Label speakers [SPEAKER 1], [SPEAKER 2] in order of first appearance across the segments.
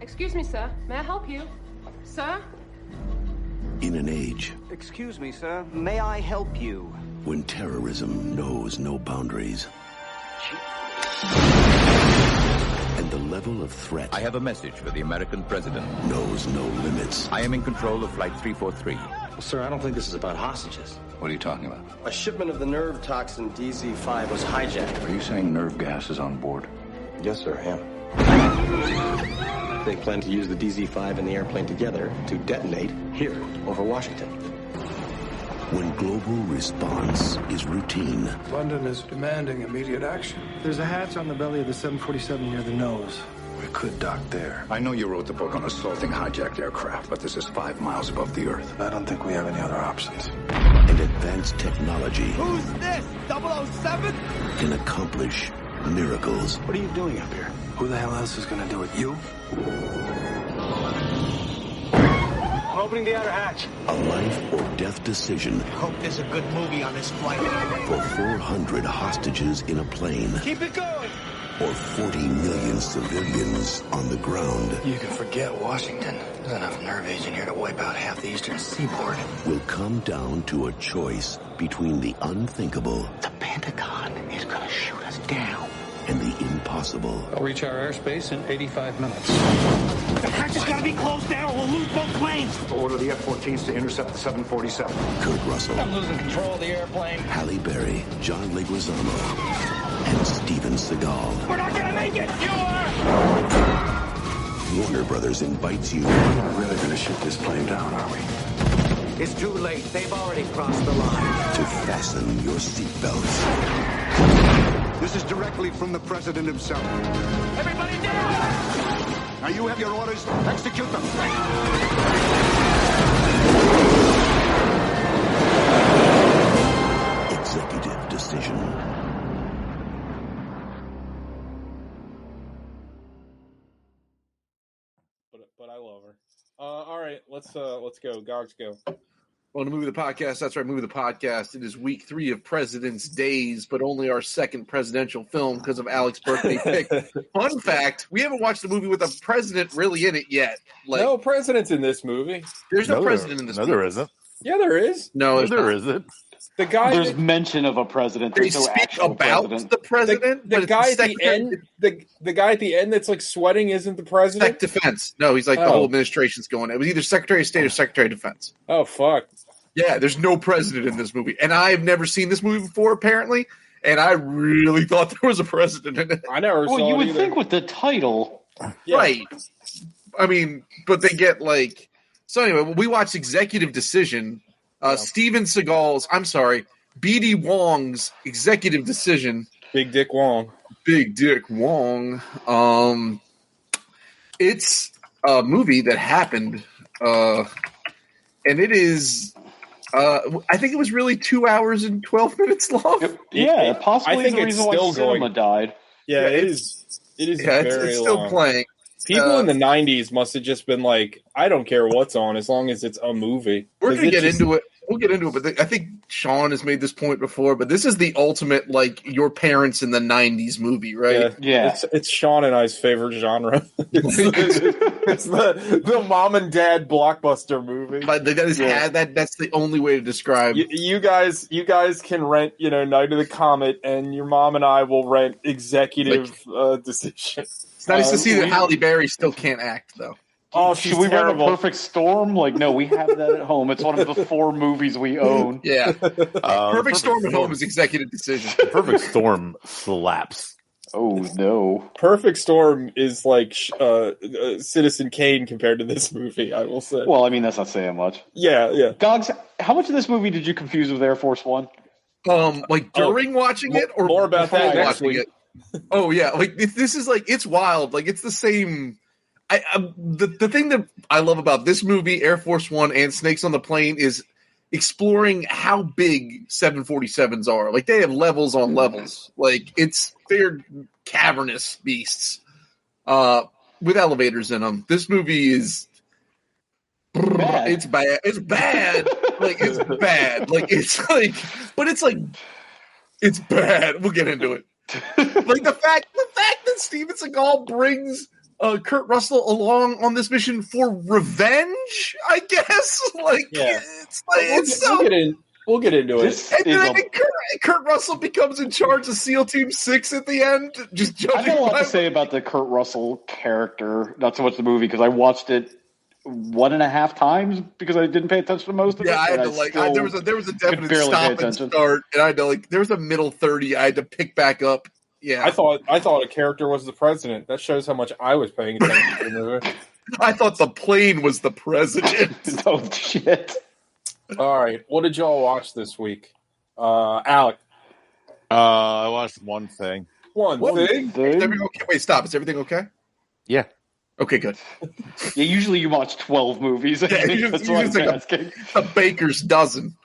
[SPEAKER 1] Excuse me, sir. May I help you? Sir?
[SPEAKER 2] In an age
[SPEAKER 3] Excuse me, sir. May I help you?
[SPEAKER 2] when terrorism knows no boundaries and the level of threat
[SPEAKER 4] I have a message for the American president.
[SPEAKER 2] knows no limits,
[SPEAKER 4] I am in control of Flight 343.
[SPEAKER 5] Sir, I don't think this is about hostages.
[SPEAKER 4] What are you talking about?
[SPEAKER 5] A shipment of the nerve toxin DZ5 was hijacked.
[SPEAKER 4] Are you saying nerve gas is on board?
[SPEAKER 5] Yes, sir, him. They plan to use the DZ5 and the airplane together to detonate here over Washington.
[SPEAKER 2] when global response is routine,
[SPEAKER 6] London is demanding immediate action.
[SPEAKER 7] There's a hatch on the belly of the 747 near the nose.
[SPEAKER 6] We could dock there.
[SPEAKER 4] I know you wrote the book on assaulting hijacked aircraft, but this is five miles above the earth.
[SPEAKER 6] I don't think we have any other options.
[SPEAKER 2] and advanced technology
[SPEAKER 8] Who's this? 007?
[SPEAKER 2] can accomplish miracles.
[SPEAKER 5] What are you doing up here?
[SPEAKER 6] Who the hell else is gonna do it? You?
[SPEAKER 5] I'm opening the outer hatch.
[SPEAKER 2] A life or death decision
[SPEAKER 8] Hope there's a good movie on this flight.
[SPEAKER 2] for 400 hostages in a plane
[SPEAKER 8] Keep it going.
[SPEAKER 2] or 40 million civilians on the ground
[SPEAKER 9] You can forget Washington. There's enough nerve agent here to wipe out half the eastern seaboard.
[SPEAKER 2] will come down to a choice between the unthinkable
[SPEAKER 9] The Pentagon is gonna shoot us down.
[SPEAKER 2] and the impossible.
[SPEAKER 7] I'll reach our airspace in 85 minutes.
[SPEAKER 8] The hatch has got to be closed down or we'll lose both planes.
[SPEAKER 4] Order the F-14s to intercept the 747.
[SPEAKER 2] Kurt Russell,
[SPEAKER 9] Losing control of the airplane.
[SPEAKER 2] Halle Berry, John Leguizamo, and Steven Seagal.
[SPEAKER 8] We're not going to make it. You are.
[SPEAKER 2] Warner Brothers invites you
[SPEAKER 6] We're not really gonna shoot this plane down, are we?
[SPEAKER 3] It's too late. They've already crossed the line.
[SPEAKER 2] to fasten your seatbelts
[SPEAKER 10] This is directly from the president himself.
[SPEAKER 8] Everybody down.
[SPEAKER 10] Now you have your orders. Execute them.
[SPEAKER 2] executive decision.
[SPEAKER 11] but but I love her. Uh, all right, let's uh let's go. Gogs go.
[SPEAKER 10] Well, to movie the podcast, that's right, movie the podcast. It is week three of President's Days, but only our second presidential film because of Alex's birthday pick. Fun fact: we haven't watched a movie with a president really in it yet. Like,
[SPEAKER 11] no president's in this movie.
[SPEAKER 10] there's no, president in this.
[SPEAKER 9] No,
[SPEAKER 10] movie.
[SPEAKER 9] there isn't.
[SPEAKER 11] Yeah, there is.
[SPEAKER 10] No, there's
[SPEAKER 9] there
[SPEAKER 10] not.
[SPEAKER 9] isn't.
[SPEAKER 11] The guy
[SPEAKER 7] There's
[SPEAKER 11] that-
[SPEAKER 7] mention of a president.
[SPEAKER 10] They
[SPEAKER 7] There's no
[SPEAKER 10] speak
[SPEAKER 7] actual
[SPEAKER 10] about
[SPEAKER 7] president.
[SPEAKER 10] the
[SPEAKER 11] the,
[SPEAKER 10] president,
[SPEAKER 11] the
[SPEAKER 10] but it's
[SPEAKER 11] guy at the
[SPEAKER 10] Secretary-
[SPEAKER 11] end the the guy at the end that's like sweating isn't the
[SPEAKER 10] Sec
[SPEAKER 11] president.
[SPEAKER 10] Defense. No, he's like the
[SPEAKER 11] Oh.
[SPEAKER 10] whole administration's going. It was either Secretary of State or Secretary of Defense.
[SPEAKER 11] Oh fuck.
[SPEAKER 10] Yeah, there's no president in this movie, and I've never seen this movie before, apparently. And I really thought there was a president in it.
[SPEAKER 11] I never
[SPEAKER 7] Well,
[SPEAKER 11] saw
[SPEAKER 7] you
[SPEAKER 11] it
[SPEAKER 7] would
[SPEAKER 11] either.
[SPEAKER 7] think with the title,
[SPEAKER 11] Yeah.
[SPEAKER 10] Right. I mean, but they get like. So anyway, we watched Executive Decision. Uh,
[SPEAKER 11] Yeah.
[SPEAKER 10] Steven Seagal's. I'm sorry, BD Wong's Executive Decision.
[SPEAKER 11] Big Dick Wong.
[SPEAKER 10] Big Dick Wong. Um, it's a movie that happened, uh, and it is. Uh, I think it was really two hours and twelve minutes long.
[SPEAKER 7] yeah,
[SPEAKER 11] it-
[SPEAKER 7] possibly
[SPEAKER 11] I think
[SPEAKER 7] the
[SPEAKER 11] it's
[SPEAKER 7] reason why
[SPEAKER 11] still
[SPEAKER 7] cinema
[SPEAKER 11] going-
[SPEAKER 7] died.
[SPEAKER 11] Yeah,
[SPEAKER 10] Yeah,
[SPEAKER 11] it
[SPEAKER 10] it's-
[SPEAKER 11] is. It is
[SPEAKER 10] Yeah, it's,
[SPEAKER 11] very
[SPEAKER 10] it's still
[SPEAKER 11] long.
[SPEAKER 10] playing.
[SPEAKER 11] People
[SPEAKER 10] uh,
[SPEAKER 11] in the '90s must have just been like, I don't care what's on as long as it's a movie.
[SPEAKER 10] We're
[SPEAKER 11] 'Cause
[SPEAKER 10] gonna
[SPEAKER 11] it
[SPEAKER 10] get
[SPEAKER 11] just-
[SPEAKER 10] into it. We'll get into it, but the, I think Sean has made this point before. But this is the ultimate, like your parents in the '90s movie, right?
[SPEAKER 11] Yeah.
[SPEAKER 7] Yeah,
[SPEAKER 11] It's, it's Sean and I's favorite genre. it's, it's the, the mom and dad blockbuster movie.
[SPEAKER 10] But that is
[SPEAKER 11] Yeah.
[SPEAKER 10] that. That's the only way to describe.
[SPEAKER 11] you, you guys, you guys can rent, you know, Night of the Comet, and your mom and I will rent Executive uh, Decision.
[SPEAKER 10] it's nice to
[SPEAKER 11] um,
[SPEAKER 10] see that
[SPEAKER 11] we-
[SPEAKER 10] Halle Berry still can't act, though.
[SPEAKER 11] Oh, she's
[SPEAKER 7] should we run a
[SPEAKER 11] terrible.
[SPEAKER 7] perfect storm? Like, no, we have that at home. It's one of the four movies we own.
[SPEAKER 10] Yeah,
[SPEAKER 9] Uh,
[SPEAKER 10] Perfect Storm at home is executive decision.
[SPEAKER 9] Perfect Storm slaps.
[SPEAKER 7] Oh no!
[SPEAKER 11] Perfect Storm is like sh- uh, uh, Citizen Kane compared to this movie. I will say.
[SPEAKER 7] Well, I mean that's not saying much.
[SPEAKER 11] yeah, yeah.
[SPEAKER 7] Gogs, how much of this movie did you confuse with Air Force One?
[SPEAKER 10] Um, like during watching it, or
[SPEAKER 11] more about that
[SPEAKER 10] before
[SPEAKER 11] next week.
[SPEAKER 10] it. Oh yeah, like it, this is like it's wild. Like it's the same. I, I the the thing that I love about this movie, Air Force One, and Snakes on the Plane is exploring how big 747s are. Like they have levels on levels. Like it's they're cavernous beasts uh, with elevators in them. This movie is
[SPEAKER 7] Bad.
[SPEAKER 10] it's bad. It's bad. like it's bad. Like it's like, but it's like it's bad. We'll get into it. like the fact the fact that Steven Seagal brings uh, Kurt Russell along on this mission for revenge, I guess. Like,
[SPEAKER 9] Yeah.
[SPEAKER 10] it's like,
[SPEAKER 9] We'll,
[SPEAKER 10] it's
[SPEAKER 9] get,
[SPEAKER 10] so.
[SPEAKER 9] we'll get in. We'll get into
[SPEAKER 5] This
[SPEAKER 9] it.
[SPEAKER 10] and
[SPEAKER 5] is
[SPEAKER 10] then
[SPEAKER 5] a,
[SPEAKER 10] Kurt, Kurt Russell becomes in charge of SEAL Team Six at the end. Just
[SPEAKER 5] I
[SPEAKER 10] judging
[SPEAKER 5] got a lot
[SPEAKER 10] by-
[SPEAKER 5] to say about the Kurt Russell character, not so much the movie, because I watched it one and a half times because I didn't pay attention to most of it.
[SPEAKER 10] Yeah, I had
[SPEAKER 5] but
[SPEAKER 10] to like. I, there was a
[SPEAKER 5] still-
[SPEAKER 10] there was a definite
[SPEAKER 5] barely pay
[SPEAKER 10] stop and
[SPEAKER 5] attention.
[SPEAKER 10] start, and I had to like. There was a middle thirty. I had to pick back up. Yeah,
[SPEAKER 9] I thought I thought a character was the president. That shows how much I was paying attention to the movie.
[SPEAKER 10] I thought the plane was the president.
[SPEAKER 5] oh shit!
[SPEAKER 9] All right, what did y'all watch this week? Uh, Alec,
[SPEAKER 8] Uh, I watched one thing.
[SPEAKER 9] one
[SPEAKER 10] What?
[SPEAKER 9] thing.
[SPEAKER 10] Is
[SPEAKER 5] Dude.
[SPEAKER 10] everything okay? Wait, stop. Is everything okay?
[SPEAKER 8] Yeah.
[SPEAKER 10] Okay, good.
[SPEAKER 5] Yeah, usually you watch twelve movies. I
[SPEAKER 10] Yeah,
[SPEAKER 5] think
[SPEAKER 10] you just-
[SPEAKER 5] that's
[SPEAKER 10] you
[SPEAKER 5] what
[SPEAKER 10] just
[SPEAKER 5] I'm
[SPEAKER 10] like a-
[SPEAKER 5] asking.
[SPEAKER 10] A baker's dozen.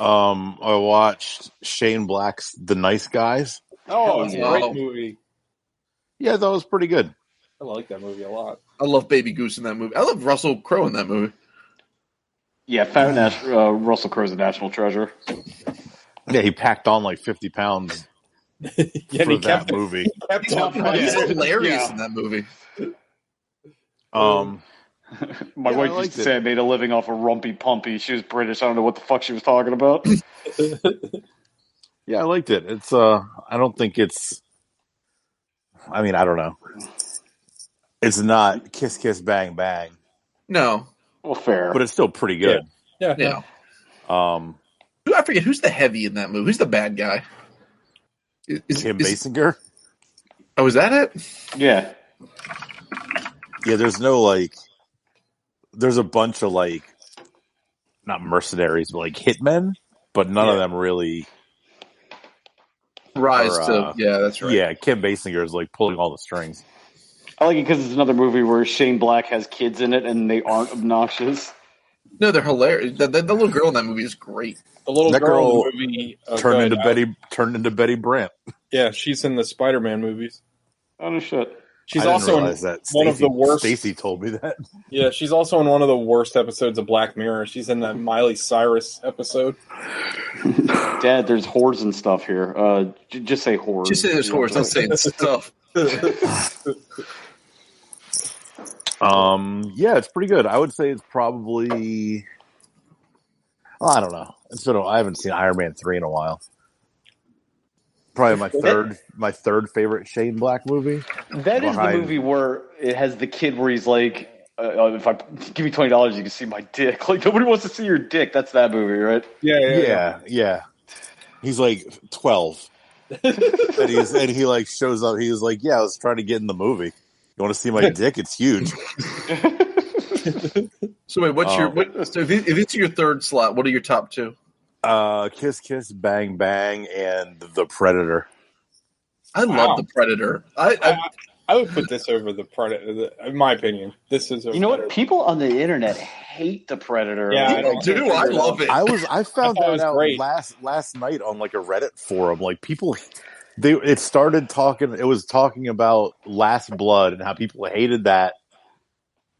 [SPEAKER 8] Um, I watched Shane Black's The Nice Guys.
[SPEAKER 9] Oh, it's a
[SPEAKER 10] Wow.
[SPEAKER 9] great movie.
[SPEAKER 8] Yeah, that was pretty good.
[SPEAKER 9] I like that movie a lot.
[SPEAKER 10] I love Baby Goose in that movie. I love Russell Crowe in that movie.
[SPEAKER 5] Yeah, Fat Nash, uh, Russell Crowe's a national treasure.
[SPEAKER 8] Yeah, he packed on like fifty pounds
[SPEAKER 9] Yeah, and
[SPEAKER 8] for
[SPEAKER 9] he
[SPEAKER 8] that
[SPEAKER 9] kept,
[SPEAKER 8] movie.
[SPEAKER 9] kept on
[SPEAKER 5] Yeah.
[SPEAKER 10] He's
[SPEAKER 9] fighting.
[SPEAKER 10] hilarious
[SPEAKER 5] Yeah.
[SPEAKER 10] in that movie.
[SPEAKER 8] Um,
[SPEAKER 5] My
[SPEAKER 8] Yeah, I
[SPEAKER 5] wife used
[SPEAKER 8] liked
[SPEAKER 5] to
[SPEAKER 8] it.
[SPEAKER 5] say I made a living off of Rumpy Pumpy. She was British. I don't know what the fuck she was talking about.
[SPEAKER 8] yeah, I liked it. It's uh, I don't think it's. I mean, I don't know. It's not kiss kiss bang bang,
[SPEAKER 10] No,
[SPEAKER 5] well, fair.
[SPEAKER 8] but it's still pretty good.
[SPEAKER 9] Yeah.
[SPEAKER 10] yeah.
[SPEAKER 8] Um,
[SPEAKER 10] Who I forget who's the heavy in that movie? Who's the bad guy? Is, is-
[SPEAKER 8] Kim
[SPEAKER 10] is-
[SPEAKER 8] Basinger.
[SPEAKER 10] oh, is that it?
[SPEAKER 5] yeah,
[SPEAKER 8] Yeah, there's no like. There's a bunch of like, not mercenaries, but like hitmen, but none of them really.
[SPEAKER 10] Rise
[SPEAKER 8] Or, uh,
[SPEAKER 10] to yeah, that's right.
[SPEAKER 8] Yeah, Kim Basinger is like pulling all the strings.
[SPEAKER 5] I like it because it's another movie where Shane Black has kids in it and they aren't obnoxious.
[SPEAKER 10] No, they're hilarious. The, the, the little girl in that movie is great.
[SPEAKER 9] The little
[SPEAKER 8] That
[SPEAKER 9] girl,
[SPEAKER 8] girl
[SPEAKER 9] in the movie oh, go
[SPEAKER 8] turned
[SPEAKER 9] ahead,
[SPEAKER 8] into
[SPEAKER 9] Alec.
[SPEAKER 8] Betty. Turned into Betty Brant.
[SPEAKER 9] Yeah, she's in the Spider-Man movies.
[SPEAKER 5] Oh no, shit.
[SPEAKER 9] She's
[SPEAKER 8] I didn't
[SPEAKER 9] also in
[SPEAKER 8] realize that.
[SPEAKER 9] one of
[SPEAKER 8] Stacey-
[SPEAKER 9] the worst-
[SPEAKER 8] Stacey told me that.
[SPEAKER 9] yeah, she's also in one of the worst episodes of Black Mirror. She's in that Miley Cyrus episode.
[SPEAKER 5] Dad, there's whores and stuff here. Uh, j- just say whores.
[SPEAKER 10] She said it's horse. I'm saying stuff.
[SPEAKER 8] Um, yeah, it's pretty good. I would say it's probably. Well, I don't know. It's been. A, I haven't seen Iron Man three in a while. Probably my third, my third favorite Shane Black movie.
[SPEAKER 5] That is the
[SPEAKER 8] Behind-
[SPEAKER 5] movie where it has the kid where he's like, uh, uh, "If I give me twenty dollars, you can see my dick." Like nobody wants to see your dick. That's that movie, right?
[SPEAKER 9] Yeah, yeah, yeah.
[SPEAKER 8] Yeah, yeah. He's like twelve, and he's and he like shows up. He's like, "Yeah, I was trying to get in the movie. You want to see my dick? It's huge."
[SPEAKER 10] So wait, what's your
[SPEAKER 8] Um,
[SPEAKER 10] what, so if, it, if it's your third slot, what are your top two?
[SPEAKER 8] Uh, kiss, kiss, bang, bang, and the Predator.
[SPEAKER 10] I love
[SPEAKER 9] Wow.
[SPEAKER 10] the Predator. I,
[SPEAKER 9] I,
[SPEAKER 10] I
[SPEAKER 9] I- I would put this over the Predator. In my opinion, this is. A
[SPEAKER 5] You know what? People on the internet hate the Predator.
[SPEAKER 9] Yeah, I
[SPEAKER 5] Like,
[SPEAKER 9] don't-
[SPEAKER 10] do. I love it.
[SPEAKER 8] I was I found
[SPEAKER 9] I thought it
[SPEAKER 8] that
[SPEAKER 9] was
[SPEAKER 8] out
[SPEAKER 9] great.
[SPEAKER 8] last last night on like a Reddit forum. Like people, they it started talking. It was talking about Last Blood and how people hated that,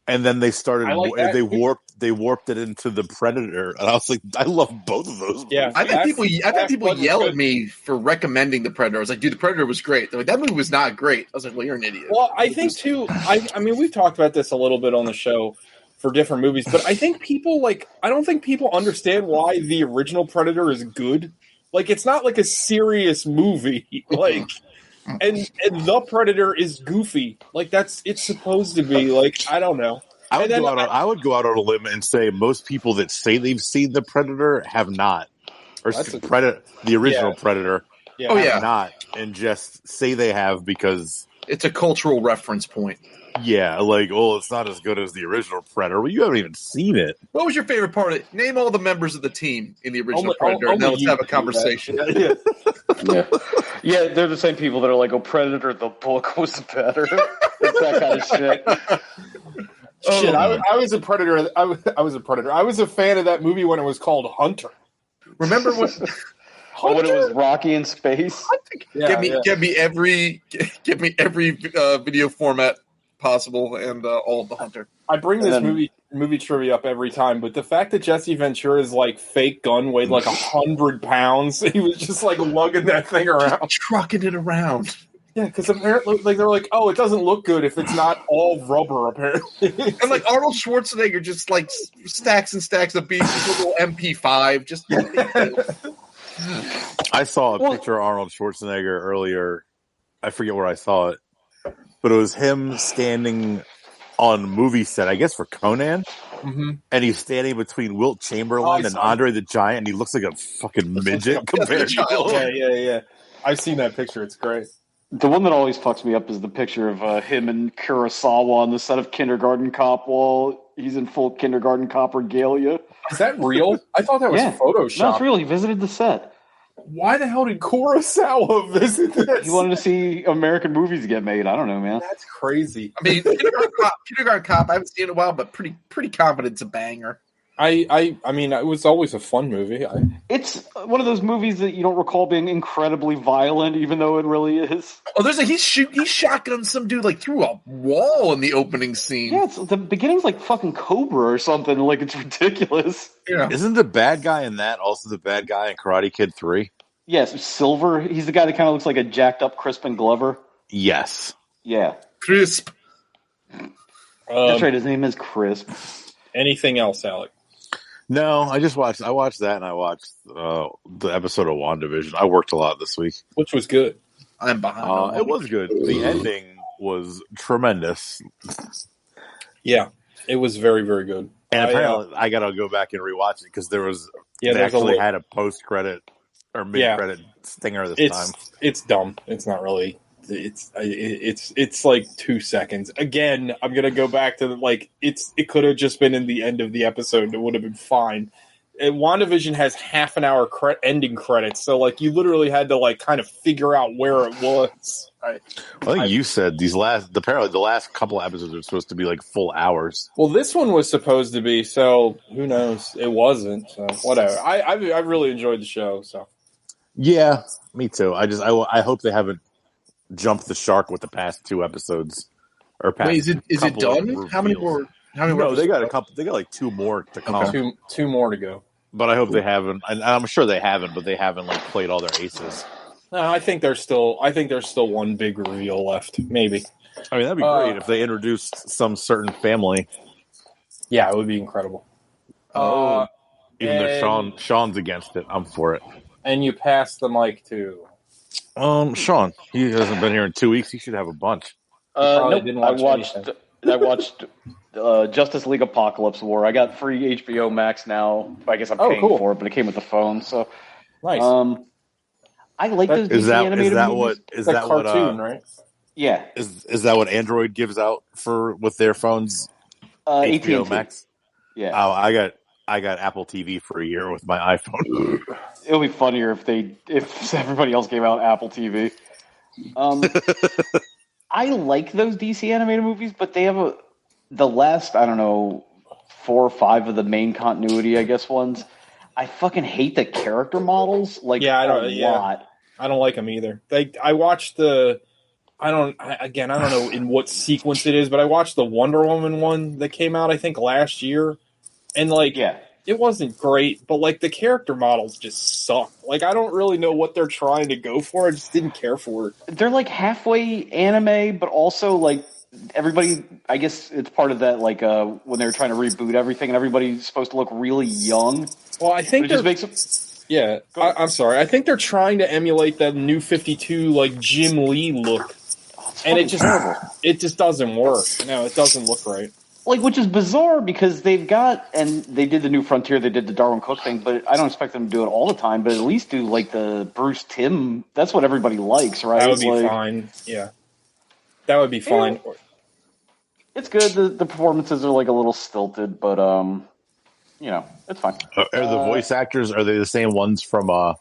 [SPEAKER 8] and then they started.
[SPEAKER 9] I like that.
[SPEAKER 8] they warped. They warped it into the Predator, and I was like, I love both of those.
[SPEAKER 9] Yeah,
[SPEAKER 10] I've had
[SPEAKER 9] Last-
[SPEAKER 10] people. I've had
[SPEAKER 9] Last
[SPEAKER 10] people
[SPEAKER 9] Blood was
[SPEAKER 10] yell at
[SPEAKER 9] good.
[SPEAKER 10] me for recommending the Predator. I was like, "Dude, the Predator was great." They're like, "That movie was not great." I was like, "Well, you're an idiot."
[SPEAKER 9] Well, I think too. I, I mean, we've talked about this a little bit on the show for different movies, but I think people like. I don't think people understand why the original Predator is good. Like, it's not like a serious movie. Like, and and the Predator is goofy. Like, that's it's supposed to be. Like, I don't know.
[SPEAKER 8] I would
[SPEAKER 9] And then
[SPEAKER 8] go out. On,
[SPEAKER 9] I-
[SPEAKER 8] I would go out on a limb and say most people that say they've seen the Predator have not, or
[SPEAKER 9] That's a-
[SPEAKER 8] Predator, the original Predator,
[SPEAKER 9] Yeah.
[SPEAKER 10] Oh,
[SPEAKER 8] have
[SPEAKER 10] yeah.
[SPEAKER 8] not, and just say they have because
[SPEAKER 10] It's a cultural reference point.
[SPEAKER 8] Yeah, like, oh, it's not as good as the original Predator. Well, you haven't even seen it.
[SPEAKER 10] What was your favorite part? of it? Name all the members of the team in the original
[SPEAKER 9] Only-
[SPEAKER 10] Predator, and
[SPEAKER 9] only
[SPEAKER 10] then let's
[SPEAKER 9] you
[SPEAKER 10] have a
[SPEAKER 9] can do that.
[SPEAKER 10] conversation.
[SPEAKER 5] yeah. yeah, they're the same people that are like, "Oh, Predator, the book was better." it's that kind of shit.
[SPEAKER 10] Oh,
[SPEAKER 9] Shit, I, I was a predator. I was, I was a predator. I was a fan of that movie when it was called Hunter.
[SPEAKER 10] Remember when?
[SPEAKER 5] Oh, when it was Rocky in space.
[SPEAKER 9] Yeah,
[SPEAKER 10] give me,
[SPEAKER 9] yeah.
[SPEAKER 10] give me every, give me every uh, video format possible, and uh, all of the Hunter.
[SPEAKER 9] I bring this
[SPEAKER 5] And then-
[SPEAKER 9] movie movie trivia up every time, but the fact that Jesse Ventura's like fake gun weighed like a hundred pounds, he was just like lugging that thing around.
[SPEAKER 10] Trucking it around.
[SPEAKER 9] Yeah, because apparently, like they're like, oh, it doesn't look good if it's not all rubber. Apparently,
[SPEAKER 10] and like Arnold Schwarzenegger just like s- stacks and stacks of beef with a little MP5. Just
[SPEAKER 8] I saw a picture of Arnold Schwarzenegger earlier. I forget where I saw it, but it was him standing on movie set, I guess for Conan,
[SPEAKER 9] Mhm.
[SPEAKER 8] and he's standing between Wilt
[SPEAKER 9] Oh, I
[SPEAKER 8] Chamberlain and
[SPEAKER 9] saw
[SPEAKER 8] Andre the Giant, and he looks like a fucking midget compared to
[SPEAKER 9] yeah, yeah, yeah. Oh. I've seen that picture. It's great.
[SPEAKER 5] The one that always fucks me up is the picture of uh, him and Kurosawa on the set of Kindergarten Cop while he's in full Kindergarten Cop regalia.
[SPEAKER 9] Is that real? I thought that was
[SPEAKER 5] yeah.
[SPEAKER 9] Photoshop.
[SPEAKER 5] No, it's real. He visited the set.
[SPEAKER 9] Why the hell did Kurosawa visit this?
[SPEAKER 5] He wanted to see American movies get made. I don't know, man.
[SPEAKER 9] That's crazy.
[SPEAKER 10] I mean, Kindergarten Cop, Kindergarten Cop. I haven't seen it in a while, but pretty pretty confident it's a banger.
[SPEAKER 9] I, I, I mean, it was always a fun movie. I,
[SPEAKER 5] It's one of those movies that you don't recall being incredibly violent, even though it really is.
[SPEAKER 10] Oh, there's a he shoot he shotguns some dude like through a wall in the opening scene.
[SPEAKER 5] Yeah, it's, the beginning's like fucking Cobra or something. Like it's ridiculous.
[SPEAKER 10] Yeah.
[SPEAKER 8] Isn't the bad guy in that also the bad guy in Karate Kid Three?
[SPEAKER 5] Yes, Silver. He's the guy that kind of looks like a jacked up Crispin Glover.
[SPEAKER 8] Yes.
[SPEAKER 5] Yeah,
[SPEAKER 10] Crisp.
[SPEAKER 5] that's
[SPEAKER 9] Um,
[SPEAKER 5] right. His name is Crisp.
[SPEAKER 9] Anything else, Alec?
[SPEAKER 8] No, I just watched. I watched that, and I watched uh, the episode of Wandavision. I worked a lot this week.
[SPEAKER 9] Which was good.
[SPEAKER 10] I'm behind.
[SPEAKER 8] Uh,
[SPEAKER 10] on
[SPEAKER 8] it was good. The ending was tremendous,
[SPEAKER 9] Yeah, it was very, very good.
[SPEAKER 8] and
[SPEAKER 9] I, uh,
[SPEAKER 8] apparently, I, gotta go back and rewatch it because there was
[SPEAKER 9] Yeah,
[SPEAKER 8] they
[SPEAKER 9] there's a
[SPEAKER 8] actually
[SPEAKER 9] little-
[SPEAKER 8] had a post credit or mid
[SPEAKER 9] Yeah.
[SPEAKER 8] credit stinger this
[SPEAKER 9] it's
[SPEAKER 8] time.
[SPEAKER 9] it's dumb. It's not really. It's I- it's it's like two seconds. Again, I'm gonna go back to the, like it's it could have just been in the end of the episode. and It would have been fine. And WandaVision has half an hour cre- ending credits, so like you literally had to like kind of figure out where it was. I,
[SPEAKER 8] I think you said these last the apparently the last couple of episodes are supposed to be like full hours.
[SPEAKER 9] Well, this one was supposed to be, so who knows? It wasn't, so whatever. I I, I really enjoyed the show, so
[SPEAKER 8] Yeah, me too. I just I, I hope they haven't jumped the shark with the past two episodes or past.
[SPEAKER 10] Wait, is it is it
[SPEAKER 8] couple of
[SPEAKER 10] done? How many
[SPEAKER 8] reveals.
[SPEAKER 10] more? How many
[SPEAKER 8] No,
[SPEAKER 10] more?
[SPEAKER 8] they got a couple. They got like two more to come.
[SPEAKER 9] two two more to go.
[SPEAKER 8] But I hope they haven't. And I'm sure they haven't, but they haven't like played all their aces.
[SPEAKER 9] No, Uh, I think there's still I think there's still one big reveal left, maybe.
[SPEAKER 8] I mean, that'd be
[SPEAKER 9] Uh,
[SPEAKER 8] great if they introduced some certain family,
[SPEAKER 9] Yeah, it would be incredible. Uh,
[SPEAKER 8] even though
[SPEAKER 9] and-
[SPEAKER 8] Sean Sean's against it. I'm for it.
[SPEAKER 9] and you pass the mic to.
[SPEAKER 8] Um, Sean, he hasn't been here in two weeks. He should have a bunch.
[SPEAKER 5] Uh,
[SPEAKER 9] probably
[SPEAKER 5] nope,
[SPEAKER 9] didn't
[SPEAKER 5] I
[SPEAKER 9] watch
[SPEAKER 5] watched.
[SPEAKER 9] anything.
[SPEAKER 5] I watched uh, Justice League Apocalypse War. I got free HBO Max now. I guess I'm
[SPEAKER 9] Oh,
[SPEAKER 5] paying
[SPEAKER 9] cool.
[SPEAKER 5] for it, but it came with the phone. So,
[SPEAKER 9] Nice.
[SPEAKER 5] um, I like those
[SPEAKER 8] Is
[SPEAKER 5] DC
[SPEAKER 8] that is
[SPEAKER 5] animated
[SPEAKER 8] that
[SPEAKER 5] movies.
[SPEAKER 8] what is
[SPEAKER 9] It's a
[SPEAKER 8] that what
[SPEAKER 9] cartoon,
[SPEAKER 8] uh,
[SPEAKER 9] right?
[SPEAKER 5] Yeah,
[SPEAKER 8] is is that what Android gives out for with their phones?
[SPEAKER 5] uh,
[SPEAKER 8] HBO
[SPEAKER 5] AT&T.
[SPEAKER 8] Max.
[SPEAKER 5] Yeah,
[SPEAKER 8] Oh, I got I got Apple TV for a year with my iPhone.
[SPEAKER 5] it'll be funnier if they if everybody else gave out Apple TV. Um, I like those DC animated movies, but they have a the last I don't know four or five of the main continuity I guess ones. I fucking hate the character models like
[SPEAKER 9] Yeah, I
[SPEAKER 5] a
[SPEAKER 9] don't- yeah.
[SPEAKER 5] lot.
[SPEAKER 9] I don't like them either. Like I watched the, I don't I, again. I don't know in what sequence it is, but I watched the Wonder Woman one that came out I think last year, and like
[SPEAKER 5] Yeah,
[SPEAKER 9] it wasn't great, but like the character models just sucked. Like I don't really know what they're trying to go for. I just didn't care for it.
[SPEAKER 5] they're like halfway anime, but also like everybody. I guess it's part of that like uh, when they were trying to reboot everything, and everybody's supposed to look really young.
[SPEAKER 9] Well, I
[SPEAKER 5] But
[SPEAKER 9] think
[SPEAKER 5] it just
[SPEAKER 9] they're
[SPEAKER 5] makes it-
[SPEAKER 9] yeah. I, I'm sorry. I think they're trying to emulate that new Fifty Two like Jim Lee look,
[SPEAKER 5] it's
[SPEAKER 9] and
[SPEAKER 5] fucking
[SPEAKER 9] it just
[SPEAKER 5] terrible.
[SPEAKER 9] it just doesn't work. No, it doesn't look right.
[SPEAKER 5] like which is bizarre because they've got and they did the new frontier they did the darwin cook thing but i don't expect them to do it all the time but at least do like the bruce tim that's what everybody likes right
[SPEAKER 9] That would be
[SPEAKER 5] Like,
[SPEAKER 9] fine. Yeah, that would be fine.
[SPEAKER 5] it's good the, the performances are like a little stilted but um you know it's fine
[SPEAKER 8] Are Uh, are the voice actors are they the same ones from uh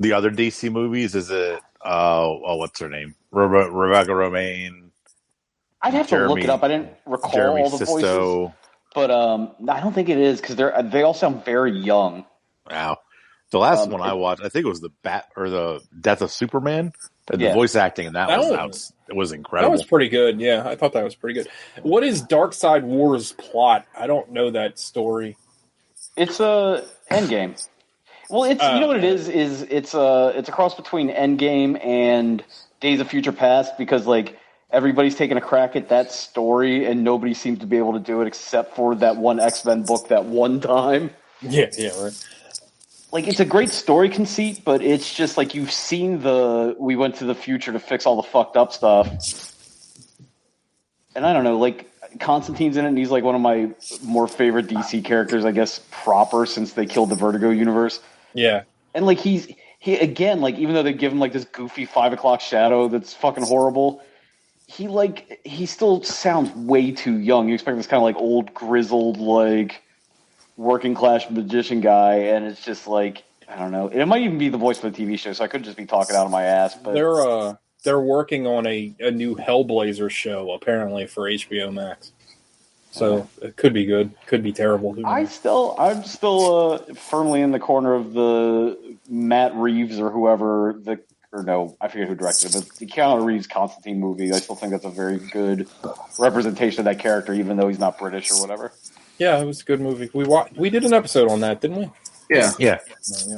[SPEAKER 8] the other DC movies? Is it uh oh what's her name? Rebe- Rebecca Romaine,
[SPEAKER 5] i'd have to look
[SPEAKER 8] Jeremy-
[SPEAKER 5] it up i didn't recall
[SPEAKER 8] Jeremy
[SPEAKER 5] all the voices
[SPEAKER 8] Sisto.
[SPEAKER 5] but um i don't think it is because they're uh, they all sound very young
[SPEAKER 8] Wow. The last
[SPEAKER 5] Um,
[SPEAKER 8] one I watched, I think it was the Bat or the Death of Superman. And
[SPEAKER 5] Yeah.
[SPEAKER 8] The voice acting in that,
[SPEAKER 9] That
[SPEAKER 8] was
[SPEAKER 9] one-
[SPEAKER 8] out. It was
[SPEAKER 9] That
[SPEAKER 8] incredible.
[SPEAKER 9] was pretty good. Yeah, I thought that was pretty good. What is Dark Side War's plot? I don't know that story.
[SPEAKER 5] It's a Endgame. Well, it's you know what it is is it's a it's a cross between Endgame and
[SPEAKER 8] Days of Future Past because like everybody's taking a crack at that story and nobody seems to be able to do it except for that one X Men book that one time.
[SPEAKER 9] Yeah, yeah, right.
[SPEAKER 8] Like it's a great story conceit, but it's just like you've seen the we went to the future to fix all the fucked up stuff. And I don't know, like Constantine's in it and he's like one of my more favorite DC characters, I guess, proper since they killed the Vertigo universe.
[SPEAKER 9] Yeah.
[SPEAKER 8] And like he's he again, like even though they give him like this goofy five o'clock shadow that's fucking horrible, he like he still sounds way too young. You expect this kind of like old grizzled like working class magician guy, and it's just like I don't know. It might even be the voice for the TV show, so I could just be talking out of my ass. But
[SPEAKER 9] They're uh they're working on a, a new Hellblazer show apparently for HBO Max. So it could be good, could be terrible. Who
[SPEAKER 8] I still, I'm still uh, firmly in the corner of the Matt Reeves or whoever the or no, I forget who directed it, but the Keanu Reeves Constantine movie. I still think that's a very good representation of that character, even though he's not British or whatever.
[SPEAKER 9] Yeah, it was a good movie. We wa- we did an episode on that, didn't we?
[SPEAKER 10] Yeah.
[SPEAKER 12] Yeah.
[SPEAKER 9] yeah.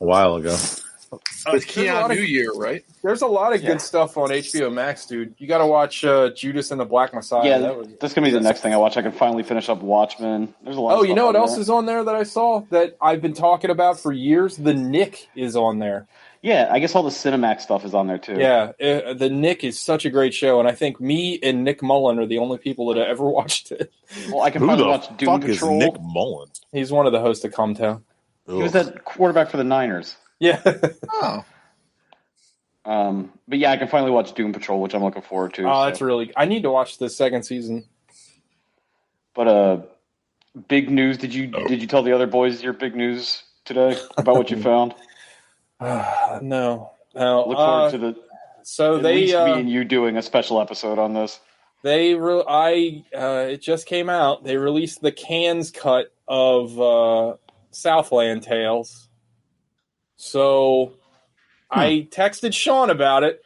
[SPEAKER 12] A while ago.
[SPEAKER 10] With
[SPEAKER 9] there's a lot
[SPEAKER 10] Keanu
[SPEAKER 9] of-
[SPEAKER 10] New Year, right?
[SPEAKER 9] There's a lot of
[SPEAKER 10] Yeah.
[SPEAKER 9] good stuff on HBO Max, dude. You got to watch uh, Judas and the Black Messiah.
[SPEAKER 8] yeah,
[SPEAKER 9] That was-
[SPEAKER 8] that's gonna be the next thing I watch. I can finally finish up Watchmen. There's a lot.
[SPEAKER 9] oh,
[SPEAKER 8] of
[SPEAKER 9] you
[SPEAKER 8] stuff
[SPEAKER 9] know
[SPEAKER 8] on
[SPEAKER 9] what else
[SPEAKER 8] there.
[SPEAKER 9] is on there that I saw that I've been talking about for years? The Nick is on there.
[SPEAKER 8] Yeah, I guess all the Cinemax stuff is on there too.
[SPEAKER 9] Yeah, uh, the Nick is such a great show, and I think me and Nick Mullen are the only people that have ever watched it.
[SPEAKER 8] Well, I can
[SPEAKER 12] Who
[SPEAKER 8] finally
[SPEAKER 12] the
[SPEAKER 8] watch
[SPEAKER 12] fuck
[SPEAKER 8] Doom Patrol.
[SPEAKER 12] is Nick Mullen?
[SPEAKER 9] He's one of the hosts of Comtown.
[SPEAKER 8] He was that quarterback for the Niners.
[SPEAKER 9] Yeah.
[SPEAKER 10] oh.
[SPEAKER 8] Um, but yeah, I can finally watch Doom Patrol, which I'm looking forward to.
[SPEAKER 9] Oh,
[SPEAKER 8] so.
[SPEAKER 9] that's really. I need to watch the second season.
[SPEAKER 8] But uh, big news. Did you
[SPEAKER 9] Oh.
[SPEAKER 8] did you tell the other boys your big news today about what you found?
[SPEAKER 9] no, no.
[SPEAKER 8] Look forward
[SPEAKER 9] uh,
[SPEAKER 8] to the.
[SPEAKER 9] So
[SPEAKER 8] at
[SPEAKER 9] they,
[SPEAKER 8] least
[SPEAKER 9] uh,
[SPEAKER 8] me and you doing a special episode on this.
[SPEAKER 9] They re- I uh, it just came out. They released the cans cut of uh, Southland Tales. So I texted Sean about it.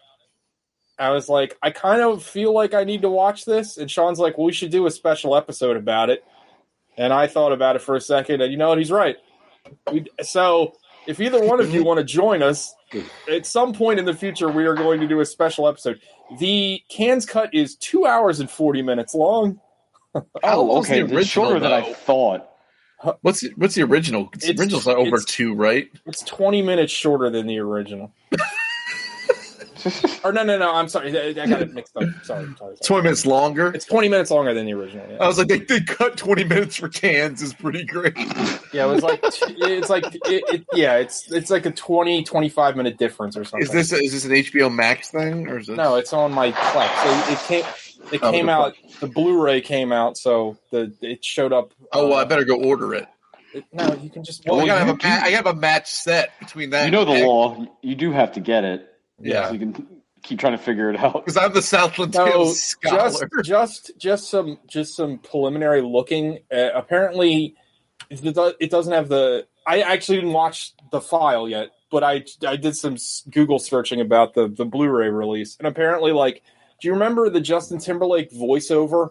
[SPEAKER 9] I was like, I kind of feel like I need to watch this, and Sean's like, well, we should do a special episode about it. And I thought about it for a second, and you know what? He's right. We, so if either one of you want to join us at some point in the future, we are going to do a special episode. The cans cut is two hours and forty minutes long.
[SPEAKER 8] Oh, okay. It's shorter than I thought.
[SPEAKER 10] What's the- what's the original? It's,
[SPEAKER 9] It's-
[SPEAKER 10] original's not over
[SPEAKER 9] it's-
[SPEAKER 10] two, right?
[SPEAKER 9] It's twenty minutes shorter than the original. or no, no, no. I'm sorry. I, I got it mixed up. Sorry, sorry, sorry.
[SPEAKER 10] Twenty minutes longer.
[SPEAKER 9] It's twenty minutes longer than the original. Yeah,
[SPEAKER 10] I was like, they, they cut twenty minutes for cans is pretty great.
[SPEAKER 9] yeah it was like t- it's like it, it, yeah, it's it's like a 20, 25 minute difference or something.
[SPEAKER 10] Is this is this an HBO Max thing or is this?
[SPEAKER 9] No, it's on my Plex. It, it came. It
[SPEAKER 10] Oh,
[SPEAKER 9] came
[SPEAKER 10] the
[SPEAKER 9] out. The Blu-ray came out, so the it showed up. uh,
[SPEAKER 10] Oh, well, I better go order it.
[SPEAKER 9] It, no, you can just.
[SPEAKER 10] Well, I
[SPEAKER 9] Well,
[SPEAKER 10] gotta
[SPEAKER 9] you
[SPEAKER 10] have a ma- I gotta have a match set between that.
[SPEAKER 8] You know the
[SPEAKER 10] and-
[SPEAKER 8] law. You do have to get it.
[SPEAKER 10] Yeah.
[SPEAKER 8] So you can keep trying to figure it out.
[SPEAKER 10] Because I'm the Southland
[SPEAKER 9] No,
[SPEAKER 10] Tales scholar.
[SPEAKER 9] just just just some just some preliminary looking. Uh, apparently, it, do- it doesn't have the. I actually didn't watch the file yet, but I I did some s- Google searching about the the Blu-ray release, and apparently, like, do you remember the Justin Timberlake voiceover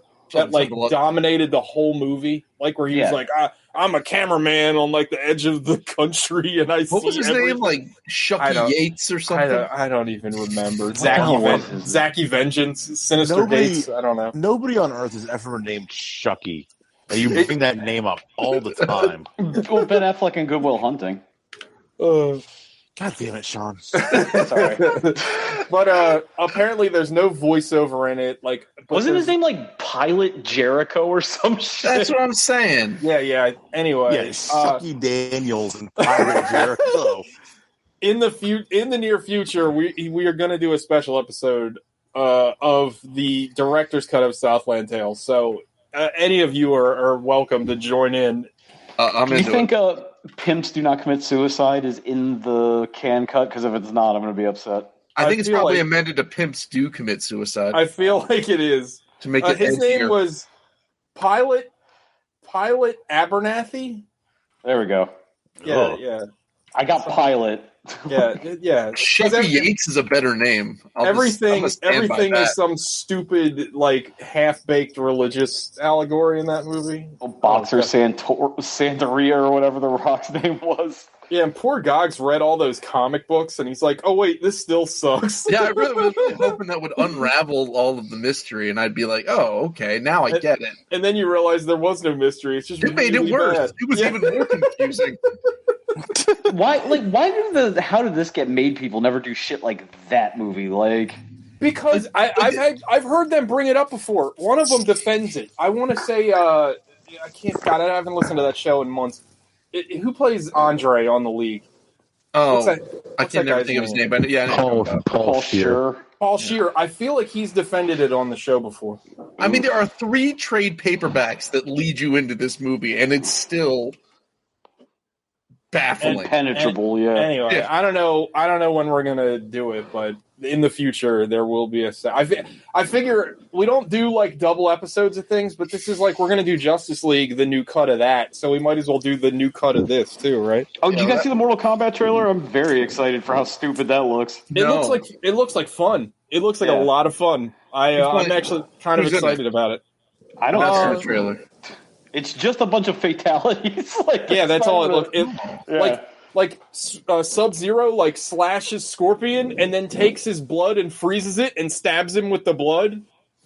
[SPEAKER 10] Something
[SPEAKER 9] that like
[SPEAKER 10] like-
[SPEAKER 9] dominated the whole movie? Like where he
[SPEAKER 10] Yeah.
[SPEAKER 9] was like, I, "I'm a cameraman on like the edge of the country," and I
[SPEAKER 10] what
[SPEAKER 9] see
[SPEAKER 10] was his name?
[SPEAKER 9] everything."
[SPEAKER 10] Like
[SPEAKER 9] I
[SPEAKER 10] Shucky
[SPEAKER 9] don't-
[SPEAKER 10] Yates or
[SPEAKER 9] I
[SPEAKER 10] something?
[SPEAKER 9] don't, I don't even remember.
[SPEAKER 12] hell
[SPEAKER 9] Zachy, Ven-
[SPEAKER 12] was his
[SPEAKER 9] Zachy Vengeance, Sinister
[SPEAKER 12] Nobody-
[SPEAKER 9] Dates. I don't know.
[SPEAKER 12] Nobody on earth has ever named Chucky. And you bring that name up all the time.
[SPEAKER 8] well, Ben Affleck and Goodwill Hunting.
[SPEAKER 9] Uh,
[SPEAKER 12] God damn it, Sean.
[SPEAKER 9] sorry. but uh, apparently, there's no voiceover in it. Like, but
[SPEAKER 8] Wasn't his
[SPEAKER 9] there's-
[SPEAKER 8] name like Pilot Jericho or some shit?
[SPEAKER 10] That's what I'm saying.
[SPEAKER 9] Yeah, yeah. Anyway,
[SPEAKER 12] Yeah,
[SPEAKER 9] uh,
[SPEAKER 12] Chucky Daniels and Pirate Jericho.
[SPEAKER 9] in the fu- in the near future, we we are going to do a special episode uh, of the director's cut of Southland Tales. So, uh, any of you are, are welcome to join in.
[SPEAKER 10] Uh, I'm
[SPEAKER 8] Do you
[SPEAKER 10] into
[SPEAKER 8] think uh, pimps do not commit suicide is in the can cut? Because if it's not, I'm going to be upset.
[SPEAKER 10] I think it's
[SPEAKER 9] feel
[SPEAKER 10] probably
[SPEAKER 9] like-
[SPEAKER 10] amended to pimps do commit suicide
[SPEAKER 9] I feel like it is.
[SPEAKER 10] to make
[SPEAKER 9] Uh,
[SPEAKER 10] it.
[SPEAKER 9] his
[SPEAKER 10] edgier.
[SPEAKER 9] name was Pilot Pilot Abernathy.
[SPEAKER 8] There we go.
[SPEAKER 9] Yeah,
[SPEAKER 10] Oh.
[SPEAKER 9] yeah,
[SPEAKER 8] I got pilot.
[SPEAKER 9] yeah, yeah. 'Cause
[SPEAKER 10] Shucky
[SPEAKER 9] every-
[SPEAKER 10] Yates is a better name. I'll just- I'm
[SPEAKER 9] everything
[SPEAKER 10] gonna stand by
[SPEAKER 9] everything
[SPEAKER 10] that.
[SPEAKER 9] is some stupid like half baked religious allegory in that movie.
[SPEAKER 8] Boxer
[SPEAKER 9] Oh, God.
[SPEAKER 8] Santor- Santeria or whatever the rock's name was.
[SPEAKER 9] Yeah, and poor Gogs read all those comic books, and he's like, "Oh wait, this still sucks."
[SPEAKER 10] Yeah, I really was hoping that would unravel all of the mystery, and I'd be like, "Oh, okay, now I
[SPEAKER 9] And-
[SPEAKER 10] get it."
[SPEAKER 9] And then you realize there was no mystery. It's just
[SPEAKER 10] It made it
[SPEAKER 9] really
[SPEAKER 10] worse.
[SPEAKER 9] bad.
[SPEAKER 10] It was even more confusing.
[SPEAKER 7] why like why do the how did this get made people never do shit like that movie like
[SPEAKER 9] Because I, I've had, I've heard them bring it up before. One of them defends it. I want to say, uh, I can't. God, I haven't listened to that show in months. It, it- who plays Andre on the league?
[SPEAKER 10] Oh,
[SPEAKER 9] What's that-
[SPEAKER 10] I
[SPEAKER 9] what's that
[SPEAKER 10] can't never
[SPEAKER 9] guy's
[SPEAKER 10] think of his
[SPEAKER 9] name?
[SPEAKER 10] name, but yeah, I know.
[SPEAKER 4] Paul, Oh, Paul Shear.
[SPEAKER 9] Paul Shear. I feel like he's defended it on the show before.
[SPEAKER 10] I mean, there are three trade paperbacks that lead you into this movie, and it's still baffling.
[SPEAKER 7] Impenetrable, yeah.
[SPEAKER 9] Anyway,
[SPEAKER 10] Yeah.
[SPEAKER 9] I don't know. I don't know when we're gonna do it, but in the future there will be a. se- I fi- I figure we don't do like double episodes of things, but this is like we're gonna do Justice League, the new cut of that, so we might as well do the new cut of this too, right?
[SPEAKER 7] Oh, did you guys see the Mortal Kombat trailer? I'm very excited for how stupid that looks.
[SPEAKER 9] It looks like it looks like fun. It looks like
[SPEAKER 7] Yeah.
[SPEAKER 9] a lot of fun. I
[SPEAKER 7] It's
[SPEAKER 9] uh, I'm
[SPEAKER 7] funny.
[SPEAKER 9] actually kind of
[SPEAKER 7] Who's in it?
[SPEAKER 9] excited about it.
[SPEAKER 7] I don't
[SPEAKER 9] That's
[SPEAKER 7] know.
[SPEAKER 9] the trailer.
[SPEAKER 7] It's just a bunch of fatalities. like
[SPEAKER 9] Yeah, that's all it
[SPEAKER 7] not
[SPEAKER 9] look. It,
[SPEAKER 7] even-
[SPEAKER 9] Like like S- uh, Sub Zero like slashes Scorpion and then takes his blood and freezes it and stabs him with the blood.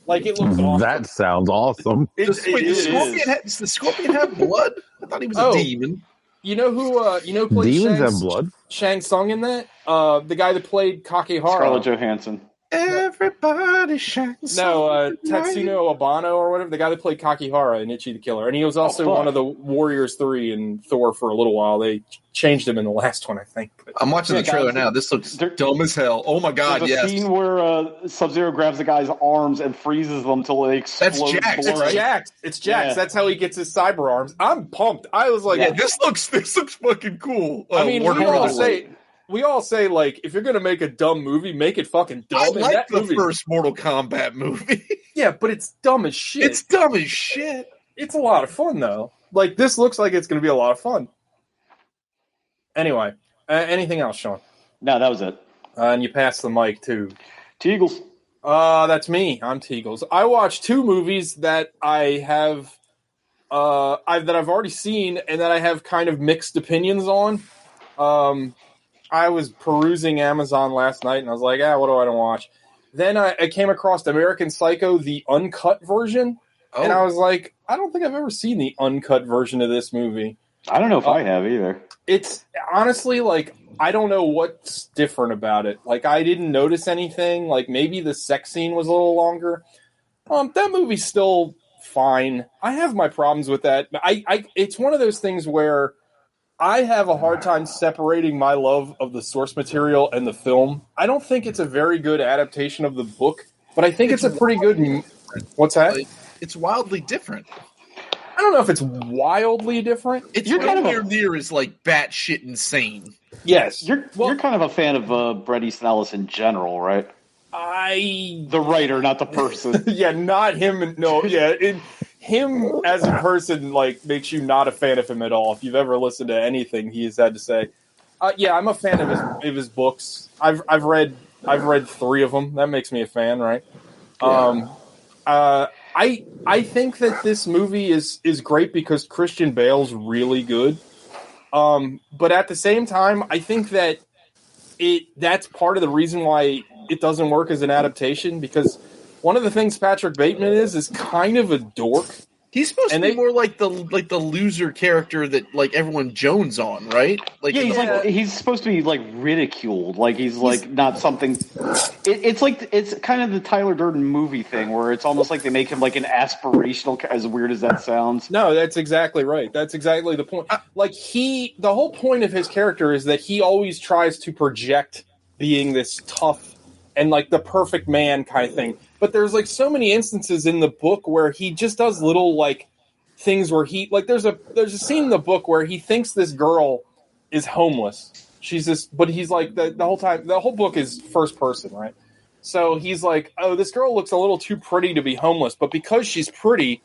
[SPEAKER 9] Like it looks awesome.
[SPEAKER 4] Mm-hmm. That sounds awesome.
[SPEAKER 10] Does, wait, does,
[SPEAKER 9] it
[SPEAKER 10] Scorpion
[SPEAKER 9] is.
[SPEAKER 10] ha- does the Scorpion have blood? I thought he was
[SPEAKER 9] Oh.
[SPEAKER 10] a demon.
[SPEAKER 9] You know who? Uh, you know who played
[SPEAKER 4] Demons
[SPEAKER 9] Shang,
[SPEAKER 4] have blood.
[SPEAKER 9] Shang Tsung in that? Uh, the guy that played Kakehara.
[SPEAKER 7] Scarlett Johansson.
[SPEAKER 10] Everybody shines.
[SPEAKER 9] No, uh, Tetsuno Obano or whatever, the guy that played Kakihara in Itchy the Killer, and he was also
[SPEAKER 7] Oh, fuck.
[SPEAKER 9] one of the Warriors Three in Thor for a little while. They ch- changed him in the last one, I think. But-
[SPEAKER 10] I'm watching
[SPEAKER 7] Yeah,
[SPEAKER 10] the trailer
[SPEAKER 7] guys,
[SPEAKER 10] now. This looks dumb as hell. Oh my god,
[SPEAKER 7] There's a
[SPEAKER 10] yes.
[SPEAKER 7] scene where uh, Sub Zero grabs the guy's arms and freezes them till they explode.
[SPEAKER 10] Jax.
[SPEAKER 7] blood.
[SPEAKER 9] It's Jax. It's Jax.
[SPEAKER 7] Yeah.
[SPEAKER 9] That's how he gets his cyber arms. I'm pumped. I was like,
[SPEAKER 10] yeah, this looks this looks fucking cool.
[SPEAKER 9] I
[SPEAKER 10] Uh,
[SPEAKER 9] mean,
[SPEAKER 10] Warner
[SPEAKER 9] we all
[SPEAKER 10] Brothers.
[SPEAKER 9] say we all say like, if you're gonna make a dumb movie, make it fucking dumb.
[SPEAKER 10] I
[SPEAKER 9] and
[SPEAKER 10] like
[SPEAKER 9] that
[SPEAKER 10] the
[SPEAKER 9] movie-
[SPEAKER 10] first Mortal Kombat movie.
[SPEAKER 9] Yeah, but it's dumb as shit.
[SPEAKER 10] It's dumb as shit.
[SPEAKER 9] it's a lot of fun though. Like this looks like it's going to be a lot of fun. Anyway, uh, anything else, Sean?
[SPEAKER 7] No, that was it.
[SPEAKER 9] Uh, and you pass the mic to
[SPEAKER 7] Teagles.
[SPEAKER 9] Uh, that's me. I'm Teagles. I watched two movies that I have, uh, I, that I've already seen and that I have kind of mixed opinions on. Um, I was perusing Amazon last night and I was like, ah, what do I want to watch? Then I, I came across American Psycho, the uncut version, and I was like, I don't think I've ever seen the uncut version of this movie.
[SPEAKER 7] I don't know if I have either.
[SPEAKER 9] It's honestly like I don't know what's different about it. Like I didn't notice anything. Like maybe the sex scene was a little longer. Um, that movie's still fine. I have my problems with that. I, I it's one of those things where I have a hard time separating my love of the source material and the film. I don't think it's a very good adaptation of the book, but I think it's, a pretty good. m- What's that?
[SPEAKER 10] It's wildly different.
[SPEAKER 9] I don't know if it's wildly different.
[SPEAKER 10] It's
[SPEAKER 7] You're
[SPEAKER 10] You're
[SPEAKER 7] kind of a-
[SPEAKER 10] near near is like batshit insane.
[SPEAKER 9] Yes,
[SPEAKER 7] You're you're kind of a fan of uh, Brett Easton Ellis in general, right?
[SPEAKER 9] I
[SPEAKER 7] The writer, not the person.
[SPEAKER 9] yeah, not him. and- No, yeah, it, him as a person like makes you not a fan of him at all. If you've ever listened to anything he has had to say, uh, yeah, I'm a fan of his of his books. I've I've read I've read three of them. That makes me a fan, right? Um, uh, I I think that this movie is is great because Christian Bale's really good. Um, but at the same time, I think that it that's part of the reason why it doesn't work as an adaptation because one of the things Patrick Bateman is is kind of a dork.
[SPEAKER 10] He's supposed
[SPEAKER 9] And
[SPEAKER 10] to
[SPEAKER 9] they-
[SPEAKER 10] be more like the like the loser character that like everyone Jones on, right? Like
[SPEAKER 7] yeah, he's like he's supposed to be like ridiculed, like he's like not something. It, it's like it's kind of the Tyler Durden movie thing, where it's almost like they make him like an aspirational. ca- As weird as that sounds,
[SPEAKER 9] No, that's exactly right. That's exactly the point. Like he the whole point of his character is that he always tries to project being this tough and like the perfect man kind of thing. But there's like so many instances in the book where he just does little like things where he like there's a there's a scene in the book where he thinks this girl is homeless. She's this but he's like the, the whole time the whole book is first person, right? So he's like, "Oh, this girl looks a little too pretty to be homeless, but because she's pretty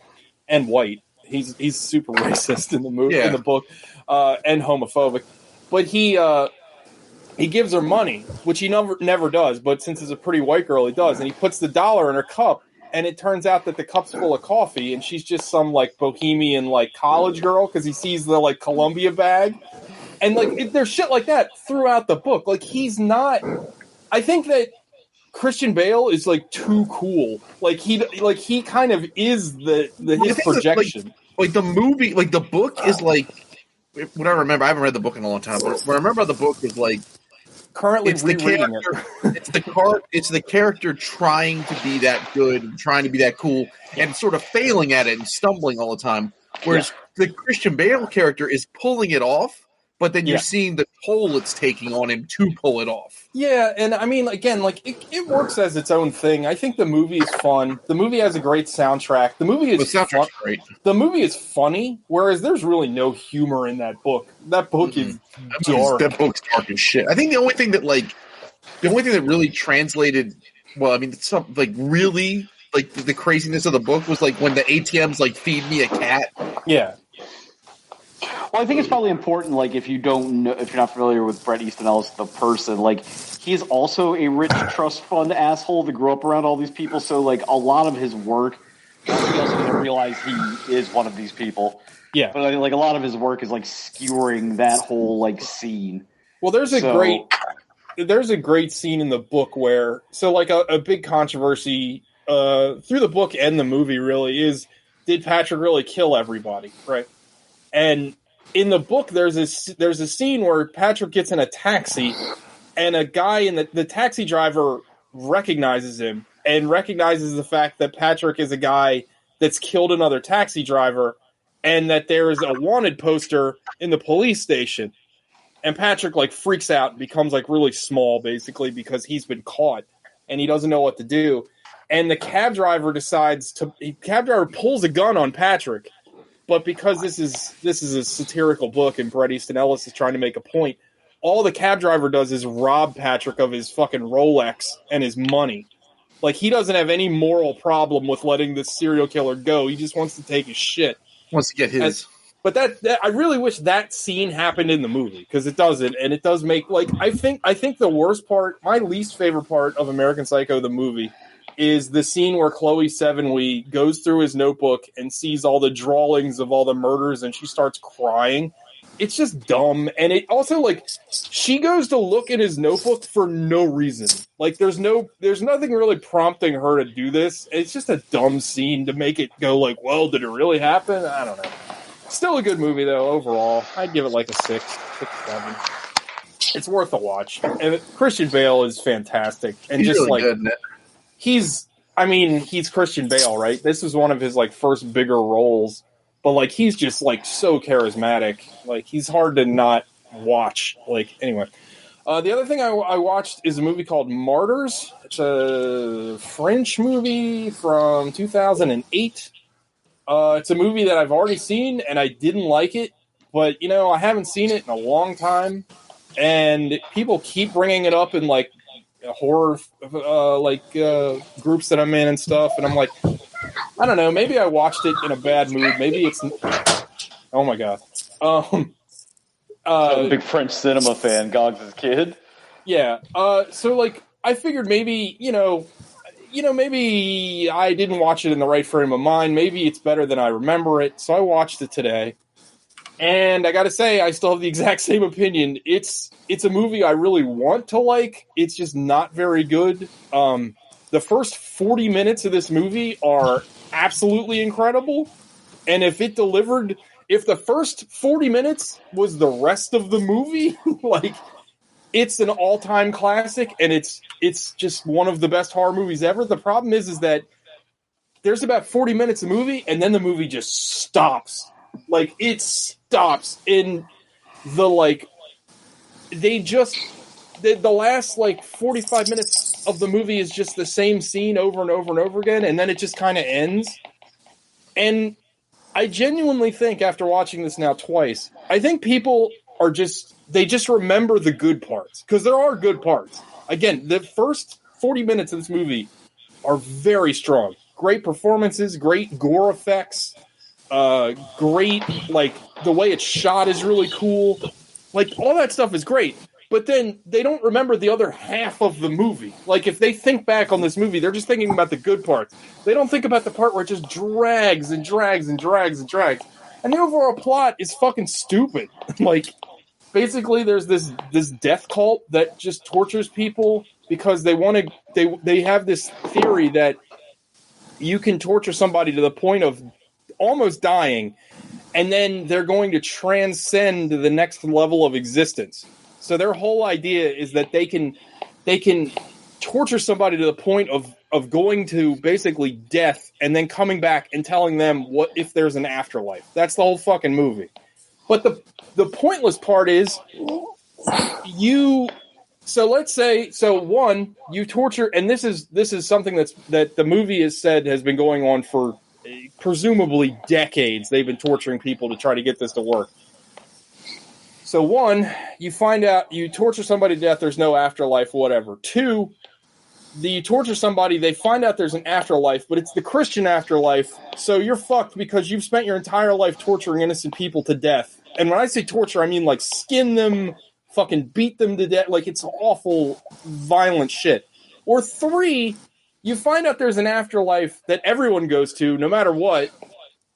[SPEAKER 9] and white, he's he's super racist in the movie
[SPEAKER 10] Yeah.
[SPEAKER 9] in the book uh, and homophobic, but he uh, he gives her money, which he never never does. But since it's a pretty white girl, he does, and he puts the dollar in her cup, and it turns out that the cup's full of coffee, and she's just some like bohemian like college girl because he sees the like Columbia bag, and like it, there's shit like that throughout the book. Like he's not. I think that Christian Bale is like too cool. Like he like he kind of is the the
[SPEAKER 10] Well, I
[SPEAKER 9] his
[SPEAKER 10] think that, like-
[SPEAKER 9] projection.
[SPEAKER 10] like the movie, like the book is
[SPEAKER 9] Ah.
[SPEAKER 10] like what I remember. I haven't read the book in a long time, but what I remember about the book is like
[SPEAKER 9] currently
[SPEAKER 10] it's the
[SPEAKER 9] rereading it.
[SPEAKER 10] character, it's the car, it's the character trying to be that good and trying to be that cool and sort of failing at it and stumbling all the time. Whereas the Christian Bale character is pulling it off, but then you're
[SPEAKER 9] Yeah.
[SPEAKER 10] seeing the toll it's taking on him to pull it off.
[SPEAKER 9] Yeah, and I mean, again, like it, it works as its own thing. I think the movie is fun. The movie has a great soundtrack. The movie is fun- The movie is funny, whereas there's really no humor in that book. That book is
[SPEAKER 10] Mm-hmm. That movie's-
[SPEAKER 9] dark.
[SPEAKER 10] that book's dark as shit. I think the only thing that like the only thing that really translated well, I mean, some like really like the craziness of the book was like when the ATM's like feed me a cat.
[SPEAKER 9] Yeah.
[SPEAKER 7] Well, I think it's probably important, like, if you don't know, if you're not familiar with Brett Easton Ellis, the person, like, he's also a rich trust fund asshole that grew up around all these people. So, like, a lot of his work, he also doesn't realize he is one of these people.
[SPEAKER 9] Yeah.
[SPEAKER 7] But, like, like, a lot of his work is, like, skewering that whole, like, scene.
[SPEAKER 9] Well, there's a
[SPEAKER 7] So-
[SPEAKER 9] great there's a great scene in the book where so like a, a big controversy uh, through the book and the movie really is did Patrick really kill everybody right and in the book there's a s- there's a scene where Patrick gets in a taxi and a guy in the the taxi driver recognizes him and recognizes the fact that Patrick is a guy that's killed another taxi driver and that there is a wanted poster in the police station and Patrick like freaks out and becomes like really small basically because he's been caught and he doesn't know what to do. And the cab driver decides to he- cab driver pulls a gun on Patrick. But because this is this is a satirical book and Bret Easton Ellis is trying to make a point, all the cab driver does is rob Patrick of his fucking Rolex and his money. Like he doesn't have any moral problem with letting this serial killer go. He just wants to take his shit.
[SPEAKER 10] Wants to get his.
[SPEAKER 9] And- but that, that I really wish that scene happened in the movie because it doesn't, and it does make like I think I think the worst part, my least favorite part of American Psycho the movie, is the scene where Chloe Sevenwee goes through his notebook and sees all the drawings of all the murders, and she starts crying. It's just dumb, and it also like she goes to look in his notebook for no reason. Like there's no there's nothing really prompting her to do this. It's just a dumb scene to make it go like, well, did it really happen? I don't know. Still a good movie though overall. I'd give it like a six, six, seven. It's worth a watch. And Christian Bale is fantastic, and
[SPEAKER 10] He's
[SPEAKER 9] just
[SPEAKER 10] really
[SPEAKER 9] like
[SPEAKER 10] good in it.
[SPEAKER 9] he's, I mean, he's Christian Bale, right? This was one of his like first bigger roles, but like he's just like so charismatic. Like he's hard to not watch. Like anyway. Uh, the other thing I, I watched is a movie called Martyrs. It's a French movie from 2008. Uh, it's a movie that I've already seen and I didn't like it, but you know I haven't seen it in a long time, and people keep bringing it up in like horror uh, like uh, groups that I'm in and stuff, and I'm like, I don't know, maybe I watched it in a bad mood. Maybe it's oh my god, um, uh,
[SPEAKER 7] I'm a big French cinema fan, Gogs' kid.
[SPEAKER 9] yeah. Uh, so like, I figured maybe you know, you know, maybe I didn't watch it in the right frame of mind. Maybe it's better than I remember it. So I watched it today, and I got to say, I still have the exact same opinion. It's it's a movie I really want to like. It's just not very good. Um, the first forty minutes of this movie are absolutely incredible, and if it delivered. If the first 40 minutes was the rest of the movie, like it's an all-time classic and it's it's just one of the best horror movies ever the problem is is that there's about 40 minutes of movie and then the movie just stops like it stops in the like they just the, the last like 45 minutes of the movie is just the same scene over and over and over again and then it just kind of ends and I genuinely think after watching this now twice, I think people are just they just remember the good parts because there are good parts. Again, the first 40 minutes of this movie are very strong. Great performances, great gore effects, uh great like the way it's shot is really cool. Like all that stuff is great. But then they don't remember the other half of the movie. Like if they think back on this movie, they're just thinking about the good parts. They don't think about the part where it just drags and drags and drags and drags. And the overall plot is fucking stupid. like basically there's this this death cult that just tortures people because they want to they they have this theory that you can torture somebody to the point of almost dying and then they're going to transcend to the next level of existence so their whole idea is that they can they can torture somebody to the point of of going to basically death and then coming back and telling them what if there's an afterlife that's the whole fucking movie but the the pointless part is you so let's say so one you torture and this is this is something that's that the movie has said has been going on for eh, presumably decades they've been torturing people to try to get this to work so one you find out you torture somebody to death there's no afterlife whatever two the, you torture somebody they find out there's an afterlife but it's the christian afterlife so you're fucked because you've spent your entire life torturing innocent people to death and when i say torture i mean like skin them fucking beat them to death. Like it's awful, violent shit. Or three, you find out there's an afterlife that everyone goes to, no matter what.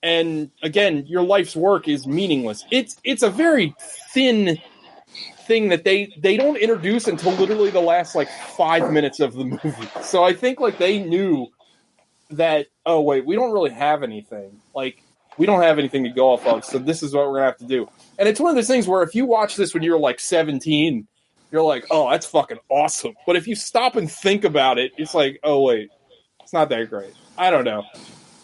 [SPEAKER 9] And again, your life's work is meaningless. It's it's a very thin thing that they they don't introduce until literally the last like five minutes of the movie. So I think like they knew that oh wait we don't really have anything like we don't have anything to go off of so this is what we're gonna have to do and it's one of those things where if you watch this when you're like 17 you're like oh that's fucking awesome but if you stop and think about it it's like oh wait it's not that great i don't know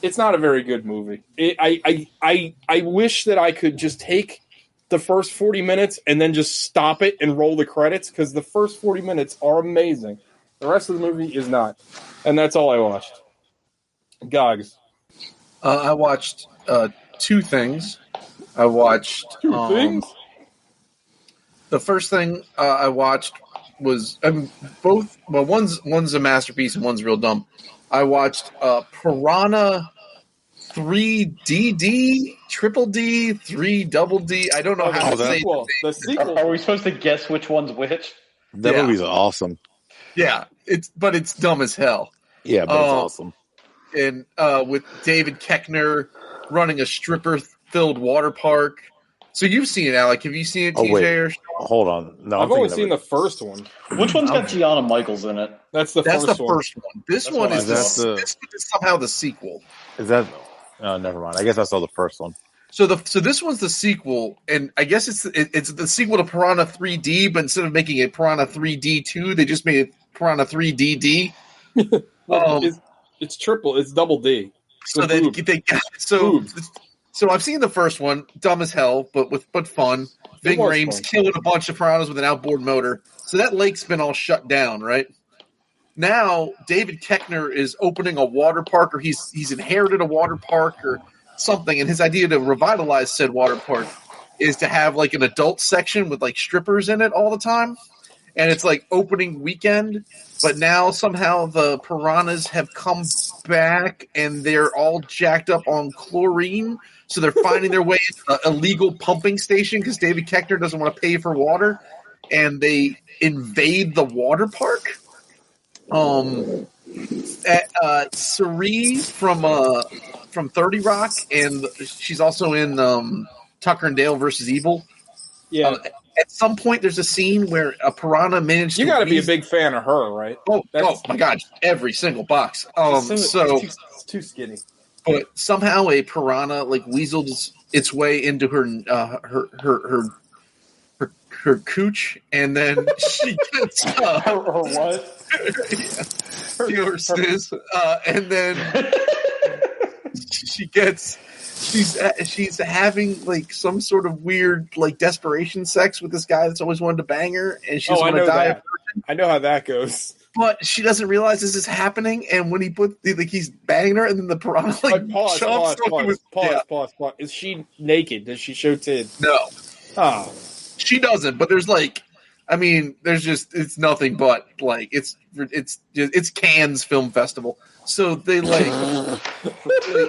[SPEAKER 9] it's not a very good movie it, I, I i i wish that i could just take the first 40 minutes and then just stop it and roll the credits because the first 40 minutes are amazing the rest of the movie is not and that's all i watched Gogs.
[SPEAKER 10] Uh, I watched uh, two things. I watched
[SPEAKER 9] Two
[SPEAKER 10] um,
[SPEAKER 9] things?
[SPEAKER 10] The first thing uh, I watched was um, both. Well, one's one's a masterpiece and one's real dumb. I watched uh, Piranha three DD triple D three double D. I don't know how to say
[SPEAKER 9] the sequel.
[SPEAKER 8] Are we supposed to guess which one's which?
[SPEAKER 4] That
[SPEAKER 10] Yeah.
[SPEAKER 4] movie's awesome.
[SPEAKER 10] Yeah, it's but it's dumb as hell.
[SPEAKER 4] Yeah, but it's
[SPEAKER 10] Uh,
[SPEAKER 4] awesome.
[SPEAKER 10] and uh, with David Keckner running a stripper-filled water park. So you've seen it, Alec? Have you seen it,
[SPEAKER 4] Oh,
[SPEAKER 10] TJ?
[SPEAKER 4] wait.
[SPEAKER 10] or-
[SPEAKER 4] Hold on. No,
[SPEAKER 10] I've
[SPEAKER 4] I'm
[SPEAKER 10] only
[SPEAKER 4] thinking of
[SPEAKER 10] seen
[SPEAKER 4] it.
[SPEAKER 9] the first one.
[SPEAKER 8] Which one's got Gianna Michaels in it?
[SPEAKER 9] That's the
[SPEAKER 10] That's
[SPEAKER 8] first
[SPEAKER 10] the
[SPEAKER 8] one.
[SPEAKER 10] first one. This
[SPEAKER 8] That's
[SPEAKER 10] one
[SPEAKER 8] what
[SPEAKER 10] is,
[SPEAKER 4] I
[SPEAKER 10] the,
[SPEAKER 4] saw.
[SPEAKER 10] this one is somehow the sequel.
[SPEAKER 4] Is that? Oh, never mind. I guess I saw the first one.
[SPEAKER 10] So the so this one's the sequel, and I guess it's it, it's the sequel to Piranha 3D, but instead of making it Piranha 3D 2, they just made it Piranha 3DD. um,
[SPEAKER 9] it's, it's triple. It's double D.
[SPEAKER 10] so they, they got so so I've seen the first one, dumb as hell, but with but fun. Big
[SPEAKER 9] was
[SPEAKER 10] Rames
[SPEAKER 9] fun.
[SPEAKER 10] killing a bunch of piranhas with an outboard motor. So that lake's been all shut down, right? Now David Keckner is opening a water park, or he's he's inherited a water park or something, and his idea to revitalize said water park is to have like an adult section with like strippers in it all the time and it's like opening weekend, but now somehow the piranhas have come back and they're all jacked up on chlorine, so they're finding their way into the illegal pumping station because David Keckner doesn't want to pay for water, and they invade the water park. Um, at, uh, Cerie from uh from Thirty Rock, and she's also in um Tucker and Dale versus Evil. Uh,
[SPEAKER 9] Yeah.
[SPEAKER 10] at some point, there's a scene where a piranha managed.
[SPEAKER 9] You
[SPEAKER 10] to
[SPEAKER 9] got to be a
[SPEAKER 10] wheeze-
[SPEAKER 9] big fan of her, right?
[SPEAKER 10] Oh, oh my god, every single box. Um,
[SPEAKER 9] so,
[SPEAKER 10] so,
[SPEAKER 9] it's too, it's too skinny.
[SPEAKER 10] but somehow a piranha like weasels its way into her uh, her her her her, her cooch, and then she gets uh,
[SPEAKER 8] her, her what?
[SPEAKER 10] her snooze, uh, and then she gets she's uh, she's having like some sort of weird like desperation sex with this guy that's always wanted to bang her, and she
[SPEAKER 9] Oh,
[SPEAKER 10] doesn't
[SPEAKER 9] I
[SPEAKER 10] want to
[SPEAKER 9] know
[SPEAKER 10] die.
[SPEAKER 9] that. I know how that goes.
[SPEAKER 10] But she doesn't realize this is happening, and when he put like he's banging her, and then the piranha like
[SPEAKER 9] Like,
[SPEAKER 10] chomps
[SPEAKER 9] pause, pause,
[SPEAKER 10] onto
[SPEAKER 9] pause,
[SPEAKER 10] his-
[SPEAKER 9] pause,
[SPEAKER 10] yeah.
[SPEAKER 9] pause, pause. Is she naked? Does she show tits?
[SPEAKER 10] No,
[SPEAKER 9] Oh,
[SPEAKER 10] she doesn't. But there's like, I mean, there's just it's nothing but like it's it's just, it's Cannes Film Festival. So they like, like,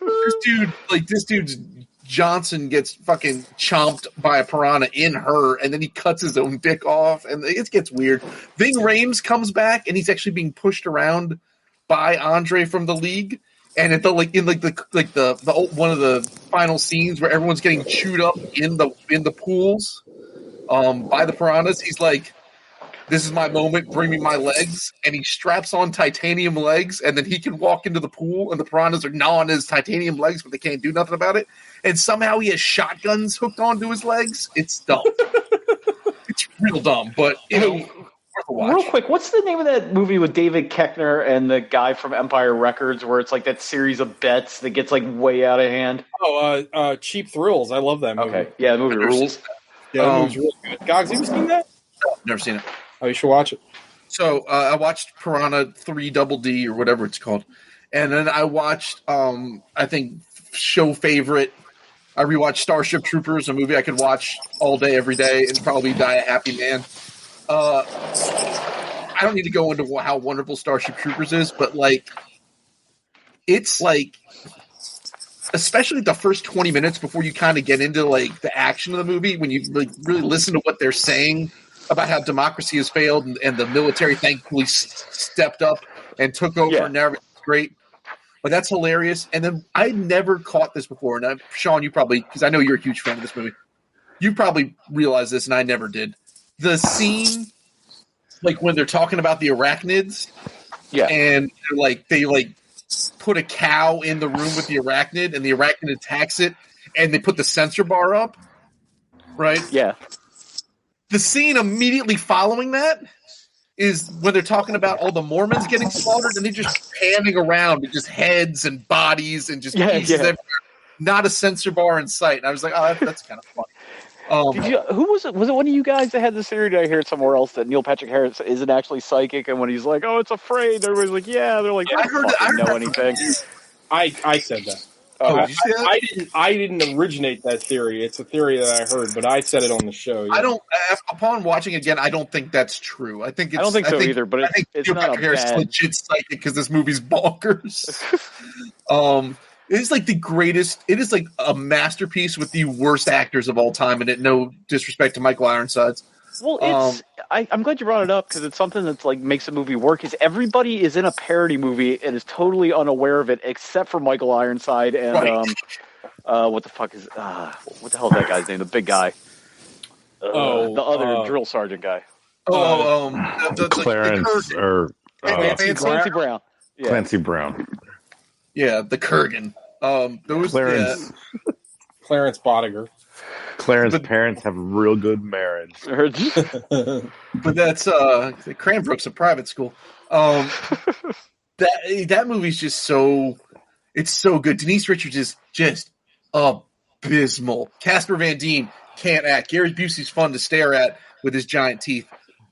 [SPEAKER 10] this dude like this dude's Johnson gets fucking chomped by a piranha in her, and then he cuts his own dick off, and it gets weird. Ving Rames comes back, and he's actually being pushed around by Andre from the league. and at the like in like the like the the old, one of the final scenes where everyone's getting chewed up in the in the pools, um, by the piranhas, he's like, "This is my moment. Bring me my legs." And he straps on titanium legs, and then he can walk into the pool, and the piranhas are gnawing his titanium legs, but they can't do nothing about it. And somehow he has shotguns hooked onto his legs. It's dumb. it's real dumb, but you know,
[SPEAKER 8] Real quick, what's the name of that movie with David Keckner and the guy from Empire Records where it's like that series of bets that gets like way out of hand?
[SPEAKER 9] Oh, uh, uh, Cheap Thrills. I love that movie.
[SPEAKER 8] Okay. Yeah, the movie rules.
[SPEAKER 9] Yeah, that
[SPEAKER 10] Um,
[SPEAKER 9] movie's really good. Gogs, have you seen that?
[SPEAKER 10] never seen it.
[SPEAKER 9] Oh, you should watch it.
[SPEAKER 10] So uh, I watched Piranha Three Double D or whatever it's called, and then I watched um I think show favorite. I rewatched Starship Troopers, a movie I could watch all day, every day, and probably die a happy man. Uh, I don't need to go into wh- how wonderful Starship Troopers is, but like, it's like, especially the first twenty minutes before you kind of get into like the action of the movie, when you like, really listen to what they're saying about how democracy has failed and, and the military thankfully s- stepped up and took over, and now everything's great. But that's hilarious. And then I never caught this before, and I'm, Sean, you probably because I know you're a huge fan of this movie. You probably realized this, and I never did. The scene like when they're talking about the arachnids.
[SPEAKER 8] Yeah.
[SPEAKER 10] And they're like they like put a cow in the room with the arachnid and the arachnid attacks it and they put the sensor bar up. Right?
[SPEAKER 8] Yeah.
[SPEAKER 10] The scene immediately following that is when they're talking about all the Mormons getting slaughtered and they're just panning around with just heads and bodies and just
[SPEAKER 8] Yeah,
[SPEAKER 10] pieces
[SPEAKER 8] yeah.
[SPEAKER 10] everywhere. Not a sensor bar in sight. And I was like, oh, that, that's kind of funny. Um,
[SPEAKER 8] Did you, who was it? Was it one of you guys that had the theory? Did I hear it somewhere else that Neil Patrick Harris isn't actually psychic? And when he's like, "Oh, it's afraid," everybody's like, "Yeah." They're like, "I heard, I
[SPEAKER 9] heard
[SPEAKER 8] know
[SPEAKER 9] that
[SPEAKER 8] anything."
[SPEAKER 9] I, I said that.
[SPEAKER 8] Oh,
[SPEAKER 9] I,
[SPEAKER 8] did you say
[SPEAKER 9] I, I didn't. I didn't originate that theory. It's a theory that I heard, but I said it on the show. yeah.
[SPEAKER 10] I don't. uh, Upon watching again, I don't think that's true. I think it's,
[SPEAKER 9] I don't think so either,
[SPEAKER 10] I
[SPEAKER 9] but it's-
[SPEAKER 10] think
[SPEAKER 9] it's
[SPEAKER 10] Neil
[SPEAKER 9] not a
[SPEAKER 10] Patrick Harris is
[SPEAKER 9] bad-
[SPEAKER 10] legit psychic because this movie's bonkers. um, it is like the greatest. It is like a masterpiece with the worst actors of all time, and it no disrespect to Michael Ironsides.
[SPEAKER 8] Well, it's
[SPEAKER 4] Um,
[SPEAKER 8] I, I'm glad you brought it up because it's something that's like makes a movie work. Is everybody is in a parody movie and is totally unaware of it except for Michael Ironside and
[SPEAKER 10] Right.
[SPEAKER 8] um, uh, what the fuck is uh, what the hell is that guy's name? The big guy. Uh,
[SPEAKER 4] Oh,
[SPEAKER 8] the other
[SPEAKER 4] uh,
[SPEAKER 8] drill sergeant guy.
[SPEAKER 10] Oh, um, the,
[SPEAKER 4] Clarence or uh,
[SPEAKER 8] Clancy, Clancy Brown. Yeah.
[SPEAKER 4] Clancy Brown.
[SPEAKER 10] Yeah, the Kurgan. Um, those
[SPEAKER 4] Clarence.
[SPEAKER 9] Clarence Bodiger.
[SPEAKER 4] Clarence's parents have a real good marriage.
[SPEAKER 10] but that's uh Cranbrook's a private school. Um that that movie's just so it's so good. Denise Richards is just abysmal. Casper Van Dien can't act. Gary Busey's fun to stare at with his giant teeth.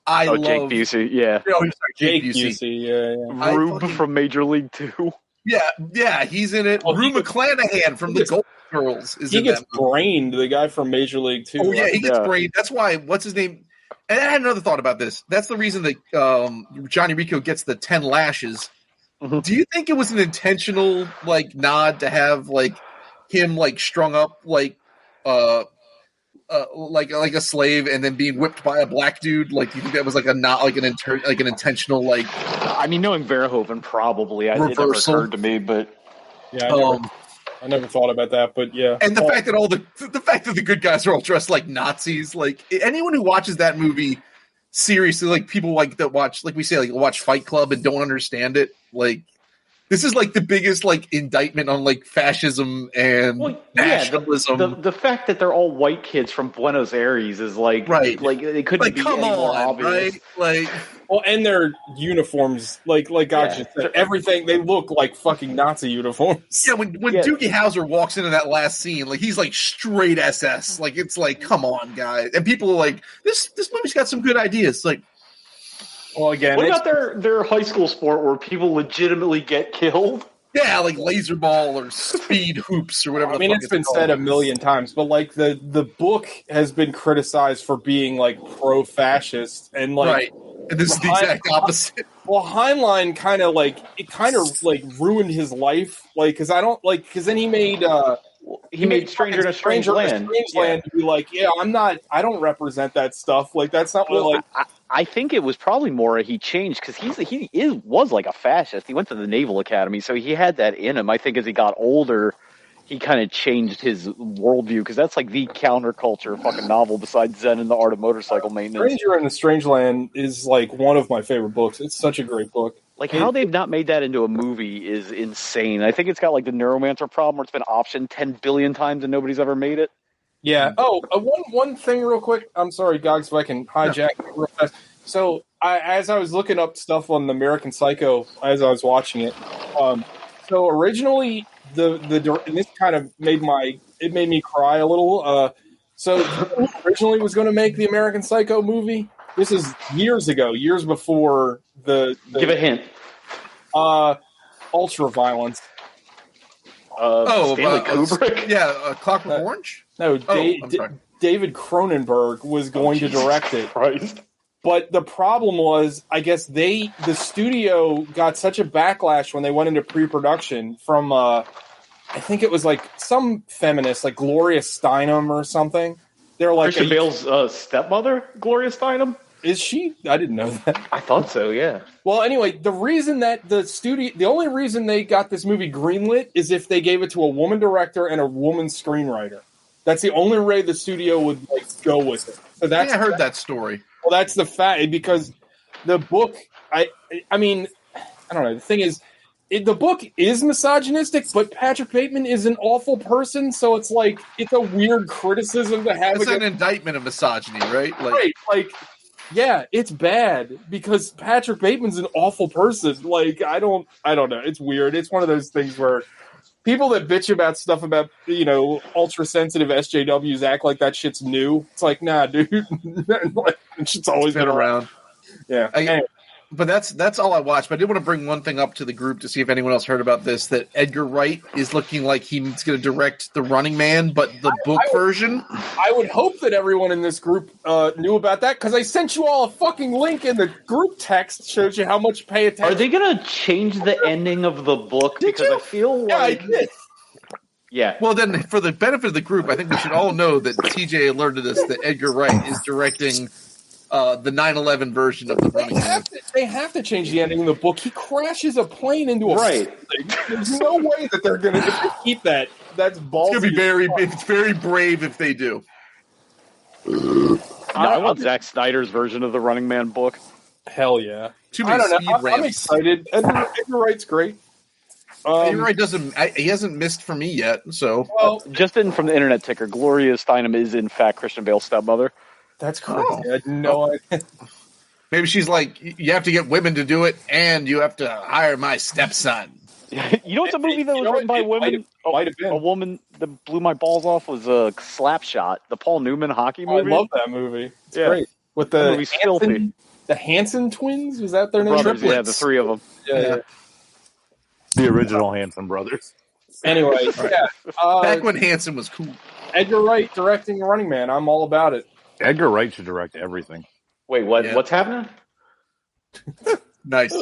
[SPEAKER 10] I
[SPEAKER 8] oh,
[SPEAKER 10] love
[SPEAKER 8] Jake Busey. Yeah.
[SPEAKER 10] No, I'm sorry, Jake,
[SPEAKER 9] Jake
[SPEAKER 10] Busey.
[SPEAKER 9] Busey, yeah,
[SPEAKER 10] I
[SPEAKER 8] Rube
[SPEAKER 10] fucking-
[SPEAKER 8] from Major League Two.
[SPEAKER 10] Yeah, yeah, he's in it. Rue McClanahan from the Gold Girls is
[SPEAKER 9] He
[SPEAKER 10] in
[SPEAKER 9] gets
[SPEAKER 10] that movie.
[SPEAKER 9] brained. The guy from Major League Two.
[SPEAKER 10] Oh yeah, he gets
[SPEAKER 9] Yeah.
[SPEAKER 10] brained. That's why. What's his name? And I had another thought about this. That's the reason that um, Johnny Rico gets the ten lashes. Do you think it was an intentional like nod to have like him like strung up like uh, uh like like a slave and then being whipped by a black dude? Like, do you think that was like a not like an inter- like an intentional like
[SPEAKER 8] I mean, knowing Verhoeven, probably I, it never
[SPEAKER 10] Reversal.
[SPEAKER 8] occurred to me, but
[SPEAKER 9] Yeah, I never,
[SPEAKER 10] Um,
[SPEAKER 9] I never thought about that, but yeah. Oh,
[SPEAKER 10] and
[SPEAKER 8] Oh.
[SPEAKER 10] the fact that all the the fact that the good guys are all dressed like Nazis, like anyone who watches that movie seriously, like people like that watch, like we say, like watch Fight Club and don't understand it, like this is like the biggest like indictment on like fascism and
[SPEAKER 8] yeah, the,
[SPEAKER 10] nationalism.
[SPEAKER 8] the, the fact that they're all white kids from Buenos Aires is like,
[SPEAKER 10] Right.
[SPEAKER 8] like it couldn't
[SPEAKER 10] Like,
[SPEAKER 8] be
[SPEAKER 10] come
[SPEAKER 8] any more
[SPEAKER 10] on,
[SPEAKER 8] obvious.
[SPEAKER 10] Like,
[SPEAKER 9] well, and their uniforms, like like Gogs
[SPEAKER 8] Yeah.
[SPEAKER 9] just said, everything they look like fucking Nazi uniforms.
[SPEAKER 10] yeah, when when Doogie Howser walks into that last scene, like he's like straight SS. Like it's like, come on, guys. And people are like, this this movie's got some good ideas. Like,
[SPEAKER 9] well, again,
[SPEAKER 8] What about their their high school sport where people legitimately get killed?
[SPEAKER 10] Yeah, like laser ball or speed hoops or whatever.
[SPEAKER 9] I mean,
[SPEAKER 10] the fuck
[SPEAKER 9] it's been
[SPEAKER 10] called.
[SPEAKER 9] said a million times, but like the the book has been criticized for being like pro fascist and
[SPEAKER 10] Right.
[SPEAKER 9] like
[SPEAKER 10] And this is the
[SPEAKER 9] Hein-
[SPEAKER 10] exact opposite.
[SPEAKER 9] Well, Heinlein kind of like it kind of like ruined his life, like because I don't like because then he made uh
[SPEAKER 8] He made Stranger in a
[SPEAKER 9] fucking
[SPEAKER 8] Strange
[SPEAKER 9] Stranger in a
[SPEAKER 8] Land.
[SPEAKER 9] Strange
[SPEAKER 8] Yeah.
[SPEAKER 9] Land to be like, yeah, I'm not, I don't represent that stuff. Like that's not what like
[SPEAKER 8] I think it was probably Mora he changed because he's he is was like a fascist. He went to the Naval Academy, so he had that in him. I think as he got older, he kind of changed his worldview because that's like the counterculture fucking novel besides Zen and the Art of Motorcycle Maintenance.
[SPEAKER 9] Stranger in the Strangeland is like one of my favorite books. It's such a great book.
[SPEAKER 8] Like how they've not made that into a movie is insane. I think it's got like the Neuromancer problem where it's been optioned ten billion times and nobody's ever made it.
[SPEAKER 9] Yeah. Oh, uh, one one thing real quick. I'm sorry, Gogs, if I can hijack it real fast. So, I, as I was looking up stuff on the American Psycho as I was watching it, um, so originally the the dir- and this kind of made my it made me cry a little. Uh, so who originally was going to make the American Psycho movie. This is years ago, years before the, the
[SPEAKER 8] Give a hint.
[SPEAKER 9] Uh, ultra violence.
[SPEAKER 8] Uh,
[SPEAKER 10] Oh, Stanley uh, Kubrick? yeah, uh, Clockwork Orange.
[SPEAKER 9] No,
[SPEAKER 10] Oh,
[SPEAKER 9] Da-
[SPEAKER 10] I'm
[SPEAKER 9] D-
[SPEAKER 10] sorry.
[SPEAKER 9] David Cronenberg was going to
[SPEAKER 10] Jesus
[SPEAKER 9] direct it. But the problem was, I guess they the studio got such a backlash when they went into pre-production from uh, I think it was like some feminist, like Gloria Steinem or something. They're like
[SPEAKER 8] Christian
[SPEAKER 9] "Are you-
[SPEAKER 8] Bale's uh, stepmother, Gloria Steinem.
[SPEAKER 9] Is she? I didn't know that.
[SPEAKER 8] I thought so. Yeah.
[SPEAKER 9] Well, anyway, the reason that the studio, the only reason they got this movie greenlit is if they gave it to a woman director and a woman screenwriter. That's the only way the studio would like go with it. So that's
[SPEAKER 10] Yeah, I heard that story.
[SPEAKER 9] Well, that's the fact because the book, I, I mean, I don't know. The thing is, it, the book is misogynistic, but Patrick Bateman is an awful person, so it's like it's a weird criticism to have.
[SPEAKER 10] It's an
[SPEAKER 9] against-
[SPEAKER 10] indictment of misogyny, right? Like,
[SPEAKER 9] right, like yeah, it's bad because Patrick Bateman's an awful person. Like I don't I don't know. It's weird. It's one of those things where people that bitch about stuff about, you know, ultra sensitive SJWs act like that shit's new. It's like, nah, dude. like, that shit's always been,
[SPEAKER 10] around.
[SPEAKER 9] Yeah.
[SPEAKER 10] I- but that's that's all I watched. But I did want to bring one thing up to the group to see if anyone else heard about this. That Edgar Wright is looking like he's going to direct the Running Man, but the book version.
[SPEAKER 9] I would hope that everyone in this group uh, knew about that because I sent you all a fucking link in the group text shows you how much pay attention.
[SPEAKER 8] Are they gonna change the ending of the book? because I feel like yeah.
[SPEAKER 10] Well, then for the benefit of the group, I think we should all know that TJ alerted us that Edgar Wright is directing uh, the 9/11 version of the Running Man.
[SPEAKER 9] They have to change the ending of the book. He crashes a plane into a
[SPEAKER 10] Right.
[SPEAKER 9] building. There's no way that they're gonna if they keep that. That's ballsy.
[SPEAKER 10] It's gonna be very,
[SPEAKER 9] as fuck.
[SPEAKER 10] it's very brave if they do.
[SPEAKER 8] No, I want Zack Snyder's version of the Running Man book.
[SPEAKER 9] Hell yeah.
[SPEAKER 10] Too
[SPEAKER 9] I
[SPEAKER 10] many
[SPEAKER 9] don't know.
[SPEAKER 10] speed
[SPEAKER 9] I'm- I'm,
[SPEAKER 10] ramps.
[SPEAKER 9] excited. Edgar, Edgar Wright's great. Um,
[SPEAKER 10] Edgar Wright doesn't. I, he hasn't missed for me yet. So
[SPEAKER 9] Well,
[SPEAKER 8] just in from the internet ticker, Gloria Steinem is in fact Christian Bale's stepmother.
[SPEAKER 9] That's
[SPEAKER 8] Oh.
[SPEAKER 9] crazy. I had no idea.
[SPEAKER 10] Maybe she's like, "Y- you have to get women to do it, and you have to hire my stepson.
[SPEAKER 8] You know, it's a movie that was written by women. Oh, A woman that blew my balls off was a uh, Slapshot, the Paul Newman hockey
[SPEAKER 9] I
[SPEAKER 8] movie.
[SPEAKER 9] love that movie. It's
[SPEAKER 8] Yeah.
[SPEAKER 9] great. With
[SPEAKER 8] That
[SPEAKER 9] the
[SPEAKER 8] movie's
[SPEAKER 9] Hanson-
[SPEAKER 8] filthy.
[SPEAKER 9] The Hanson twins was that their name?
[SPEAKER 8] brothers, yeah, the three of them.
[SPEAKER 9] Yeah, yeah.
[SPEAKER 4] The original Hanson brothers.
[SPEAKER 9] Anyway,
[SPEAKER 4] Right.
[SPEAKER 9] yeah. Uh,
[SPEAKER 10] Back when Hanson was cool.
[SPEAKER 9] Edgar Wright directing Running Man, I'm all about it.
[SPEAKER 4] Edgar Wright should direct everything.
[SPEAKER 8] Wait, what?
[SPEAKER 10] Yeah.
[SPEAKER 8] What's happening?
[SPEAKER 10] Nice.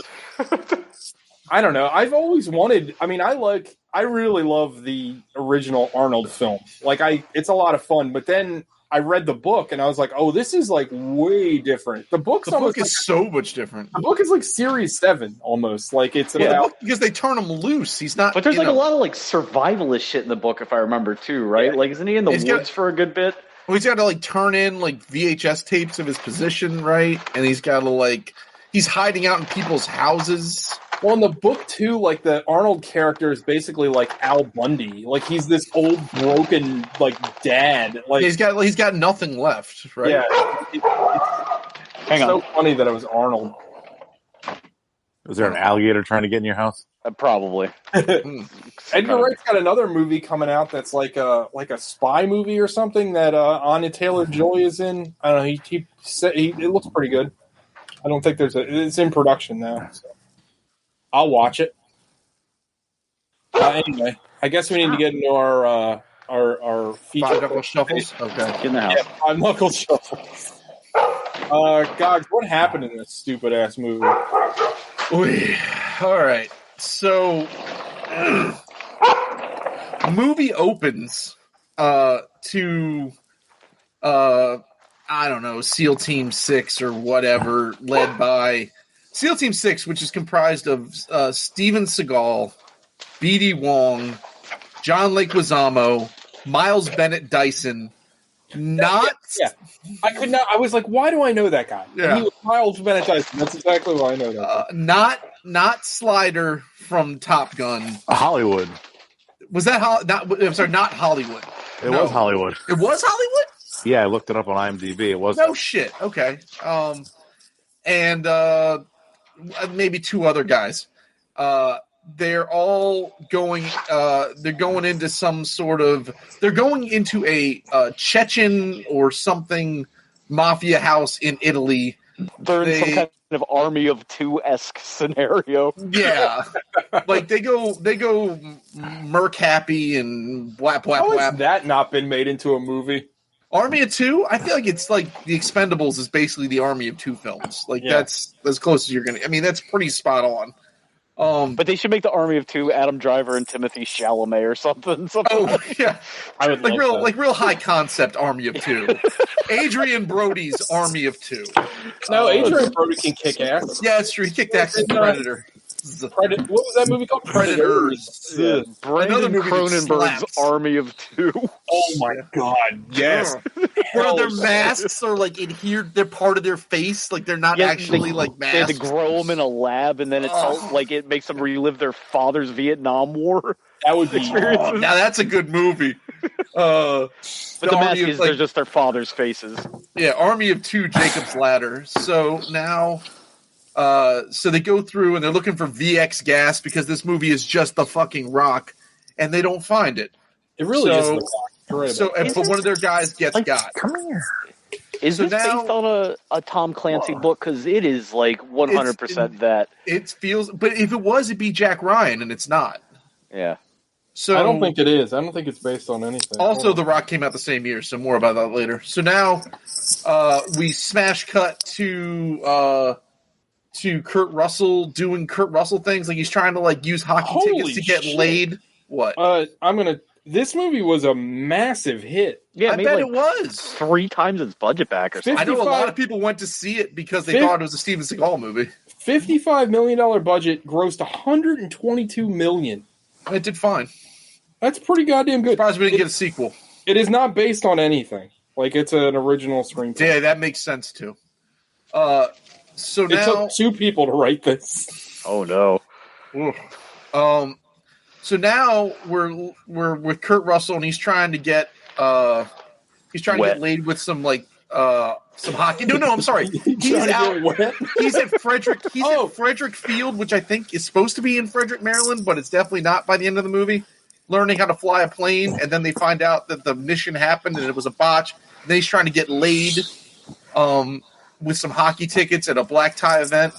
[SPEAKER 9] I don't know. I've always wanted. I mean, I like. I really love the original Arnold film. Like, I it's a lot of fun. But then I read the book and I was like, oh, this is like way different. The book's
[SPEAKER 10] The book
[SPEAKER 9] almost
[SPEAKER 10] is
[SPEAKER 9] like-
[SPEAKER 10] so much different.
[SPEAKER 9] the book is like series seven almost. Like it's
[SPEAKER 10] Well, the
[SPEAKER 9] about
[SPEAKER 10] book- because they turn him loose. He's not.
[SPEAKER 8] But there's
[SPEAKER 10] you
[SPEAKER 8] like
[SPEAKER 10] know,
[SPEAKER 8] a lot of like survivalist shit in the book, if I remember too, right? Like, isn't he in the
[SPEAKER 10] He's
[SPEAKER 8] woods
[SPEAKER 10] got-
[SPEAKER 8] for a good bit?
[SPEAKER 10] Well, he's got to like turn in like VHS tapes of his position, right? And he's got to like he's hiding out in people's houses.
[SPEAKER 9] Well, in the book too, like the Arnold character is basically like Al Bundy. Like he's this old, broken, like dad. Like
[SPEAKER 10] he's got he's got nothing left, right?
[SPEAKER 9] yeah. It- it's
[SPEAKER 8] Hang
[SPEAKER 9] so funny that it was Arnold.
[SPEAKER 4] Is there an alligator trying to get in your house?
[SPEAKER 8] Uh, probably.
[SPEAKER 9] Edgar Wright's got another movie coming out that's like a like a spy movie or something that uh, Anya Taylor Joy is in. I don't know. He, he, said he it looks pretty good. I don't think there's a. It's in production now. So. I'll watch it. Uh, anyway, I guess we need to get into our uh, our our feature.
[SPEAKER 10] Five knuckle shuffles. Okay.
[SPEAKER 8] in the house.
[SPEAKER 9] Yeah, five knuckle shuffles. Uh, Gogs, what happened in this stupid ass movie?
[SPEAKER 10] Oy. All right. So, movie opens uh, to uh, I don't know, SEAL Team Six or whatever, led by SEAL Team Six, which is comprised of uh, Steven Seagal, B.D. Wong, John Leguizamo, Miles Bennett Dyson. Not
[SPEAKER 9] yeah, I could not. I was like, why do I know that guy? And
[SPEAKER 10] Yeah.
[SPEAKER 9] he was Miles Bennett Dyson. That's exactly why I know that.
[SPEAKER 10] Uh, not not Slider from Top Gun.
[SPEAKER 4] Hollywood.
[SPEAKER 10] Was that Hol- not? I'm sorry, not Hollywood.
[SPEAKER 4] It
[SPEAKER 10] No.
[SPEAKER 4] was Hollywood.
[SPEAKER 10] It was Hollywood.
[SPEAKER 4] Yeah, I looked it up on IMDb. It was
[SPEAKER 10] No shit. Okay. Um, and uh, maybe two other guys. Uh, they're all going. Uh, they're going into some sort of. They're going into a uh, Chechen or something mafia house in Italy.
[SPEAKER 8] They're in some
[SPEAKER 10] They-
[SPEAKER 8] kind of army of two esque scenario.
[SPEAKER 10] Yeah, like they go, they go merc happy and blap blap
[SPEAKER 9] How has
[SPEAKER 10] blap.
[SPEAKER 9] that not been made into a movie?
[SPEAKER 10] Army of Two. I feel like it's like The Expendables is basically the Army of Two films. Like
[SPEAKER 8] Yeah.
[SPEAKER 10] that's as close as you're gonna. I mean, that's pretty spot on. Um,
[SPEAKER 8] but they should make the army of two Adam Driver and Timothy Chalamet or something. something
[SPEAKER 10] Oh yeah,
[SPEAKER 9] I would
[SPEAKER 10] like real like real high concept Army of Two. Adrian Brody's Army of Two.
[SPEAKER 9] No, Adrian Brody can kick ass.
[SPEAKER 10] Yeah, Oh, it's true. He kicked ass as
[SPEAKER 9] Uh,
[SPEAKER 10] Predator.
[SPEAKER 9] Predator. What was that movie called? Predators.
[SPEAKER 8] Yeah. Brandon
[SPEAKER 10] movie that
[SPEAKER 8] Cronenberg's
[SPEAKER 10] slaps.
[SPEAKER 8] Army of Two.
[SPEAKER 9] Oh my god! Yes.
[SPEAKER 10] Oh. Where their
[SPEAKER 9] Hell,
[SPEAKER 10] masks are like adhered, they're part of their face, like they're not
[SPEAKER 8] Yeah,
[SPEAKER 10] actually
[SPEAKER 8] they,
[SPEAKER 10] like
[SPEAKER 8] they had to
[SPEAKER 10] masks.
[SPEAKER 8] grow them in a lab, and then it's all, like it makes them relive their father's Vietnam War.
[SPEAKER 9] That would be
[SPEAKER 8] experiences.
[SPEAKER 10] now that's a good movie. Uh,
[SPEAKER 8] But the
[SPEAKER 10] Army
[SPEAKER 8] mask
[SPEAKER 10] of,
[SPEAKER 8] is
[SPEAKER 10] like-
[SPEAKER 8] they're just their father's faces.
[SPEAKER 10] Yeah, Army of Two, Jacob's Ladder. So now, uh, so they go through and they're looking for VX gas because this movie is just the fucking rock, and they don't find it.
[SPEAKER 9] It really
[SPEAKER 10] so,
[SPEAKER 9] is the rock. You're right
[SPEAKER 10] So,
[SPEAKER 9] about
[SPEAKER 10] and,
[SPEAKER 9] that.
[SPEAKER 10] but one of their guys gets got.
[SPEAKER 8] Is
[SPEAKER 10] So
[SPEAKER 8] this
[SPEAKER 10] now-
[SPEAKER 8] based on a, a Tom Clancy book? Because it is like one hundred percent that.
[SPEAKER 10] It feels, but if it was, it'd be Jack Ryan, and it's not.
[SPEAKER 8] Yeah.
[SPEAKER 10] So
[SPEAKER 9] I don't think it is. I don't think it's based on anything.
[SPEAKER 10] um, Also,
[SPEAKER 9] Hold
[SPEAKER 10] The
[SPEAKER 9] on.
[SPEAKER 10] Rock came out the same year, so more about that later. So now uh, we smash cut to uh, to Kurt Russell doing Kurt Russell things, like he's trying to like use hockey
[SPEAKER 9] Holy
[SPEAKER 10] tickets to get
[SPEAKER 9] shit.
[SPEAKER 10] laid. What?
[SPEAKER 9] Uh, I'm gonna. This movie was a massive hit.
[SPEAKER 8] Yeah,
[SPEAKER 10] I
[SPEAKER 8] made,
[SPEAKER 10] bet
[SPEAKER 8] like,
[SPEAKER 10] it was.
[SPEAKER 8] three times its budget back or something.
[SPEAKER 10] I know a
[SPEAKER 9] 55
[SPEAKER 10] lot of people went to see it because they
[SPEAKER 9] Fif-
[SPEAKER 10] thought it was a Steven Seagal movie.
[SPEAKER 9] Fifty-five million dollar budget, grossed 122 million.
[SPEAKER 10] It did fine.
[SPEAKER 9] That's pretty goddamn good.
[SPEAKER 10] Surprised we didn't
[SPEAKER 9] It-
[SPEAKER 10] get a sequel.
[SPEAKER 9] it is not based on anything. Like it's an original screenplay.
[SPEAKER 10] Yeah, that makes sense too. Uh, so
[SPEAKER 9] it
[SPEAKER 10] now
[SPEAKER 9] took two people to write this.
[SPEAKER 8] Oh no.
[SPEAKER 10] Um, so now we're we're with Kurt Russell, and he's trying to get uh, he's trying to
[SPEAKER 8] Wet.
[SPEAKER 10] get laid with some like uh, some hockey. No, no, I'm sorry. He's
[SPEAKER 9] Trying to
[SPEAKER 10] out.
[SPEAKER 9] get wet.
[SPEAKER 10] He's at Frederick. He's
[SPEAKER 9] Oh.
[SPEAKER 10] at Frederick Field, which I think is supposed to be in Frederick, Maryland, but it's definitely not by the end of the movie. Learning how to fly a plane, and then they find out that the mission happened and it was a botch. And then he's trying to get laid, um, with some hockey tickets at a black tie event,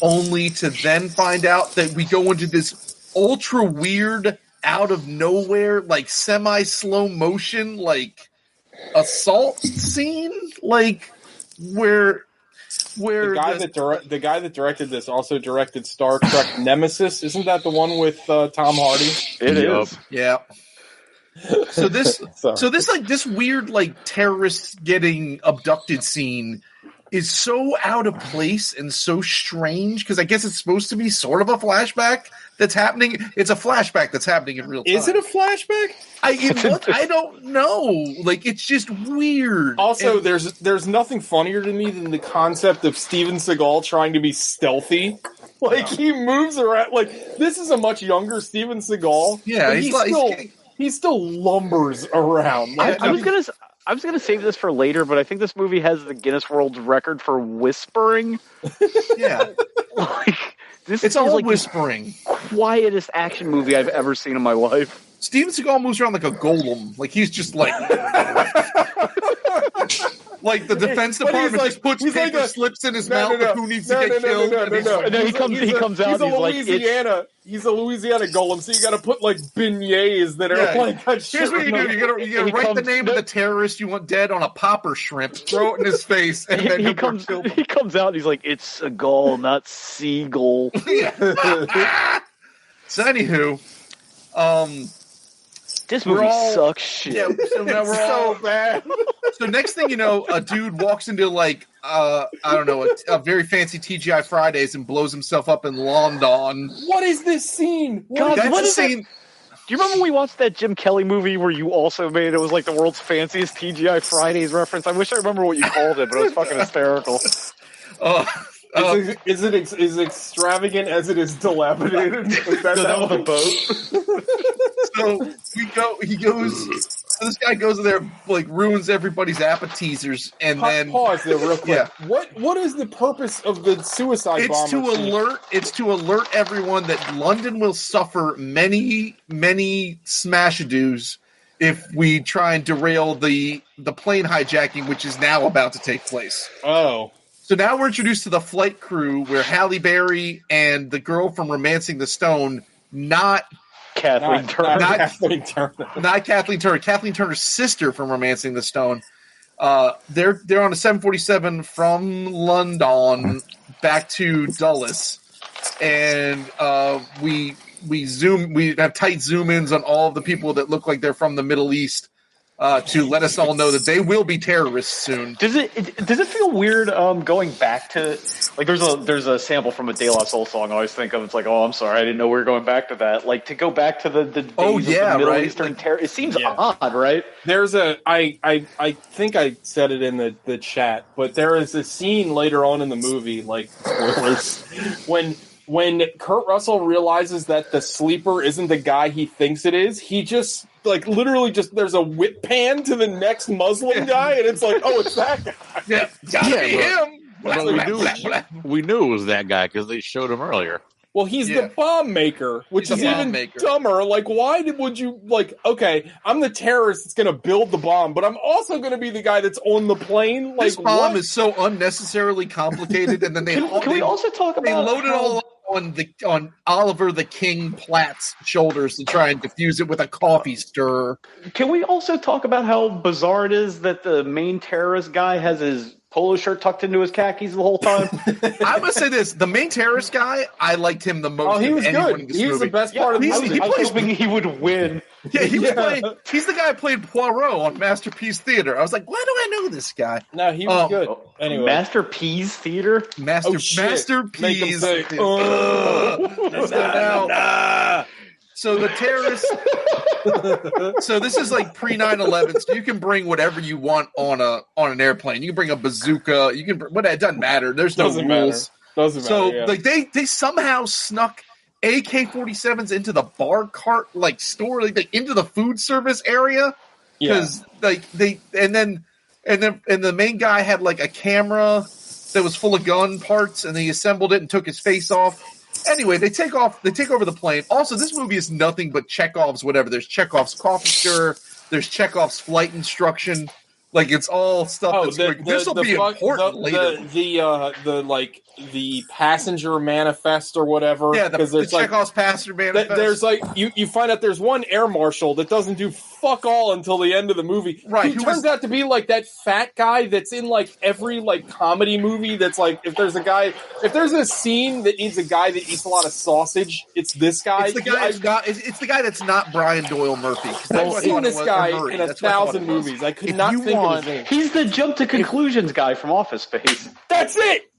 [SPEAKER 10] only to then find out that we go into this ultra weird, out of nowhere, like semi slow motion, like assault scene, like where where
[SPEAKER 9] The guy
[SPEAKER 10] this-
[SPEAKER 9] that dire- the guy that directed this also directed Star Trek Nemesis. Isn't that the one with uh, Tom Hardy?
[SPEAKER 8] It is.
[SPEAKER 10] Yeah. So this
[SPEAKER 9] Sorry.
[SPEAKER 10] so this like this weird like terrorists getting abducted scene is so out of place and so strange because I guess it's supposed to be sort of a flashback that's happening. It's a flashback that's happening in real time.
[SPEAKER 9] Is it a flashback?
[SPEAKER 10] I it was, I don't know. Like it's just weird.
[SPEAKER 9] Also,
[SPEAKER 10] And-
[SPEAKER 9] there's there's nothing funnier to me than the concept of Steven Seagal trying to be stealthy. Like he moves around. Like this is a much younger Steven Seagal.
[SPEAKER 10] Yeah,
[SPEAKER 9] but
[SPEAKER 10] he's
[SPEAKER 9] he
[SPEAKER 10] like- he's
[SPEAKER 9] still
[SPEAKER 10] getting-
[SPEAKER 9] he still lumbers around.
[SPEAKER 8] I,
[SPEAKER 9] Like,
[SPEAKER 8] I was gonna. s- I was gonna save this for later, but I think this movie has the Guinness World Record for whispering.
[SPEAKER 10] yeah,
[SPEAKER 8] Like this
[SPEAKER 10] it's
[SPEAKER 8] is
[SPEAKER 10] all
[SPEAKER 8] like the
[SPEAKER 10] whispering.
[SPEAKER 8] quietest action movie I've ever seen in my life.
[SPEAKER 10] Steven Seagal moves around like a golem. Like he's just like like the defense
[SPEAKER 9] But he's
[SPEAKER 10] department
[SPEAKER 9] like-
[SPEAKER 10] just puts
[SPEAKER 9] he's
[SPEAKER 10] paper
[SPEAKER 9] like a-
[SPEAKER 10] slips in his
[SPEAKER 9] No,
[SPEAKER 10] mouth
[SPEAKER 9] no, no.
[SPEAKER 10] of who needs
[SPEAKER 9] No,
[SPEAKER 10] to
[SPEAKER 9] no,
[SPEAKER 10] get
[SPEAKER 9] no, no,
[SPEAKER 10] killed.
[SPEAKER 9] no,
[SPEAKER 10] and
[SPEAKER 9] no,
[SPEAKER 10] he's
[SPEAKER 9] no.
[SPEAKER 10] like-
[SPEAKER 8] And then he
[SPEAKER 9] He's
[SPEAKER 8] comes-
[SPEAKER 9] a-
[SPEAKER 8] he
[SPEAKER 9] he's a-
[SPEAKER 8] comes out
[SPEAKER 9] He's a
[SPEAKER 8] and he's like, it's-
[SPEAKER 9] Louisiana. he's a Louisiana golem, so you got to put like beignets that are
[SPEAKER 10] Yeah.
[SPEAKER 9] like. a
[SPEAKER 10] Here's what you do: you gotta, you gotta
[SPEAKER 8] He
[SPEAKER 10] write the
[SPEAKER 8] comes-
[SPEAKER 10] name of the terrorist you want dead on a popper shrimp, throw it in his face, and
[SPEAKER 8] He,
[SPEAKER 10] then
[SPEAKER 8] he
[SPEAKER 10] he'll
[SPEAKER 8] comes.
[SPEAKER 10] kill him.
[SPEAKER 8] He comes out and he's like, "It's a gull, not seagull."
[SPEAKER 10] so anywho, um,
[SPEAKER 8] This
[SPEAKER 10] We're
[SPEAKER 8] movie
[SPEAKER 10] all-
[SPEAKER 8] sucks shit.
[SPEAKER 10] Yeah, so now we're all bad. So next thing you know, a dude walks into like uh I don't know a, a very fancy TGI Fridays and blows himself up in London.
[SPEAKER 9] What is this scene?
[SPEAKER 8] God,
[SPEAKER 10] That's
[SPEAKER 8] what
[SPEAKER 10] the
[SPEAKER 8] is that?
[SPEAKER 10] same-
[SPEAKER 8] Do you remember when we watched that Jim Kelly movie where you also made it was like the world's fanciest TGI Fridays reference? I wish I remember what you called it, but it was fucking hysterical.
[SPEAKER 10] Oh,
[SPEAKER 9] is, it, is it ex- is extravagant as it is dilapidated? Is that that one?
[SPEAKER 10] so we go. He goes. So this guy goes in there, like ruins everybody's appetizers, and
[SPEAKER 9] Pa-
[SPEAKER 10] then
[SPEAKER 9] pause there real quick.
[SPEAKER 10] Yeah.
[SPEAKER 9] What what is the purpose of the suicide
[SPEAKER 10] It's to
[SPEAKER 9] bomber? scene?
[SPEAKER 10] alert. It's to alert everyone that London will suffer many, many smashadoos if we try and derail the the plane hijacking, which is now about to take place.
[SPEAKER 9] Oh,
[SPEAKER 10] so now we're introduced to the flight crew, where Halle Berry and the girl from *Romancing the Stone*, not
[SPEAKER 8] Kathleen
[SPEAKER 10] not,
[SPEAKER 8] Turner.
[SPEAKER 10] not
[SPEAKER 9] Kathleen Turner,
[SPEAKER 10] not Kathleen Turner, Kathleen Turner's sister from *Romancing the Stone*. Uh, they're they're on a 747 from London back to Dulles, and uh, we we zoom we have tight zoom ins on all of the people that look like they're from the Middle East uh, to let us all know that they will be terrorists soon.
[SPEAKER 8] Does it, it does it feel weird um, going back to like there's a there's a sample from a De La Soul song I always think of it's like oh I'm sorry I didn't know we were going back to that like to go back to the the days
[SPEAKER 9] Oh,
[SPEAKER 8] of
[SPEAKER 9] yeah,
[SPEAKER 8] the Middle
[SPEAKER 9] right.
[SPEAKER 8] Eastern terror it seems odd right
[SPEAKER 9] There's a I, I I think I said it in the, the chat, but there is a scene later on in the movie, like spoilers, when when Kurt Russell realizes that the sleeper isn't the guy he thinks it is, he just like literally just there's a whip pan to the next Muslim guy, and it's like, oh, it's that guy.
[SPEAKER 10] Yeah,
[SPEAKER 9] gotta be
[SPEAKER 10] but-
[SPEAKER 9] him.
[SPEAKER 4] but we, knew, we knew it was that guy because they showed him earlier.
[SPEAKER 9] Well, he's the bomb maker, which
[SPEAKER 4] He's
[SPEAKER 9] is
[SPEAKER 4] a bomb
[SPEAKER 9] even
[SPEAKER 4] maker.
[SPEAKER 9] dumber. Like, why did, would you like? Okay, I'm the terrorist that's going to build the bomb, but I'm also going to be the guy that's on the plane. Like,
[SPEAKER 10] this bomb
[SPEAKER 9] what?
[SPEAKER 10] is so unnecessarily complicated, and then they
[SPEAKER 8] Can- can we
[SPEAKER 10] they-
[SPEAKER 8] also talk
[SPEAKER 10] they
[SPEAKER 8] about
[SPEAKER 10] loaded
[SPEAKER 8] how-
[SPEAKER 10] all up on the on Oliver the King Platt's shoulders to try and diffuse it with a coffee stirrer.
[SPEAKER 8] Can we also talk about how bizarre it is that the main terrorist guy has his polo shirt tucked into his khakis the whole time?
[SPEAKER 10] I must say this: the main terrorist guy, I liked him the most.
[SPEAKER 8] Oh, he
[SPEAKER 10] of
[SPEAKER 8] was
[SPEAKER 10] anyone
[SPEAKER 8] good.
[SPEAKER 10] in this
[SPEAKER 8] He was the
[SPEAKER 10] movie.
[SPEAKER 8] best part of the
[SPEAKER 10] He's-
[SPEAKER 8] movie.
[SPEAKER 10] He
[SPEAKER 8] I was
[SPEAKER 10] plays,
[SPEAKER 8] hoping he would win.
[SPEAKER 10] yeah, he was
[SPEAKER 8] Yeah.
[SPEAKER 10] playing. He's the guy who played Poirot on Masterpiece Theater. I was like, why do I know this guy?
[SPEAKER 9] No, he
[SPEAKER 10] Oh.
[SPEAKER 9] was good. Anyway.
[SPEAKER 8] Masterpiece Theater,
[SPEAKER 10] Master
[SPEAKER 9] Oh, shit. Make him
[SPEAKER 10] Masterpiece.
[SPEAKER 9] say,
[SPEAKER 10] Theater.
[SPEAKER 9] "Ugh."
[SPEAKER 10] So now- So the terrorists. so this is like pre 9-11 so you can bring whatever you want on a on an airplane you can bring a bazooka you can bring what it doesn't matter there's no
[SPEAKER 9] Doesn't matter.
[SPEAKER 10] rules
[SPEAKER 9] Doesn't
[SPEAKER 10] so
[SPEAKER 9] matter, yeah.
[SPEAKER 10] like they they somehow snuck ak-47s into the bar cart like store like they, into the food service area because like they and then and then and the main guy had like a camera that was full of gun parts and he assembled it and took his face off anyway they take off they take over the plane also this movie is nothing but chekhov's whatever there's chekhov's coffee stirrer there's chekhov's flight instruction like it's all stuff that's like, this will be
[SPEAKER 9] fuck-
[SPEAKER 10] important
[SPEAKER 9] Oh, the,
[SPEAKER 10] later
[SPEAKER 9] The the, uh, the like the passenger manifest or whatever.
[SPEAKER 10] Yeah, the-
[SPEAKER 9] 'cause there's,
[SPEAKER 10] the Chekhov's passenger
[SPEAKER 9] th-
[SPEAKER 10] manifest.
[SPEAKER 9] there's like you, you find out there's one air marshal that doesn't do fuck all until the end of the movie.
[SPEAKER 10] Right,
[SPEAKER 9] Who,
[SPEAKER 10] who
[SPEAKER 9] turns
[SPEAKER 10] was-
[SPEAKER 9] out to be like that fat guy that's in like every like comedy movie. That's like if there's a guy if there's a scene that needs a guy that eats a lot of sausage, it's this guy.
[SPEAKER 10] it's the guy
[SPEAKER 9] I-
[SPEAKER 10] that's not it's, it's the guy that's not brian doyle murphy 'cause that's
[SPEAKER 9] I've
[SPEAKER 10] what I thought
[SPEAKER 9] seen
[SPEAKER 10] it
[SPEAKER 9] this
[SPEAKER 10] was, or
[SPEAKER 9] guy
[SPEAKER 10] Murray,
[SPEAKER 9] in a
[SPEAKER 10] that's what I thought
[SPEAKER 9] thousand
[SPEAKER 10] it was.
[SPEAKER 9] movies. I could
[SPEAKER 10] If
[SPEAKER 9] not
[SPEAKER 10] you
[SPEAKER 9] think
[SPEAKER 10] want-
[SPEAKER 9] of his name.
[SPEAKER 8] He's the jump to conclusions guy from Office Space.
[SPEAKER 9] That's it.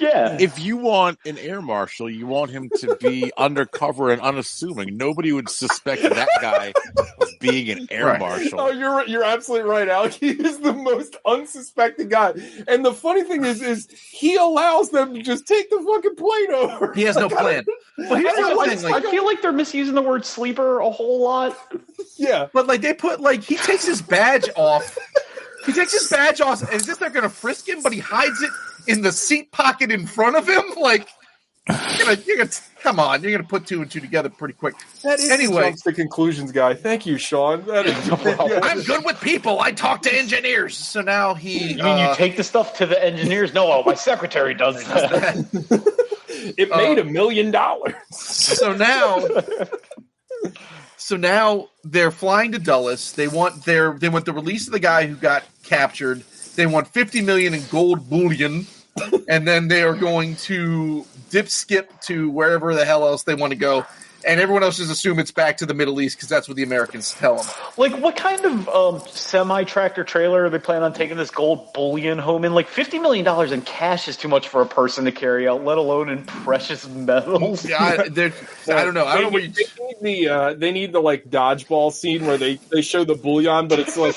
[SPEAKER 8] yeah.
[SPEAKER 4] If you want an air marshal, you want him to be undercover and unassuming. Nobody would suspect that guy of being an air
[SPEAKER 9] Right.
[SPEAKER 4] marshal.
[SPEAKER 9] Oh, you're you're absolutely right, Alec. He is the most unsuspecting guy. And the funny thing is, is he allows them to just take the fucking plane over.
[SPEAKER 10] He has no
[SPEAKER 9] Like, I
[SPEAKER 10] plan.
[SPEAKER 9] don't-
[SPEAKER 10] But here's
[SPEAKER 9] I don't
[SPEAKER 10] the
[SPEAKER 9] like-
[SPEAKER 10] thing,
[SPEAKER 9] I
[SPEAKER 10] like-
[SPEAKER 9] don't-
[SPEAKER 8] I feel like they're misusing the word sleeper a whole lot.
[SPEAKER 9] Yeah.
[SPEAKER 10] But like they put like he takes his badge off. He takes his badge off as if they're gonna frisk him, but he hides it in the seat pocket in front of him. Like you're gonna, you're gonna come on, you're gonna put two and two together pretty quick.
[SPEAKER 9] that is anyway.
[SPEAKER 10] anyway.
[SPEAKER 9] jumps to conclusions guy. Thank you, Sean. That is,
[SPEAKER 10] I'm good with people. I talk to engineers. So now he
[SPEAKER 8] You mean
[SPEAKER 10] uh,
[SPEAKER 8] you take the stuff to the engineers? No, oh, my secretary does that.
[SPEAKER 9] it
[SPEAKER 10] uh,
[SPEAKER 9] made a million dollars.
[SPEAKER 10] so now so now they're flying to Dulles. They want their they want the release of the guy who got captured. They want 50 million in gold bullion. and then they are going to dip skip to wherever the hell else they want to go. and everyone else just assume it's back to the Middle East because that's what the Americans tell them.
[SPEAKER 8] Like, what kind of um, semi tractor trailer are they planning on taking this gold bullion home in? Like, $50 million in cash is too much for a person to carry out, let alone in precious metals.
[SPEAKER 10] I, they're- I don't know. I don't know what you.
[SPEAKER 9] They need the uh, they need the like dodgeball scene where they, they show the bullion, but it's like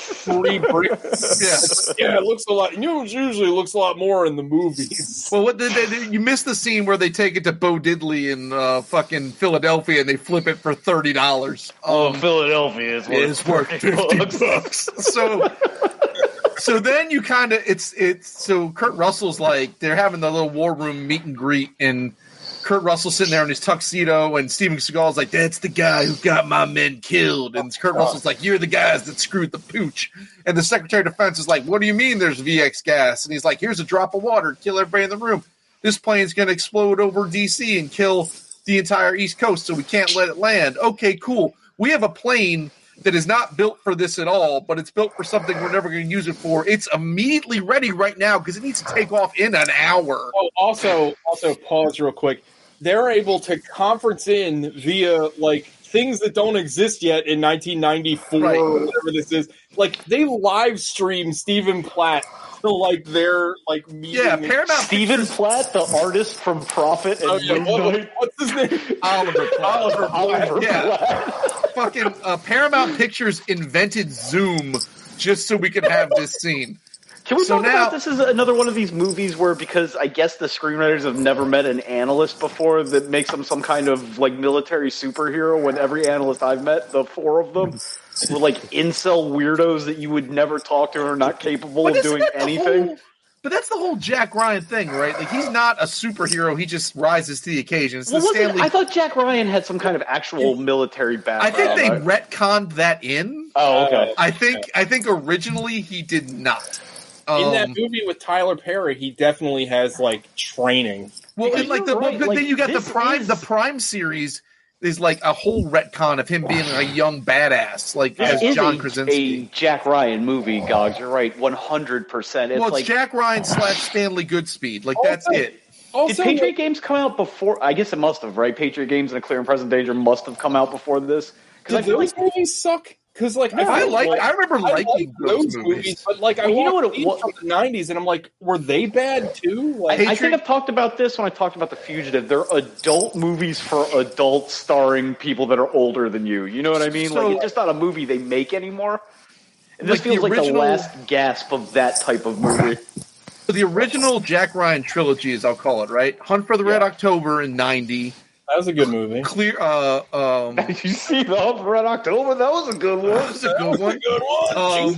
[SPEAKER 9] three bricks. Yeah, it looks a lot. You know, it usually looks a lot more in the movies.
[SPEAKER 10] Well, what did they, they- you missed the scene where they take it to Bo Diddley in uh, fucking Philadelphia and they flip it for thirty dollars.
[SPEAKER 8] oh, Philadelphia is worth,
[SPEAKER 10] it's worth
[SPEAKER 8] 50 bucks.
[SPEAKER 10] so so then you kind of it's it's so Kurt Russell's like they're having the little war room meet and greet and Kurt Russell's sitting there in his tuxedo and Steven Seagal's like that's the guy who got my men killed and Kurt Russell's like you're the guys that screwed the pooch and the Secretary of Defense is like what do you mean there's VX gas and he's like here's a drop of water kill everybody in the room this plane's going to explode over DC and kill the entire East Coast, so we can't let it land. Okay, cool. We have a plane that is not built for this at all, but it's built for something we're never going to use it for. It's immediately ready right now because it needs to take off in an hour.
[SPEAKER 9] Oh, also, also pause real quick. They're able to conference in via like things that don't exist yet in 1994 or whatever this is. Like they live stream Stephen Platt to like their like meeting.
[SPEAKER 8] Oh,
[SPEAKER 10] Yeah, Paramount
[SPEAKER 8] Stephen Platt, the artist from Profit and
[SPEAKER 9] Okay, what-
[SPEAKER 8] Moonlight.
[SPEAKER 9] what's his name?
[SPEAKER 10] Oliver Platt.
[SPEAKER 8] Oliver Platt.
[SPEAKER 10] yeah. Fucking uh, Paramount Pictures invented Zoom just so we could have this scene.
[SPEAKER 8] Can we
[SPEAKER 10] So
[SPEAKER 8] talk
[SPEAKER 10] now-
[SPEAKER 8] about this? Is another one of these movies where because I guess the screenwriters have never met an analyst before that makes them some kind of like military superhero. When every analyst I've met, the four of them were like incel weirdos that you would never talk to and are not capable
[SPEAKER 10] But
[SPEAKER 8] of
[SPEAKER 10] isn't
[SPEAKER 8] doing
[SPEAKER 10] that the
[SPEAKER 8] anything.
[SPEAKER 10] whole- but that's the whole Jack Ryan thing, right? Like he's not a superhero; he just rises to the occasion. It's
[SPEAKER 8] Well,
[SPEAKER 10] the
[SPEAKER 8] wasn't-
[SPEAKER 10] Stanley.
[SPEAKER 8] I thought Jack Ryan had some kind of actual military
[SPEAKER 10] I
[SPEAKER 8] background.
[SPEAKER 10] think they
[SPEAKER 8] right?
[SPEAKER 10] retconned that in.
[SPEAKER 8] Oh, okay.
[SPEAKER 10] I think I think originally he did not.
[SPEAKER 9] in that
[SPEAKER 10] Um,
[SPEAKER 9] movie with Tyler Perry, he definitely has like training.
[SPEAKER 10] well, and like the
[SPEAKER 8] You're right,
[SPEAKER 10] but
[SPEAKER 8] like,
[SPEAKER 10] then you got the
[SPEAKER 8] this
[SPEAKER 10] prime
[SPEAKER 8] is-
[SPEAKER 10] the prime series is like a whole retcon of him being a young badass, like
[SPEAKER 8] This
[SPEAKER 10] as
[SPEAKER 8] is
[SPEAKER 10] John
[SPEAKER 8] a,
[SPEAKER 10] Krasinski.
[SPEAKER 8] a Jack Ryan movie, Gogs. You're right, 100. percent It's
[SPEAKER 10] well, it's
[SPEAKER 8] like
[SPEAKER 10] Jack Ryan slash Stanley Goodspeed. Like that's it.
[SPEAKER 9] Also,
[SPEAKER 8] Did Patriot Games come out before? I guess it must have, right? Patriot Games and A Clear and Present Danger must have come out before this. Because I
[SPEAKER 9] did
[SPEAKER 8] feel
[SPEAKER 9] those
[SPEAKER 8] like,
[SPEAKER 9] movies suck? Because like
[SPEAKER 10] No, I
[SPEAKER 9] feel
[SPEAKER 10] like- I remember liking
[SPEAKER 9] liked
[SPEAKER 10] those movies.
[SPEAKER 9] but like I
[SPEAKER 8] Well, you
[SPEAKER 9] watched
[SPEAKER 8] know what it
[SPEAKER 9] these
[SPEAKER 8] wa-
[SPEAKER 9] from the '90s, and I'm like, were they bad too?
[SPEAKER 8] I,
[SPEAKER 9] Like,
[SPEAKER 8] I think I've talked about this when I talked about The Fugitive. They're adult movies for adults starring people that are older than you. You know what I mean?
[SPEAKER 10] So-
[SPEAKER 8] like, it's just not a movie they make anymore. And this
[SPEAKER 10] Like, the
[SPEAKER 8] feels like
[SPEAKER 10] original-
[SPEAKER 8] the last gasp of that type of movie.
[SPEAKER 10] So the original Jack Ryan trilogy, as I'll call it, right? Hunt for the Red
[SPEAKER 9] Yeah.
[SPEAKER 10] October in '90.
[SPEAKER 9] that was a good movie.
[SPEAKER 10] Clear. Uh, um,
[SPEAKER 8] Did you see the Hunt for Red October? That was a good
[SPEAKER 10] That
[SPEAKER 8] one.
[SPEAKER 10] was a good one. Um,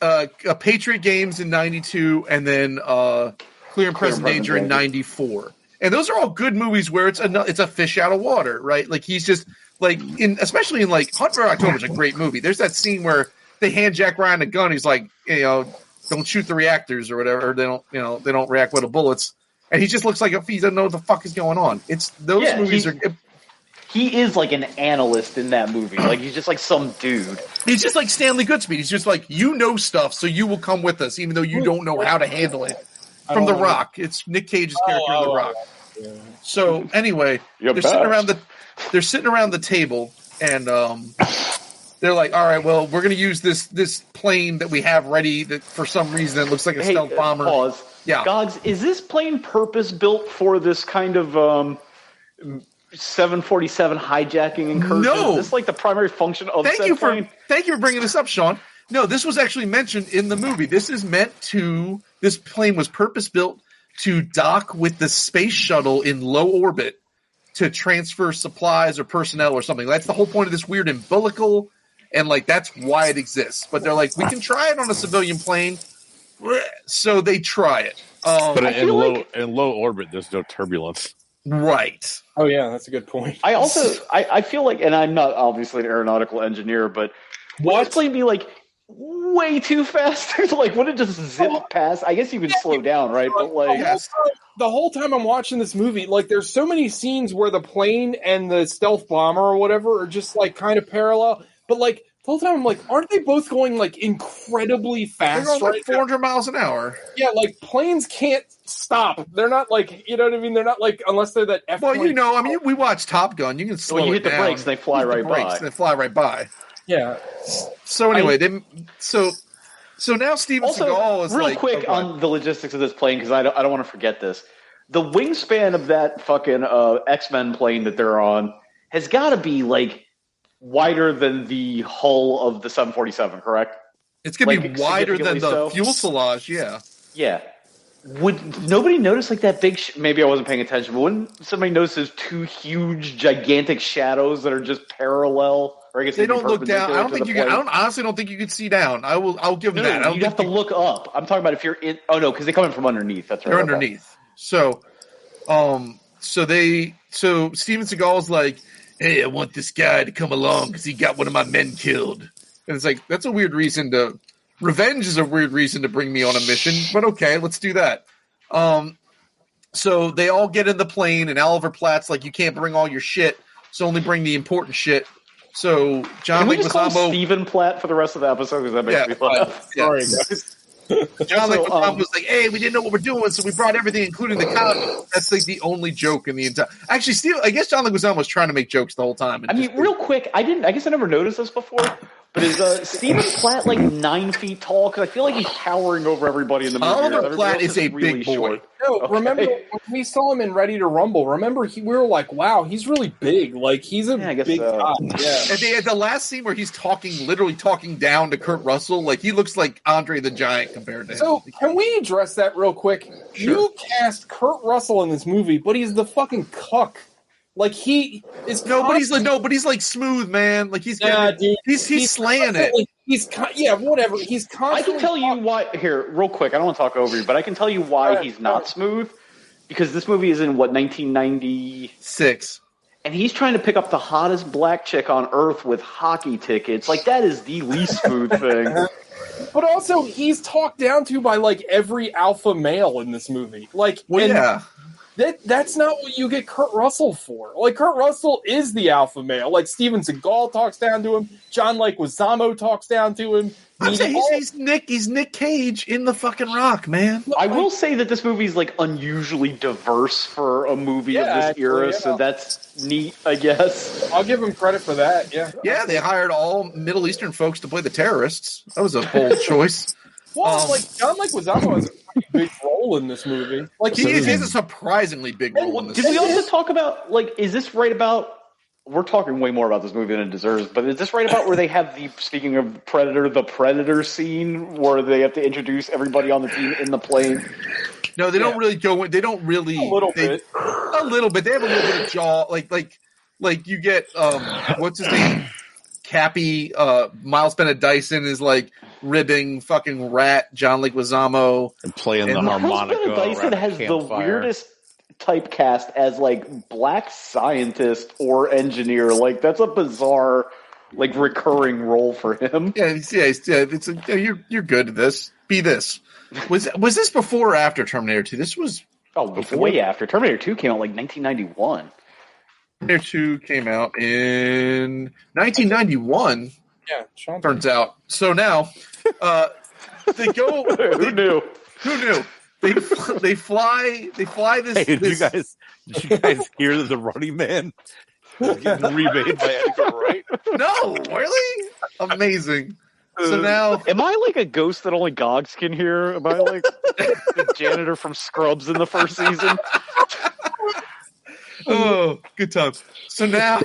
[SPEAKER 10] uh, uh, Patriot Games in '92, and then uh, Clear and Present
[SPEAKER 8] Present
[SPEAKER 10] Danger in
[SPEAKER 8] Danger.
[SPEAKER 10] '94. And those are all good movies where it's a it's a fish out of water, right? Like he's just like in, especially in like Hunt for October is a great movie. There's that scene where they hand Jack Ryan a gun. He's like, you know, don't shoot the reactors or whatever. Or they don't, you know, they don't react with the bullets. And he just looks like he doesn't know what the fuck is going on. It's those
[SPEAKER 8] Yeah,
[SPEAKER 10] movies
[SPEAKER 8] he-
[SPEAKER 10] are
[SPEAKER 8] He is like an analyst in that movie. Like he's just like some dude.
[SPEAKER 10] He's just like Stanley Goodspeed. He's just like, you know stuff, so you will come with us, even though you don't know how to handle it.
[SPEAKER 9] I
[SPEAKER 10] From The
[SPEAKER 9] don't know.
[SPEAKER 10] Rock. It's Nick Cage's character in
[SPEAKER 9] oh,
[SPEAKER 10] The
[SPEAKER 9] oh,
[SPEAKER 10] Rock. So anyway,
[SPEAKER 8] You're
[SPEAKER 10] they're sitting
[SPEAKER 8] back.
[SPEAKER 10] around the they're sitting around the table and um they're like, all right, well, we're gonna use this this plane that we have ready that for some reason it looks like a
[SPEAKER 8] Hey,
[SPEAKER 10] stealth bomber.
[SPEAKER 8] uh, Pause.
[SPEAKER 10] Yeah.
[SPEAKER 8] Gogs, is this plane purpose built for this kind of um, 747 hijacking incursion?
[SPEAKER 10] No.
[SPEAKER 8] Is this like the primary function of
[SPEAKER 10] thank
[SPEAKER 8] said
[SPEAKER 10] you for
[SPEAKER 8] plane?
[SPEAKER 10] thank you for bringing this up, Sean. No, this was actually mentioned in the movie. This is meant to. This plane was purpose built to dock with the space shuttle in low orbit to transfer supplies or personnel or something. That's the whole point of this weird umbilical, and like that's why it exists. But they're like, we can try it on a civilian plane, so they try it. Um,
[SPEAKER 4] But
[SPEAKER 8] I
[SPEAKER 4] in
[SPEAKER 8] feel
[SPEAKER 4] low
[SPEAKER 8] like-
[SPEAKER 4] in low orbit, there's no turbulence.
[SPEAKER 10] right.
[SPEAKER 9] Oh yeah, that's a good point.
[SPEAKER 8] I also I, I feel like, and I'm not obviously an aeronautical engineer, but would
[SPEAKER 9] What?
[SPEAKER 8] this plane be like way too fast? like, would it just zip past? I guess you could slow down, right? But like,
[SPEAKER 9] The whole time- the whole time I'm watching this movie, like there's so many scenes where the plane and the stealth bomber or whatever are just like kind of parallel, but like The whole time I'm like, aren't they both going like incredibly fast?
[SPEAKER 10] going, like,
[SPEAKER 9] 400
[SPEAKER 10] miles an hour.
[SPEAKER 9] Yeah, like planes can't stop. They're not like you know what I mean. They're not like unless they're that. F-
[SPEAKER 10] Well, you know, I mean, we watch Top Gun. You can slow
[SPEAKER 9] you
[SPEAKER 10] it
[SPEAKER 9] hit the
[SPEAKER 10] down.
[SPEAKER 9] brakes and they fly
[SPEAKER 10] You hit the
[SPEAKER 9] right
[SPEAKER 10] brakes
[SPEAKER 9] by.
[SPEAKER 10] and they fly right by.
[SPEAKER 9] Yeah.
[SPEAKER 10] So anyway,
[SPEAKER 8] I-
[SPEAKER 10] they, so so now Steven
[SPEAKER 8] also,
[SPEAKER 10] Seagal is
[SPEAKER 8] real
[SPEAKER 10] like,
[SPEAKER 8] quick
[SPEAKER 10] okay.
[SPEAKER 8] on the logistics of this plane because I don't, I don't want to forget this. The wingspan of that fucking uh, X Men plane that they're on has got to be like wider than the hull of the 747, correct?
[SPEAKER 10] It's gonna
[SPEAKER 8] Like,
[SPEAKER 10] be wider than
[SPEAKER 8] significantly
[SPEAKER 10] the
[SPEAKER 8] so?
[SPEAKER 10] fuselage. Yeah.
[SPEAKER 8] Yeah. Would nobody notice like that big? Sh- maybe I wasn't paying attention, but wouldn't somebody notice those two huge, gigantic shadows that are just parallel? Or I guess
[SPEAKER 10] They
[SPEAKER 8] they'd be
[SPEAKER 10] don't look down. I don't
[SPEAKER 8] perpendicular to
[SPEAKER 10] think
[SPEAKER 8] the
[SPEAKER 10] you. Can, I
[SPEAKER 8] plane.
[SPEAKER 10] don't honestly don't think you could see down. I will. I'll give them
[SPEAKER 8] No,
[SPEAKER 10] that. I don't
[SPEAKER 8] you'd have to look up. I'm talking about if you're in. Oh no, because they come in from underneath. That's right.
[SPEAKER 10] They're
[SPEAKER 8] okay.
[SPEAKER 10] underneath. So, um, so they, so Steven Seagal's like, "Hey, I want this guy to come along because he got one of my men killed," and it's like that's a weird reason to. Revenge is a weird reason to bring me on a mission, but okay, let's do that. Um, so they all get in the plane, and Oliver Platt's like, "You can't bring all your shit, so only bring the important shit." So John
[SPEAKER 8] Can we just call him
[SPEAKER 10] Leguizamo,
[SPEAKER 8] Stephen Platt for the rest of the episode? Because that makes
[SPEAKER 10] Yeah,
[SPEAKER 8] me laugh.
[SPEAKER 10] yeah. Sorry, guys. John
[SPEAKER 8] So,
[SPEAKER 10] Leguizamo
[SPEAKER 8] um,
[SPEAKER 10] was like, "Hey, we didn't know what we're doing, so we brought everything, including the condom." That's like the only joke in the entire. Actually, Steve, I guess John Leguizamo was trying to make jokes the whole time.
[SPEAKER 8] I mean, real quick, I didn't. I guess I never noticed this before. But is uh, Stephen Platt like nine feet tall? Because I feel like he's towering over everybody in the movie.
[SPEAKER 10] Oliver
[SPEAKER 8] Everybody
[SPEAKER 10] Platt
[SPEAKER 8] else
[SPEAKER 10] is a
[SPEAKER 8] really
[SPEAKER 10] big boy.
[SPEAKER 8] short.
[SPEAKER 9] No, remember when we saw him in Ready to Rumble? Remember he, we were like, wow, he's really big. Like he's a big guy. Yeah.
[SPEAKER 10] At the, at the last scene where he's talking, literally talking down to Kurt Russell, like he looks like Andre the Giant compared to him.
[SPEAKER 9] So can we address that real quick? You cast Kurt Russell in this movie, but he's the fucking cuck. Like he is
[SPEAKER 10] No, but he's like no, but he's like smooth man. Like he's
[SPEAKER 9] Nah, dude.
[SPEAKER 10] he's he's, slaying it.
[SPEAKER 9] constantly- He's con- yeah, whatever. He's
[SPEAKER 8] I
[SPEAKER 9] constantly
[SPEAKER 8] can tell you why. Here, real quick, I don't want to talk over you, but I can tell you why he's not smooth. Because this movie is in what 1996,
[SPEAKER 10] and
[SPEAKER 8] he's trying to pick up the hottest black chick on earth with hockey tickets. Like that is the least smooth thing.
[SPEAKER 9] But also, he's talked down to by like every alpha male in this movie. Like,
[SPEAKER 10] Well,
[SPEAKER 9] and
[SPEAKER 10] yeah.
[SPEAKER 9] that that's not what you get Kurt Russell for. Like, Kurt Russell is the alpha male. Like, Steven Seagal talks down to him. John Lake Wazamo talks down to him.
[SPEAKER 10] I'm saying he's,
[SPEAKER 9] All-
[SPEAKER 10] he's Nick. He's Nick Cage in the fucking Rock, man.
[SPEAKER 8] I will say that this movie is like unusually diverse for a movie
[SPEAKER 9] Yeah,
[SPEAKER 8] of this
[SPEAKER 9] actually,
[SPEAKER 8] era,
[SPEAKER 9] yeah.
[SPEAKER 8] so that's neat, I guess.
[SPEAKER 9] I'll give him credit for that. Yeah.
[SPEAKER 10] Yeah, they hired all Middle Eastern folks to play the terrorists. That was a bold choice.
[SPEAKER 9] well,
[SPEAKER 10] Um,
[SPEAKER 9] like John Lake Wazamo has a pretty big role in this movie. Like,
[SPEAKER 10] He, is, he has a surprisingly big role in this.
[SPEAKER 8] Did we also talk about like is this right about we're talking way more about this movie than it deserves, but is this right about where they have the speaking of Predator, the Predator scene where they have to introduce everybody on the team in the plane?
[SPEAKER 10] No, they don't really go. in- They don't really a little bit. A little bit. They have a little bit of jaw. Like like like you get um what's his name. Cappy, uh, Miles Bennett Dyson is like ribbing fucking rat John Leguizamo and
[SPEAKER 4] playing
[SPEAKER 8] And Husband of Dyson has the weirdest typecast as like black scientist or engineer. Like that's a bizarre like recurring role for him.
[SPEAKER 10] Yeah, it's, yeah, it's, yeah, it's a, yeah, you're you're good at this. Be this. Was was this before or after Terminator Two? This was
[SPEAKER 8] oh way after Terminator Two came out like 1991.
[SPEAKER 10] Terminator Two came out in 1991.
[SPEAKER 9] Yeah, Sean.
[SPEAKER 10] Turns out. So now, uh, they go. who
[SPEAKER 8] knew?
[SPEAKER 10] Who knew? They fl- they fly they fly this.
[SPEAKER 4] Hey, did you
[SPEAKER 10] this-
[SPEAKER 4] guys, did you guys hear that the Running Man is getting remade by Edgar Wright?
[SPEAKER 10] No, really? Amazing. So
[SPEAKER 8] Uh,
[SPEAKER 10] now,
[SPEAKER 8] am I like a ghost that only Gogs can hear? Am I like the janitor from Scrubs in the first season?
[SPEAKER 10] oh, good times. So now,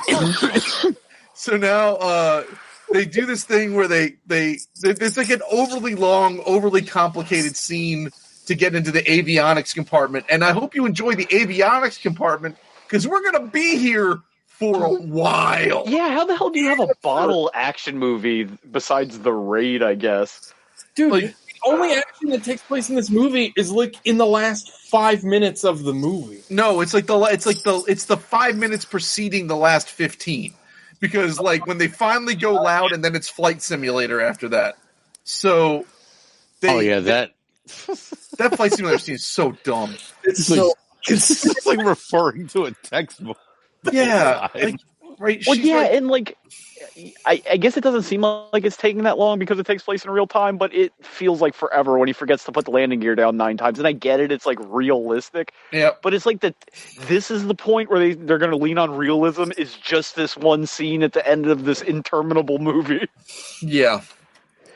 [SPEAKER 10] so now, uh, they do this thing where they they it's like an overly long, overly complicated scene to get into the avionics compartment, and I hope you enjoy the avionics compartment because we're gonna be here for a while.
[SPEAKER 8] Yeah, how the hell do you have a bottle action movie besides the raid? I guess.
[SPEAKER 9] dude, the only action that takes place in this movie is like in the last five minutes of the movie.
[SPEAKER 10] No, it's like the it's like the it's the five minutes preceding the last fifteen, because like when they finally go loud, and then it's flight simulator after that. So, they,
[SPEAKER 4] oh yeah, that
[SPEAKER 10] that flight simulator scene is so dumb.
[SPEAKER 4] it's like, it's just like referring to a textbook. the whole
[SPEAKER 10] Yeah,
[SPEAKER 4] time.
[SPEAKER 10] like, right.
[SPEAKER 8] Well,
[SPEAKER 10] she's
[SPEAKER 8] yeah,
[SPEAKER 10] like-
[SPEAKER 8] and like I, I guess it doesn't seem like it's taking that long because it takes place in real time, but it feels like forever when he forgets to put the landing gear down nine times. And I get it; it's like realistic.
[SPEAKER 10] Yeah.
[SPEAKER 8] But it's like that. This is the point where they they're going to lean on realism. Is just this one scene at the end of this interminable movie.
[SPEAKER 10] Yeah.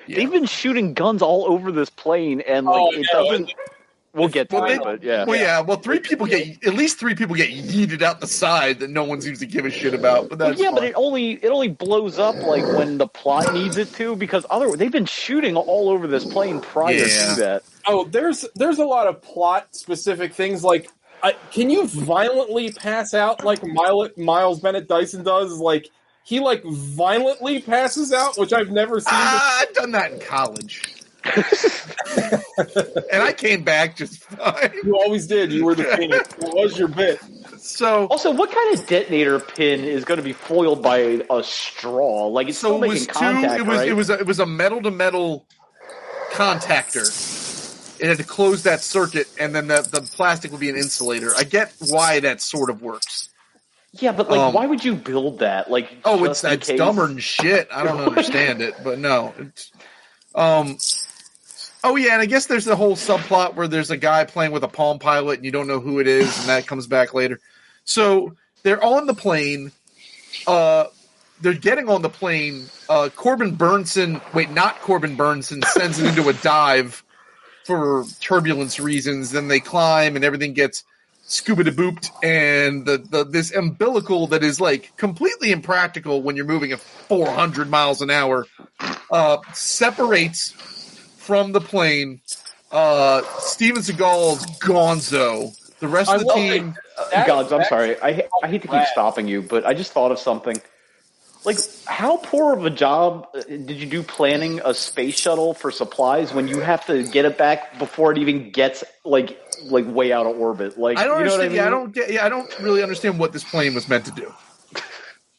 [SPEAKER 8] They've been shooting guns all over this plane, and like it doesn't. We'll get to
[SPEAKER 10] Well,
[SPEAKER 8] it,
[SPEAKER 10] they-
[SPEAKER 8] but yeah.
[SPEAKER 10] Well, yeah. Well, three people get at least three people get yeeted out the side that no one seems to give a shit about. But
[SPEAKER 8] Well,
[SPEAKER 10] that's
[SPEAKER 8] yeah, but
[SPEAKER 10] fine.
[SPEAKER 8] it only it only blows up like when the plot needs it to because otherwise they've been shooting all over this plane prior
[SPEAKER 9] Yeah.
[SPEAKER 8] to that.
[SPEAKER 9] Oh, there's there's a lot of plot specific things like I, can you violently pass out like Mil- Miles Bennett Dyson does? Like he like violently passes out, which I've never seen.
[SPEAKER 10] I've done that in college. and I came back just fine.
[SPEAKER 9] You always did. You were the phoenix. It was your bit.
[SPEAKER 10] So
[SPEAKER 8] also, what kind of detonator pin is going to be foiled by a straw? Like it's
[SPEAKER 10] So
[SPEAKER 8] still
[SPEAKER 10] it
[SPEAKER 8] making
[SPEAKER 10] was two.
[SPEAKER 8] contact,
[SPEAKER 10] It was
[SPEAKER 8] right?
[SPEAKER 10] it was a, it was a metal to metal contactor. It had to close that circuit, and then the, the plastic would be an insulator. I get why that sort of works.
[SPEAKER 8] yeah, but like,
[SPEAKER 10] Um,
[SPEAKER 8] why would you build that? Like,
[SPEAKER 10] Oh, it's
[SPEAKER 8] just in
[SPEAKER 10] that's
[SPEAKER 8] case?
[SPEAKER 10] dumber than shit. I don't understand it, but no. It's, um. Oh yeah, and I guess there's the whole subplot where there's a guy playing with a Palm Pilot, and you don't know who it is, and that comes back later. So they're on the plane. Uh, they're getting on the plane. Uh, Corbin Burnson, wait, not Corbin Burnson, sends it into a dive for turbulence reasons. Then they climb, and everything gets scuba booped, and the, the this umbilical that is like completely impractical when you're moving at 400 miles an hour uh, separates from the plane. Uh, Steven Seagal's Gonzo. The rest of the team,
[SPEAKER 8] Uh, Gods, I'm sorry. I I hate to keep stopping you, but I just thought of something. Like, how poor of a job uh, did you do planning a space shuttle for supplies when you have to get it back before it even gets like like way out of orbit? Like,
[SPEAKER 10] I don't
[SPEAKER 8] you know what
[SPEAKER 10] understand. Yeah, I
[SPEAKER 8] mean?
[SPEAKER 10] don't get. Yeah, I don't really understand what this plane was meant to do.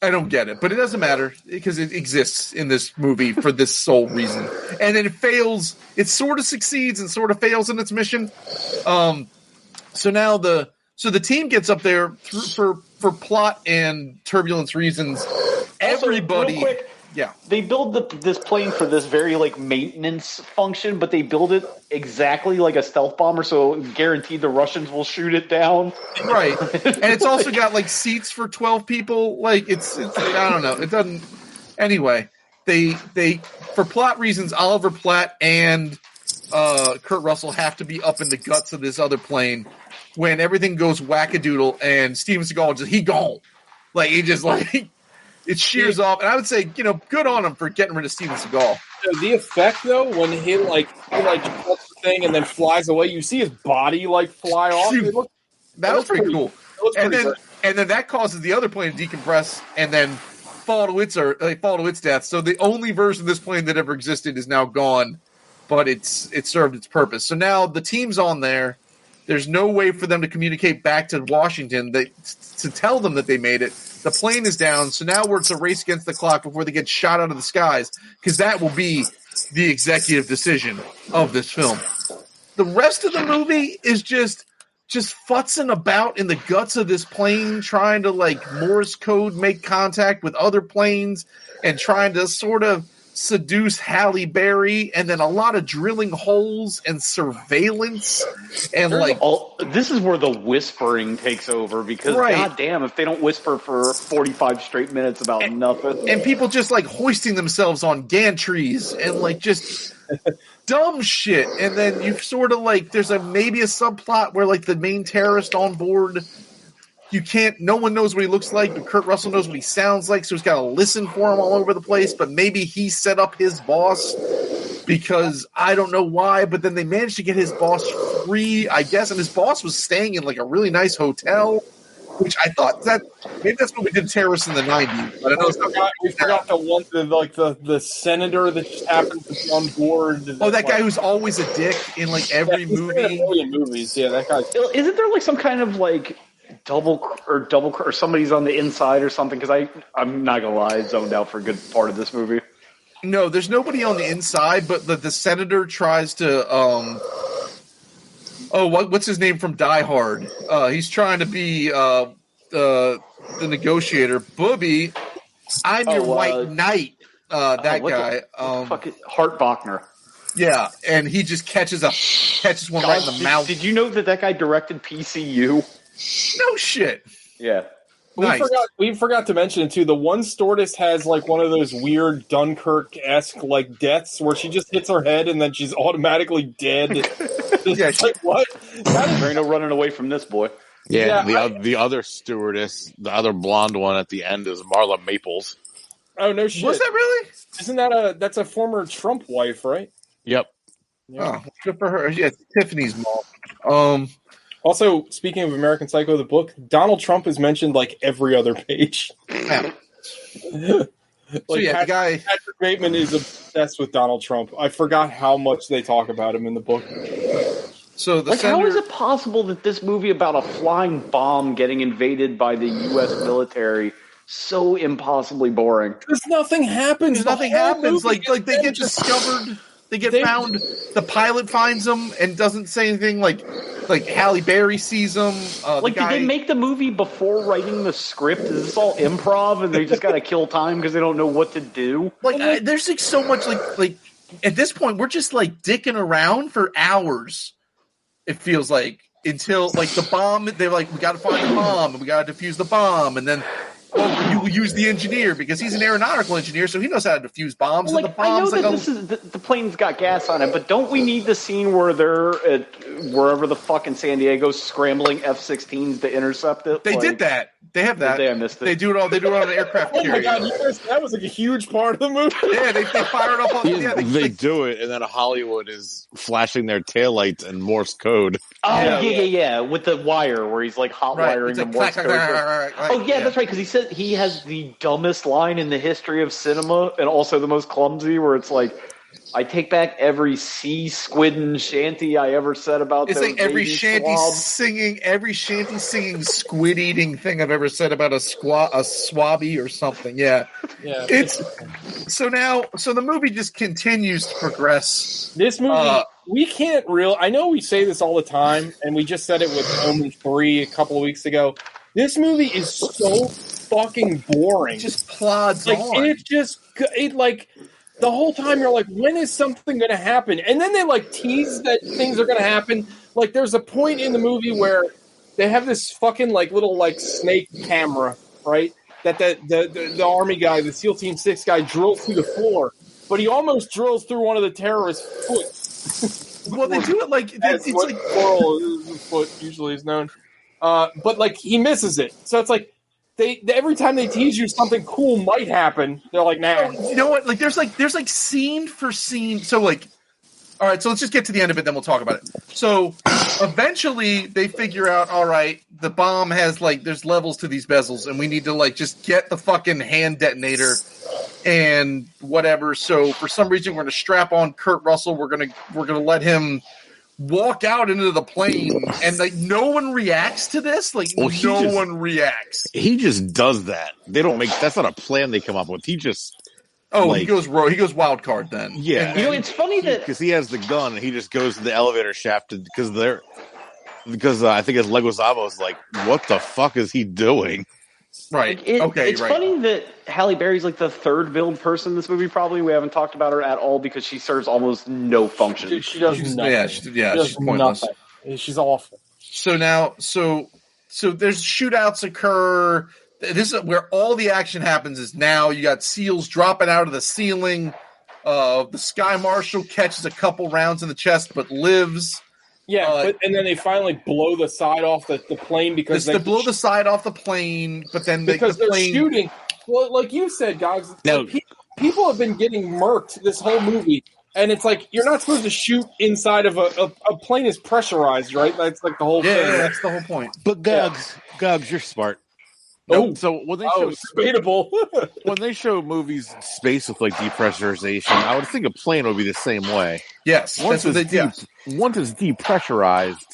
[SPEAKER 10] I don't get it, but it doesn't matter because it exists in this movie for this sole reason. And it fails. It sort of succeeds and sort of fails in its mission. Um, so now the so the team gets up there through, for for plot and turbulence reasons. Everybody,
[SPEAKER 8] quick,
[SPEAKER 10] yeah.
[SPEAKER 8] They build the, this plane for this very like maintenance function, but they build it exactly like a stealth bomber, so guaranteed the Russians will shoot it down.
[SPEAKER 10] right? And it's also got like seats for twelve people. Like it's, it's I don't know. It doesn't. Anyway, they they for plot reasons, Oliver Platt and uh, Kurt Russell have to be up in the guts of this other plane when everything goes wackadoodle and Steven Seagal just he gone. Like he just like it shears off. And I would say you know good on him for getting rid of Steven Seagal.
[SPEAKER 9] So the effect though, when he like he like cuts the thing and then flies away, you see his body like fly off. It looks-
[SPEAKER 10] That
[SPEAKER 9] it
[SPEAKER 10] was
[SPEAKER 9] looks
[SPEAKER 10] pretty, cool.
[SPEAKER 9] it looks
[SPEAKER 10] And
[SPEAKER 9] pretty
[SPEAKER 10] then
[SPEAKER 9] good.
[SPEAKER 10] and then that causes the other plane to decompress and then fall to its or like, fall to its death. So the only version of this plane that ever existed is now gone, but it's it served its purpose. So now the team's on there. There's no way for them to communicate back to Washington that, to tell them that they made it. The plane is down, so now we're it's a race against the clock before they get shot out of the skies, because that will be the executive decision of this film the rest of the movie is just just futzing about in the guts of this plane trying to like morse code make contact with other planes and trying to sort of seduce halle berry and then a lot of drilling holes and surveillance and like
[SPEAKER 8] all, this is where the whispering takes over because
[SPEAKER 10] Right.
[SPEAKER 8] goddamn, if they don't whisper for forty-five straight minutes about nothing,
[SPEAKER 10] and people just like hoisting themselves on gantries and like just dumb shit. And then you sort of like there's a maybe a subplot where like the main terrorist on board, you can't. No one knows what he looks like, but Kurt Russell knows what he sounds like, so he's got to listen for him all over the place. But maybe he set up his boss because I don't know why. But then they managed to get his boss free, I guess, and his boss was staying in like a really nice hotel. Which I thought that maybe that's what we did to terrorists in the '90s, but I know
[SPEAKER 9] We
[SPEAKER 10] it's not
[SPEAKER 9] forgot, we forgot the one, the, like the, the senator that just happened to be on board.
[SPEAKER 10] Oh, that guy
[SPEAKER 9] like-
[SPEAKER 10] who's always a dick in like every
[SPEAKER 9] he's been in a
[SPEAKER 10] movie.
[SPEAKER 9] million movies. Yeah, that guy.
[SPEAKER 8] isn't there like some kind of like double cr- or double cr- or somebody's on the inside or something? Because I I'm not gonna lie, I zoned out for a good part of this movie.
[SPEAKER 10] No, there's nobody on the inside, but the, the senator tries to. um Oh, what, what's his name from Die Hard? Uh, he's trying to be uh, uh, the negotiator. Booby I'm your
[SPEAKER 8] Oh, uh, oh,
[SPEAKER 10] white knight. Uh, that
[SPEAKER 8] what the-
[SPEAKER 10] guy. um,
[SPEAKER 8] Hart Bachner.
[SPEAKER 10] Yeah, and he just catches a catches one right in the
[SPEAKER 8] did,
[SPEAKER 10] mouth.
[SPEAKER 8] Did you know that that guy directed PCU?
[SPEAKER 10] No shit.
[SPEAKER 8] Yeah.
[SPEAKER 9] We
[SPEAKER 10] Nice.
[SPEAKER 9] forgot. We forgot to mention too. The one stewardess has like one of those weird Dunkirk esque like deaths where she just hits her head and then she's automatically dead. yeah, like, what?
[SPEAKER 8] There ain't no running away from this boy.
[SPEAKER 4] Yeah,
[SPEAKER 9] Yeah,
[SPEAKER 4] the oth- the other stewardess, the other blonde one at the end is Marla Maples.
[SPEAKER 9] Oh no shit!
[SPEAKER 10] Was that really?
[SPEAKER 9] Isn't that a that's a former Trump wife, right?
[SPEAKER 4] Yep.
[SPEAKER 9] Yeah.
[SPEAKER 10] Oh, good for her. Yeah, Tiffany's mom. Um.
[SPEAKER 9] Also, speaking of American Psycho, the book, Donald Trump is mentioned like every other page.
[SPEAKER 10] so yeah,
[SPEAKER 9] Pat-
[SPEAKER 10] the guy.
[SPEAKER 9] Patrick Bateman is obsessed with Donald Trump. I forgot how much they talk about him in the book.
[SPEAKER 10] So
[SPEAKER 9] the
[SPEAKER 8] like, how
[SPEAKER 9] sender-
[SPEAKER 8] is it possible that this movie about a flying bomb getting invaded by the U.S. military so impossibly boring?
[SPEAKER 9] Because nothing happens.
[SPEAKER 10] Because nothing happens. Like like they get discovered. They get found. The pilot finds them and doesn't say anything. Like like Halle Berry sees them. Uh,
[SPEAKER 8] like,
[SPEAKER 10] the guy,
[SPEAKER 8] did they make the movie before writing the script? Is this all improv, and they just got to kill time because they don't know what to do?
[SPEAKER 10] like I, there's like so much like like at this point we're just like dicking around for hours. It feels like until like the bomb. They're like we got to find the bomb and we got to defuse the bomb and then. Oh, you use the engineer because he's an aeronautical engineer, so he knows how to defuse bombs.
[SPEAKER 8] Like,
[SPEAKER 10] and the
[SPEAKER 8] I
[SPEAKER 10] bombs
[SPEAKER 8] know that
[SPEAKER 10] like a-
[SPEAKER 8] this is the, the plane's got gas on it, but don't we need the scene where they're at wherever the fuck in San Diego scrambling F-16s to intercept it?
[SPEAKER 10] They
[SPEAKER 8] Like,
[SPEAKER 10] did that. They have that.
[SPEAKER 8] They, I missed it.
[SPEAKER 10] They do it all. They do it on an aircraft
[SPEAKER 9] Oh my
[SPEAKER 10] carrier.
[SPEAKER 9] god, you guys, that was like a huge part of the movie.
[SPEAKER 10] Yeah, they, they fired up. All, yeah,
[SPEAKER 4] they,
[SPEAKER 10] they,
[SPEAKER 4] do it, and then Hollywood is flashing their taillights in Morse code.
[SPEAKER 8] Oh yeah, yeah, yeah, with the wire where he's like hot
[SPEAKER 4] Right,
[SPEAKER 8] wiring
[SPEAKER 4] it's
[SPEAKER 8] the
[SPEAKER 4] like
[SPEAKER 8] Morse
[SPEAKER 4] clack,
[SPEAKER 8] code.
[SPEAKER 4] clack, clack, clack, clack,
[SPEAKER 8] oh yeah, that's right because he said he has the dumbest line in the history of cinema and also the most clumsy. Where it's like, I take back every sea squid and shanty I ever said about.
[SPEAKER 10] It's
[SPEAKER 8] those
[SPEAKER 10] like every
[SPEAKER 8] baby
[SPEAKER 10] shanty
[SPEAKER 8] swabs.
[SPEAKER 10] singing, every shanty singing squid eating thing I've ever said about a squab, a swabby or something. Yeah,
[SPEAKER 9] Yeah.
[SPEAKER 10] it's so now. So the movie just continues to progress.
[SPEAKER 9] This movie,
[SPEAKER 10] Uh,
[SPEAKER 9] we can't real. I know we say this all the time, and we just said it with Omen Three a couple of weeks ago. This movie is so fucking boring.
[SPEAKER 10] just plods
[SPEAKER 9] like,
[SPEAKER 10] on.
[SPEAKER 9] It just it like the whole time you're like, when is something going to happen? And then they like tease that things are going to happen. Like there's a point in the movie where they have this fucking like little like snake camera, right? That the the, the, the army guy, the SEAL Team Six guy, drills through the floor, but he almost drills through one of the terrorists' foot.
[SPEAKER 10] Well, they do it like
[SPEAKER 9] That's what Coral foot usually is known. Uh, but like he misses it, so it's like they, they every time they tease you something cool might happen, they're like, nah.
[SPEAKER 10] Oh, you know what? Like there's like there's like scene for scene. So like, all right. So let's just get to the end of it, then we'll talk about it. So eventually they figure out. All right, the bomb has like there's levels to these bezels, and we need to like just get the fucking hand detonator and whatever. So for some reason we're gonna strap on Kurt Russell. We're gonna we're gonna let him. Walk out into the plane, and like no one reacts to this. Like
[SPEAKER 4] Well, he
[SPEAKER 10] no
[SPEAKER 4] just-
[SPEAKER 10] one reacts.
[SPEAKER 4] He just does that. They don't make that's not a plan they come up with. He just
[SPEAKER 10] Oh, he
[SPEAKER 4] like-
[SPEAKER 10] goes ro- he goes wild card then.
[SPEAKER 4] yeah,
[SPEAKER 8] You know, it's funny that
[SPEAKER 4] because he has the gun and he just goes to the elevator shaft because they're because uh, I think it's Leguizamo's like, what the fuck is he doing?
[SPEAKER 10] Right.
[SPEAKER 8] It- it's funny that Halle Berry's like the third build person in this movie. Probably we haven't talked about her at all because she serves almost no function.
[SPEAKER 9] She does nothing.
[SPEAKER 10] yeah, she- yeah,
[SPEAKER 9] She does
[SPEAKER 10] she's pointless.
[SPEAKER 9] nothing. She's awful.
[SPEAKER 10] So now, so so there's shootouts occur. Th- This is where all the action happens. Is now you got seals dropping out of the ceiling. Uh, the sky marshal catches a couple rounds in the chest but lives.
[SPEAKER 9] Yeah,
[SPEAKER 10] Uh,
[SPEAKER 9] but, and then they finally blow the side off the, the plane because
[SPEAKER 10] This,
[SPEAKER 9] they
[SPEAKER 10] they blow the side off the plane, but then they,
[SPEAKER 9] because
[SPEAKER 10] the
[SPEAKER 9] they're
[SPEAKER 10] plane
[SPEAKER 9] shooting. Well, like you said, Gogs, like,
[SPEAKER 4] No.
[SPEAKER 9] pe- people have been getting murked this whole movie, and it's like you're not supposed to shoot inside of a, a, a plane is pressurized, right? That's like the whole
[SPEAKER 10] Yeah,
[SPEAKER 9] thing.
[SPEAKER 10] that's the whole point.
[SPEAKER 4] But Gogs, Gogs, you're smart.
[SPEAKER 9] Nope.
[SPEAKER 4] So when they
[SPEAKER 9] Oh,
[SPEAKER 4] show
[SPEAKER 9] debatable.
[SPEAKER 4] when they show movies in space with like depressurization, I would think a plane would be the same way.
[SPEAKER 10] Yes,
[SPEAKER 4] Once
[SPEAKER 10] that's what
[SPEAKER 4] it's,
[SPEAKER 10] they do.
[SPEAKER 4] de- once it's depressurized,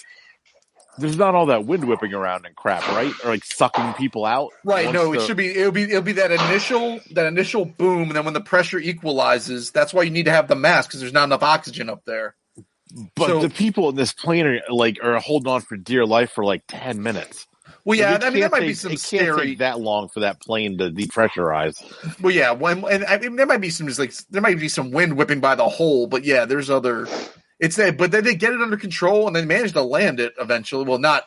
[SPEAKER 4] there's not all that wind whipping around and crap, right? Or like sucking people out.
[SPEAKER 10] Right.
[SPEAKER 4] Once
[SPEAKER 10] no,
[SPEAKER 4] the-
[SPEAKER 10] it should be it'll be it'll be that initial that initial boom, and then when the pressure equalizes, that's why you need to have the mask because there's not enough oxygen up there.
[SPEAKER 4] But
[SPEAKER 10] so-
[SPEAKER 4] the people in this plane are like are holding on for dear life for like ten minutes.
[SPEAKER 10] Well, yeah,
[SPEAKER 4] It
[SPEAKER 10] I mean, that
[SPEAKER 4] can't
[SPEAKER 10] might be
[SPEAKER 4] take-
[SPEAKER 10] some
[SPEAKER 4] it can't
[SPEAKER 10] scary-
[SPEAKER 4] take that long for that plane to depressurize.
[SPEAKER 10] Well, yeah, when, and I mean, there might be some just like there might be some wind whipping by the hole, but yeah, there's other. It's that, but then they get it under control and they manage to land it eventually. Well, not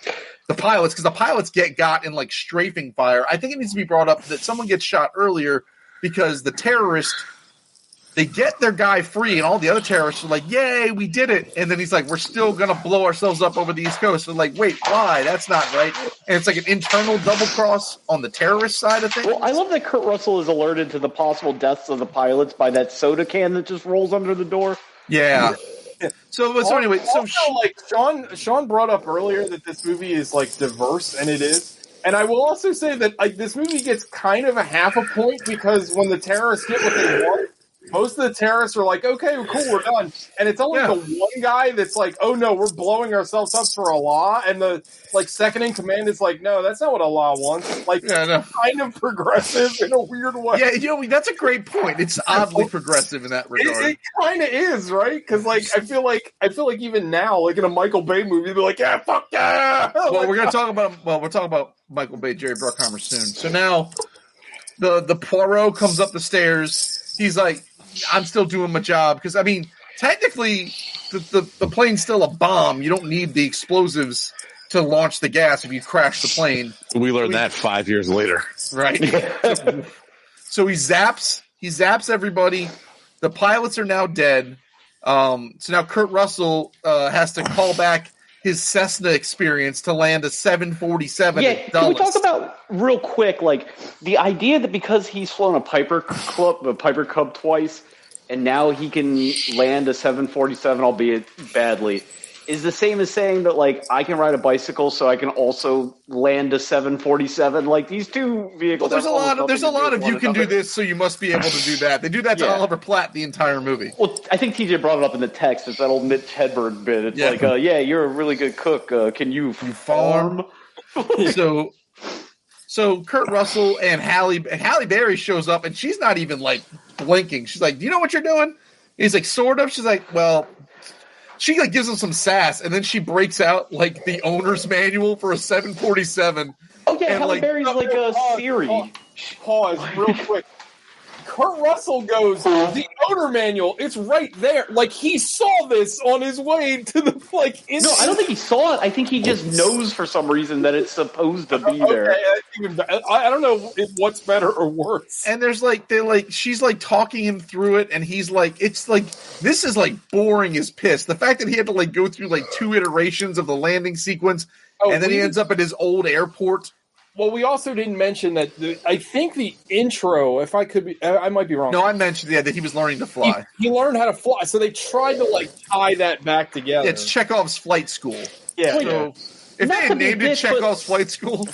[SPEAKER 10] the pilots because the pilots get got in like strafing fire. I think it needs to be brought up that someone gets shot earlier because the terrorist they get their guy free, and all the other terrorists are like, "Yay, we did it!" And then he's like, "We're still gonna blow ourselves up over the East Coast." They're like, "Wait, why? That's not right." And it's like an internal double cross on the terrorist side of things.
[SPEAKER 8] Well, I love that Kurt Russell is alerted to the possible deaths of the pilots by that soda can that just rolls under the door.
[SPEAKER 10] Yeah. So,
[SPEAKER 8] so anyway, so
[SPEAKER 9] also, like Sean Sean brought up earlier that this movie is like diverse, and it is. And I will also say that like this movie gets kind of a half a point because when the terrorists get what they want, most of the terrorists are like, "Okay, well, cool, we're done." And it's only the one guy that's like, "Oh no, we're blowing ourselves up for Allah," and the like second in command is like, "No, that's not what Allah wants." Like, kind of progressive in a weird way.
[SPEAKER 10] Yeah, you know that's a great point. It's oddly progressive in that regard.
[SPEAKER 9] It, it kind of is, right? Because like I feel like I feel like even now, like in a Michael Bay movie, they're like, "Yeah, fuck yeah."
[SPEAKER 10] well, we're going to talk about well, we're talking about Michael Bay, Jerry Bruckheimer soon. So now, the the Poirot comes up the stairs. He's like, "I'm still doing my job," because I mean, technically, the, the the plane's still a bomb. You don't need the explosives to launch the gas if you crash the plane.
[SPEAKER 4] We learned that five years later.
[SPEAKER 10] Right. so he zaps. He zaps everybody. The pilots are now dead. Um, so now Kurt Russell uh, has to call back his Cessna experience to land a 747
[SPEAKER 8] Yeah,
[SPEAKER 10] at
[SPEAKER 8] can we
[SPEAKER 10] Dulles.
[SPEAKER 8] talk about real quick, like the idea that because he's flown a Piper Club, a Piper Cub twice, and now he can land a 747, albeit badly, is the same as saying that like I can ride a bicycle, so I can also land a 747. Like these two
[SPEAKER 10] Well,
[SPEAKER 8] vehicles.
[SPEAKER 10] there's a
[SPEAKER 8] have
[SPEAKER 10] lot
[SPEAKER 8] almost
[SPEAKER 10] of there's a
[SPEAKER 8] nothing to do
[SPEAKER 10] lot
[SPEAKER 8] with
[SPEAKER 10] of
[SPEAKER 8] one
[SPEAKER 10] you can do
[SPEAKER 8] another.
[SPEAKER 10] this, so you must be able to do that. They do that to
[SPEAKER 8] Yeah.
[SPEAKER 10] Oliver Platt the entire movie.
[SPEAKER 8] Well, I think TJ brought it up in the text. It's that old Mitch Hedberg bit. It's
[SPEAKER 10] Yeah.
[SPEAKER 8] like, uh, yeah, you're a really good cook. Uh, can you, farm?
[SPEAKER 10] so, so Kurt Russell and Halle and Halle Berry shows up, and she's not even like blinking. She's like, "Do you know what you're doing?" And he's like, "Sort of." She's like, "Well." She like gives him some sass, and then she breaks out like the owner's manual for a 747.
[SPEAKER 8] Oh
[SPEAKER 9] yeah, Halle Berry's like a
[SPEAKER 8] Siri.
[SPEAKER 9] Pause real quick. Kurt Russell goes the owner manual. It's right there. Like he saw this on his way to the like.
[SPEAKER 8] No, I don't think he saw it. I think he just knows for some reason that it's supposed to be there.
[SPEAKER 9] Okay, that's even be- I, I don't know if what's better or worse.
[SPEAKER 10] And there's like they like she's like talking him through it, and he's like, it's like this is like boring as piss. The fact that he had to like go through like two iterations of the landing sequence,
[SPEAKER 9] Oh,
[SPEAKER 10] and then he
[SPEAKER 9] we-
[SPEAKER 10] ends up at his old airport.
[SPEAKER 9] Well, we also didn't mention that. The, I think the intro, if I could be, I, I might be wrong.
[SPEAKER 10] No, I mentioned yeah that he was learning to fly.
[SPEAKER 9] He learned how to fly, so they tried to like tie that back together.
[SPEAKER 10] It's Chekhov's flight school.
[SPEAKER 9] Oh, Yeah.
[SPEAKER 8] Wait,
[SPEAKER 10] So if they
[SPEAKER 8] not to
[SPEAKER 10] had
[SPEAKER 8] be a
[SPEAKER 10] named it
[SPEAKER 8] bitch, but-
[SPEAKER 10] Chekhov's flight school,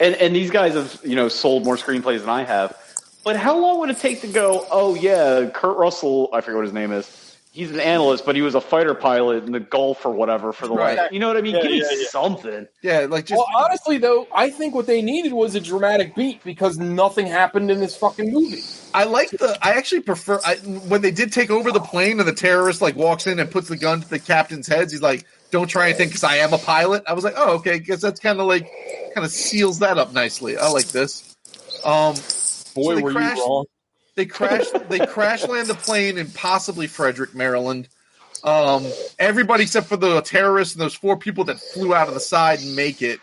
[SPEAKER 8] And and these guys have you know sold more screenplays than I have. But how long would it take to go? Oh yeah, Kurt Russell. I forget what his name is. He's an analyst, but he was a fighter pilot in the Gulf or whatever for the
[SPEAKER 9] Right.
[SPEAKER 8] last. You know what I mean?
[SPEAKER 9] Yeah,
[SPEAKER 8] Give me
[SPEAKER 9] yeah, yeah.
[SPEAKER 8] something.
[SPEAKER 10] yeah, like just
[SPEAKER 9] well, honestly, though, I think what they needed was a dramatic beat because nothing happened in this fucking movie.
[SPEAKER 10] I like the. I actually prefer I, when they did take over the plane and the terrorist like walks in and puts the gun to the captain's heads. He's like, "Don't try anything because I am a pilot." I was like, "Oh, okay," because that's kind of like kind of seals that up nicely. I like this. Um,
[SPEAKER 9] Boy,
[SPEAKER 10] they
[SPEAKER 9] were you
[SPEAKER 10] crashed-
[SPEAKER 9] wrong.
[SPEAKER 10] They crash. They crash land the plane in possibly Frederick, Maryland. Um, everybody except for the terrorists and those four people that flew out of the side and make it.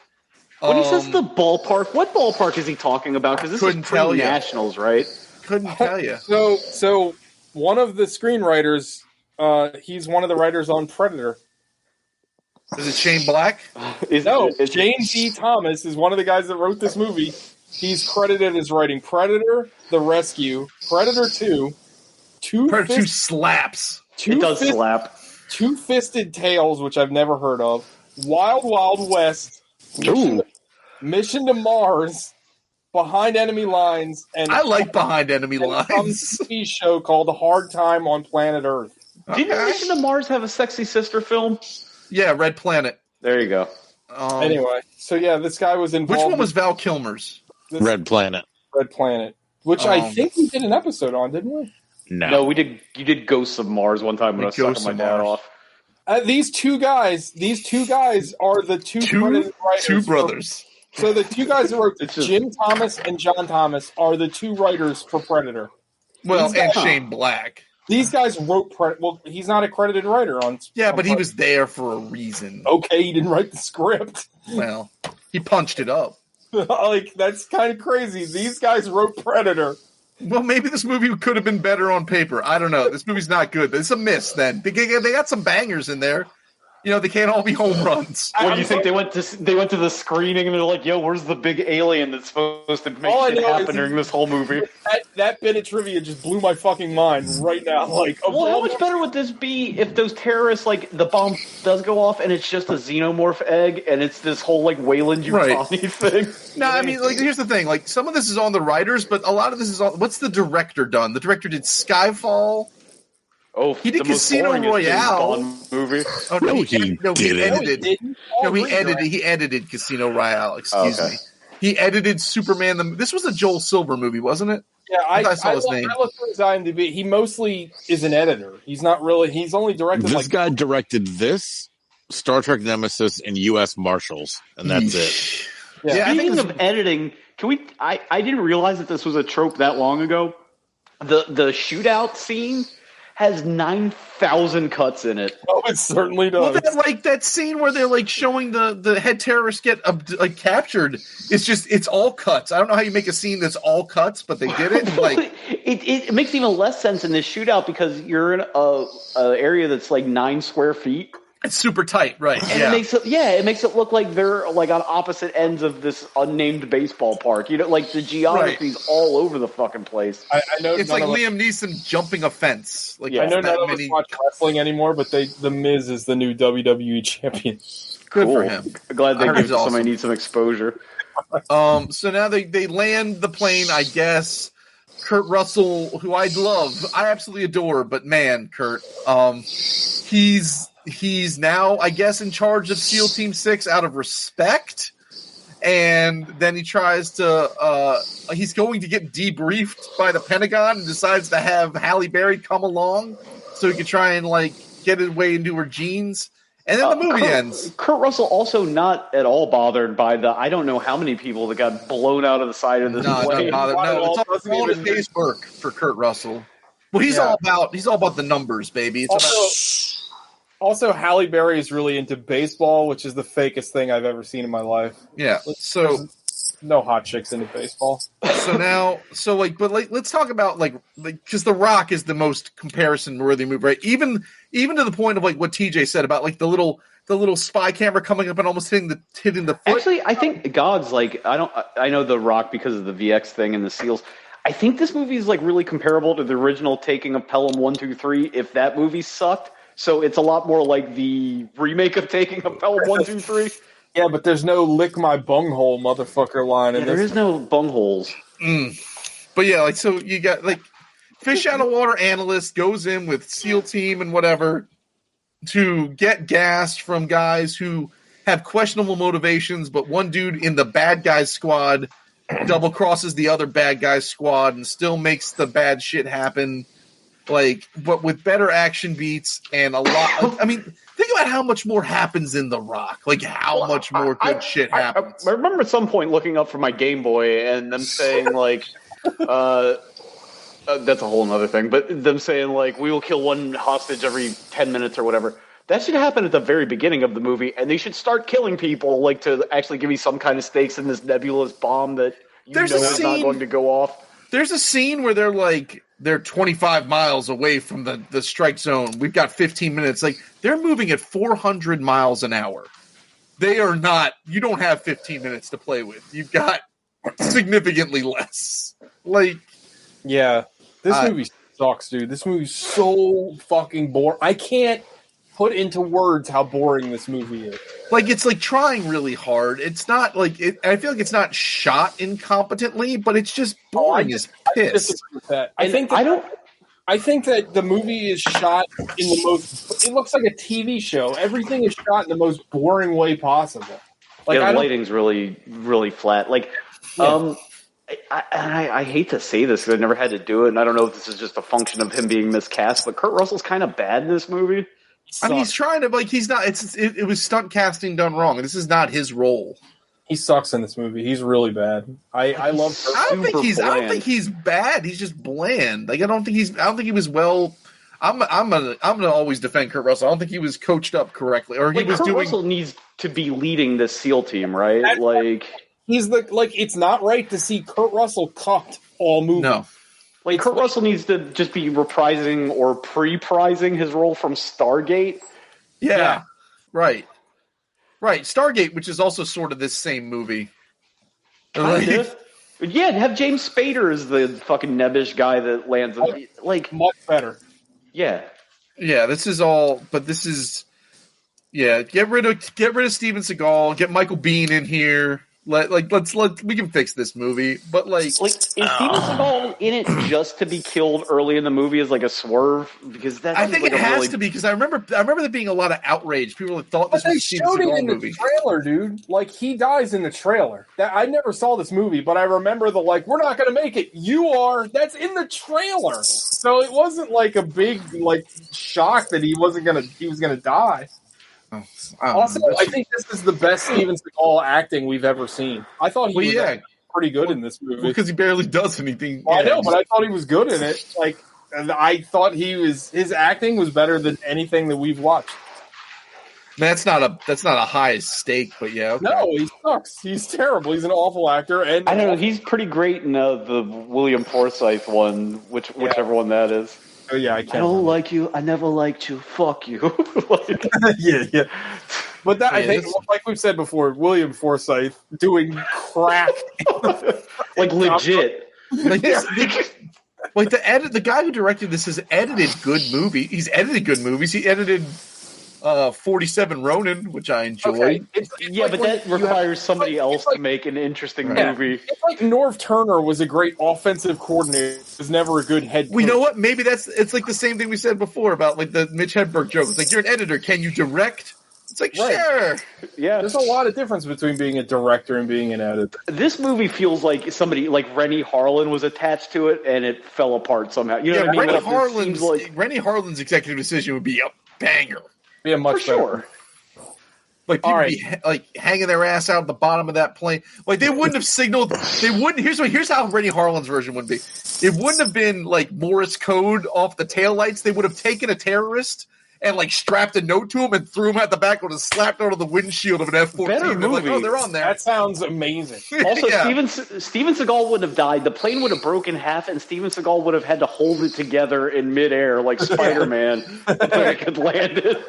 [SPEAKER 8] When he says
[SPEAKER 10] Um,
[SPEAKER 8] the ballpark, what ballpark is he talking about? Because this is
[SPEAKER 10] Couldn't tell
[SPEAKER 8] pre
[SPEAKER 10] ya.
[SPEAKER 8] nationals, right?
[SPEAKER 10] couldn't tell you.
[SPEAKER 9] So, so one of the screenwriters, uh, he's one of the writers on Predator.
[SPEAKER 10] Is it Shane Black?
[SPEAKER 8] Is,
[SPEAKER 9] no, James E. Thomas is one of the guys that wrote this movie. He's credited as writing Predator, The Rescue, Predator Two, Two
[SPEAKER 10] Predator 2
[SPEAKER 9] Fist-
[SPEAKER 10] slaps.
[SPEAKER 9] Two
[SPEAKER 8] it does
[SPEAKER 9] fist-
[SPEAKER 8] slap.
[SPEAKER 9] Two Fisted Tales, which I've never heard of, Wild Wild West,
[SPEAKER 8] Ooh.
[SPEAKER 9] Mission to Mars, Behind Enemy Lines, and
[SPEAKER 10] I like behind enemy
[SPEAKER 9] and
[SPEAKER 10] lines.
[SPEAKER 9] some TV show called Hard Time on Planet Earth.
[SPEAKER 8] Didn't Mission to Mars have a sexy sister film?
[SPEAKER 10] Yeah, Red Planet.
[SPEAKER 8] There you go.
[SPEAKER 10] Um,
[SPEAKER 9] anyway, um, so yeah, this guy was
[SPEAKER 10] which
[SPEAKER 9] involved.
[SPEAKER 10] one was Val Kilmer's?
[SPEAKER 9] with this
[SPEAKER 4] Red Planet.
[SPEAKER 9] Red Planet? Which I
[SPEAKER 10] Um,
[SPEAKER 9] think we did an episode on, didn't we?
[SPEAKER 4] No.
[SPEAKER 8] No, we did. You did Ghosts of Mars one time when
[SPEAKER 10] We
[SPEAKER 8] I was sucking
[SPEAKER 10] Ghosts
[SPEAKER 8] my
[SPEAKER 10] of
[SPEAKER 8] dad
[SPEAKER 10] Mars.
[SPEAKER 8] off.
[SPEAKER 9] Uh, these two guys, these two guys are the two,
[SPEAKER 10] Two,
[SPEAKER 9] credited writers
[SPEAKER 10] two
[SPEAKER 9] for
[SPEAKER 10] brothers.
[SPEAKER 9] So the two guys that wrote this, Jim Thomas and John Thomas, are the two writers for Predator.
[SPEAKER 10] Well,
[SPEAKER 9] These
[SPEAKER 10] and
[SPEAKER 9] guys-
[SPEAKER 10] Shane Black.
[SPEAKER 9] These guys wrote Predator. Well, he's not a credited writer on.
[SPEAKER 10] Yeah,
[SPEAKER 9] on
[SPEAKER 10] but he
[SPEAKER 9] Predator.
[SPEAKER 10] was there for a reason.
[SPEAKER 9] Okay, he didn't write the script.
[SPEAKER 10] Well, he punched it up.
[SPEAKER 9] like that's kind of crazy. These guys wrote Predator.
[SPEAKER 10] Well, maybe this movie could have been better on paper. I don't know. This movie's not good, but it's a miss. Then they, they got some bangers in there. You know, they can't all be home runs.
[SPEAKER 8] What do you think they went to? They went to the screening and they're like, "Yo, where's the big alien that's supposed to make
[SPEAKER 9] All I
[SPEAKER 8] shit
[SPEAKER 9] know is
[SPEAKER 8] happen during this whole movie?"
[SPEAKER 9] That, that bit of trivia just blew my fucking mind right now. Like, of
[SPEAKER 8] well, how
[SPEAKER 9] all
[SPEAKER 8] much better would this be if those terrorists, like, the bomb does go off and it's just a xenomorph egg and it's this whole like Wayland
[SPEAKER 10] Right.
[SPEAKER 8] Utani thing?
[SPEAKER 10] No, I mean, like, here's the thing. Like, some of this is on the writers, but a lot of this is on. What's the director done? The director did Skyfall.
[SPEAKER 8] Oh,
[SPEAKER 10] he did Casino Royale.
[SPEAKER 8] movie.
[SPEAKER 10] Oh no,
[SPEAKER 8] No,
[SPEAKER 10] he,
[SPEAKER 8] he
[SPEAKER 10] no, he
[SPEAKER 8] didn't.
[SPEAKER 10] edited.
[SPEAKER 8] No, he didn't.
[SPEAKER 10] No, he
[SPEAKER 8] Oh,
[SPEAKER 10] edited.
[SPEAKER 8] redirect.
[SPEAKER 10] He edited Casino Royale. Excuse
[SPEAKER 8] okay.
[SPEAKER 10] me. He edited Superman. The, this was a Joel Silver movie, wasn't it?
[SPEAKER 9] Yeah, I,
[SPEAKER 10] thought
[SPEAKER 9] I,
[SPEAKER 10] I saw his
[SPEAKER 9] look-
[SPEAKER 10] name.
[SPEAKER 9] I look for his IMDb. He mostly is an editor. He's not really. He's only directed
[SPEAKER 2] This
[SPEAKER 9] like
[SPEAKER 2] guy directed this, Star Trek Nemesis, and U.S. Marshals, and that's it.
[SPEAKER 9] Yeah,
[SPEAKER 8] Speaking of editing, can we? I, I didn't realize that this was a trope that long ago. The the shootout scene has nine thousand cuts in it.
[SPEAKER 9] Oh, it certainly
[SPEAKER 10] Well, that, like that scene where they're like showing the the head terrorists get ab- like captured. It's just it's all cuts. I don't know how you make a scene that's all cuts, but they did it. Like
[SPEAKER 8] it, it, it makes even less sense in this shootout because you're in a, a area that's like nine square feet.
[SPEAKER 10] It's super tight, right?
[SPEAKER 8] And
[SPEAKER 10] yeah.
[SPEAKER 8] it makes it yeah, it makes it look like they're like on opposite ends of this unnamed baseball park. You know, like the geography's all over the fucking place.
[SPEAKER 9] I, I know
[SPEAKER 10] it's like Liam Neeson jumping a fence. Like
[SPEAKER 9] I know
[SPEAKER 10] that
[SPEAKER 9] none of us
[SPEAKER 10] many-
[SPEAKER 9] watch wrestling anymore, but they the Miz is the new WWE champion.
[SPEAKER 10] Good for him.
[SPEAKER 8] Glad they
[SPEAKER 10] I heard
[SPEAKER 8] gave
[SPEAKER 10] he's awesome.
[SPEAKER 8] somebody needs some exposure.
[SPEAKER 10] Um, so now they, they land the plane, I guess. Kurt Russell, who I love, I absolutely adore, but man, Kurt, um, he's he's now, I guess, in charge of SEAL Team Six out of respect. And then he tries to uh, he's going to get debriefed by the Pentagon and decides to have Halle Berry come along so he can try and like get his way into her jeans. And then the movie
[SPEAKER 8] Uh, Kurt,
[SPEAKER 10] ends.
[SPEAKER 8] Kurt Russell also not at all bothered by the I don't know how many people that got blown out of the side of this
[SPEAKER 10] No,
[SPEAKER 8] plane.
[SPEAKER 10] not bother. No, it's all, it's all in a day's work for Kurt Russell. Well, he's
[SPEAKER 9] Yeah.
[SPEAKER 10] all about he's all about the numbers, baby. It's about,
[SPEAKER 9] Also, also, Halle Berry is really into baseball, which is the fakest thing I've ever seen in my life.
[SPEAKER 10] yeah. So
[SPEAKER 9] No hot chicks into baseball.
[SPEAKER 10] so now so like but like let's talk about like like because The Rock is the most comparison worthy move, right? Even even to the point of like what TJ said about like the little the little spy camera coming up and almost hitting the hitting the foot.
[SPEAKER 8] Actually, I think God's like I don't I- I know the Rock because of the VX thing and the seals. I think this movie is like really comparable to the original Taking of Pelham One Two Three. If that movie sucked, so it's a lot more like the remake of Taking of Pelham One Two Three.
[SPEAKER 9] Yeah, but there's no lick my bunghole motherfucker line in
[SPEAKER 8] Yeah, there
[SPEAKER 9] this.
[SPEAKER 8] is no bungholes.
[SPEAKER 10] Mm. But yeah, like so you got like fish out of water analyst goes in with SEAL team and whatever to get gas from guys who have questionable motivations, but one dude in the bad guys squad double crosses the other bad guys squad and still makes the bad shit happen. Like, but with better action beats and a lot. I mean, think about how much more happens in The Rock. Like, how much more good shit happens.
[SPEAKER 8] I remember at some point looking up for my Game Boy and them saying like, uh, uh, "That's a whole other thing," but them saying like, "We will kill one hostage every ten minutes or whatever." That should happen at the very beginning of the movie, and they should start killing people like to actually give you some kind of stakes in this nebulous bomb that you
[SPEAKER 10] There's
[SPEAKER 8] know
[SPEAKER 10] a
[SPEAKER 8] is not
[SPEAKER 10] scene-
[SPEAKER 8] going to go off.
[SPEAKER 10] there's a scene where they're like they're 25 miles away from the, the strike zone we've got 15 minutes like they're moving at 400 miles an hour they are not you don't have 15 minutes to play with you've got significantly less like
[SPEAKER 9] Yeah. This
[SPEAKER 10] Uh,
[SPEAKER 9] movie sucks, dude. This movie's so fucking boring. I can't put into words how boring this movie is.
[SPEAKER 10] like it's like trying really hard it's not like it, i feel like it's not shot incompetently but it's just boring as
[SPEAKER 9] Oh, I
[SPEAKER 10] piss
[SPEAKER 9] disagree with that. I think that, I don't. I think that the movie is shot in the most. It looks like a TV show. Everything is shot in the most boring way possible. Like
[SPEAKER 8] yeah,
[SPEAKER 9] I
[SPEAKER 8] the
[SPEAKER 9] don't,
[SPEAKER 8] lighting's really, really flat. Like, um, I, I, and I, I hate to say this because I never had to do it, and I don't know if this is just a function of him being miscast, but Kurt Russell's kind of bad in this movie.
[SPEAKER 10] I mean, he's trying to like he's not. It's it, it was stunt casting done wrong. This is not his role.
[SPEAKER 9] He sucks in this movie. He's really bad. I I love.
[SPEAKER 10] I don't think he's. I don't think he's bad. He's just bland. Like I don't think he's. I don't think he was well. I'm. I'm. Gonna, I'm going to always defend Kurt Russell. I don't think he was coached up correctly, or he
[SPEAKER 8] Like,
[SPEAKER 10] was
[SPEAKER 8] Kurt
[SPEAKER 10] doing.
[SPEAKER 8] Russell needs to be leading this SEAL team, right? like
[SPEAKER 9] he's the like. It's not right to see Kurt Russell cucked all movies.
[SPEAKER 10] No.
[SPEAKER 8] Like Kurt Russell needs to just be reprising or pre-prizing his role from Stargate.
[SPEAKER 10] Yeah, right, right. Stargate, which is also sort of this same movie.
[SPEAKER 8] Kind of. Yeah, and have James Spader as the fucking nebbish guy that lands. Like
[SPEAKER 9] much better.
[SPEAKER 8] Yeah,
[SPEAKER 10] yeah. This is all, but this is yeah. Get rid of get rid of Steven Seagal. Get Michael Bean in here. Let like let's let we can fix this movie. But like
[SPEAKER 8] like is Steven Seagal in it just to be killed early in the movie as like a swerve? Because that
[SPEAKER 10] I
[SPEAKER 8] seems
[SPEAKER 10] think
[SPEAKER 8] like
[SPEAKER 10] it
[SPEAKER 8] a
[SPEAKER 10] has
[SPEAKER 8] really
[SPEAKER 10] to be because I remember I remember there being a lot of outrage. People that thought this
[SPEAKER 9] But they
[SPEAKER 10] was a Steven
[SPEAKER 9] showed it
[SPEAKER 10] Seagal
[SPEAKER 9] in the
[SPEAKER 10] movie.
[SPEAKER 9] trailer, dude. Like he dies in the trailer. That I never saw this movie, but I remember the like, we're not going to make it. You are. That's in the trailer. So it wasn't like a big like shock that he wasn't going to he was going to die.
[SPEAKER 10] Mm,
[SPEAKER 9] Also, I think this is the best Steven Seagal acting we've ever seen. I thought he
[SPEAKER 10] Well,
[SPEAKER 9] was
[SPEAKER 10] yeah.
[SPEAKER 9] actually pretty good in this movie
[SPEAKER 10] because he barely does anything.
[SPEAKER 9] Well, I
[SPEAKER 10] Yeah,
[SPEAKER 9] know, but I
[SPEAKER 10] he's-
[SPEAKER 9] thought he was good in it. Like, and I thought he was his acting was better than anything that we've watched.
[SPEAKER 10] that's not a that's not a high stake, but yeah. Okay.
[SPEAKER 9] No, he sucks. He's terrible. He's an awful actor. And
[SPEAKER 8] I don't know. He's pretty great in uh, the William Forsythe one, which whichever one that is.
[SPEAKER 9] Oh yeah, I can't.
[SPEAKER 8] I don't like you. I never liked you. Fuck you. Like-
[SPEAKER 9] yeah, yeah. But that I
[SPEAKER 8] Yeah,
[SPEAKER 9] think,
[SPEAKER 8] this-
[SPEAKER 9] like we've said before, William Forsythe doing crack,
[SPEAKER 8] like legit.
[SPEAKER 10] Like, this, like the edit, the guy who directed this has edited good movie. He's edited good movies. He edited uh, Forty Seven Ronin, which I enjoyed.
[SPEAKER 8] yeah, but that requires somebody else to make an interesting
[SPEAKER 9] Yeah.
[SPEAKER 8] movie.
[SPEAKER 9] It's like Norv Turner was a great offensive coordinator, was never a good head.
[SPEAKER 10] Well, you know what? Maybe that's it's like the same thing we said before about like the Mitch Hedberg joke. It's like you're an editor. Can you direct? It's like sure.
[SPEAKER 8] Yeah,
[SPEAKER 9] there's a lot of difference between being a director and being an editor.
[SPEAKER 8] This movie feels like somebody like Rennie Harlan was attached to it and it fell apart somehow. You know
[SPEAKER 10] yeah,
[SPEAKER 8] what I mean?
[SPEAKER 10] Rennie
[SPEAKER 8] Like, this
[SPEAKER 10] Harlan's
[SPEAKER 8] seems like-
[SPEAKER 10] Rennie Harlan's executive decision would be a banger.
[SPEAKER 9] Yeah, much
[SPEAKER 10] for sure. Like people
[SPEAKER 9] right.
[SPEAKER 10] be ha- like hanging their ass out the bottom of that plane. Like they wouldn't have signaled. They wouldn't. Here's what. Here's how Rennie Harlan's version would be. It wouldn't have been like Morris code off the taillights. They would have taken a terrorist and like strapped a note to him and threw him out the back and slapped onto the windshield of an F fourteen.
[SPEAKER 8] Better
[SPEAKER 10] Like, oh,
[SPEAKER 8] movie.
[SPEAKER 10] they're on there.
[SPEAKER 9] That sounds amazing.
[SPEAKER 8] Also,
[SPEAKER 10] Yeah.
[SPEAKER 8] Steven Steven Seagal wouldn't have died. The plane would have broken half, and Steven Seagal would have had to hold it together in midair like Spider Man until it could land it.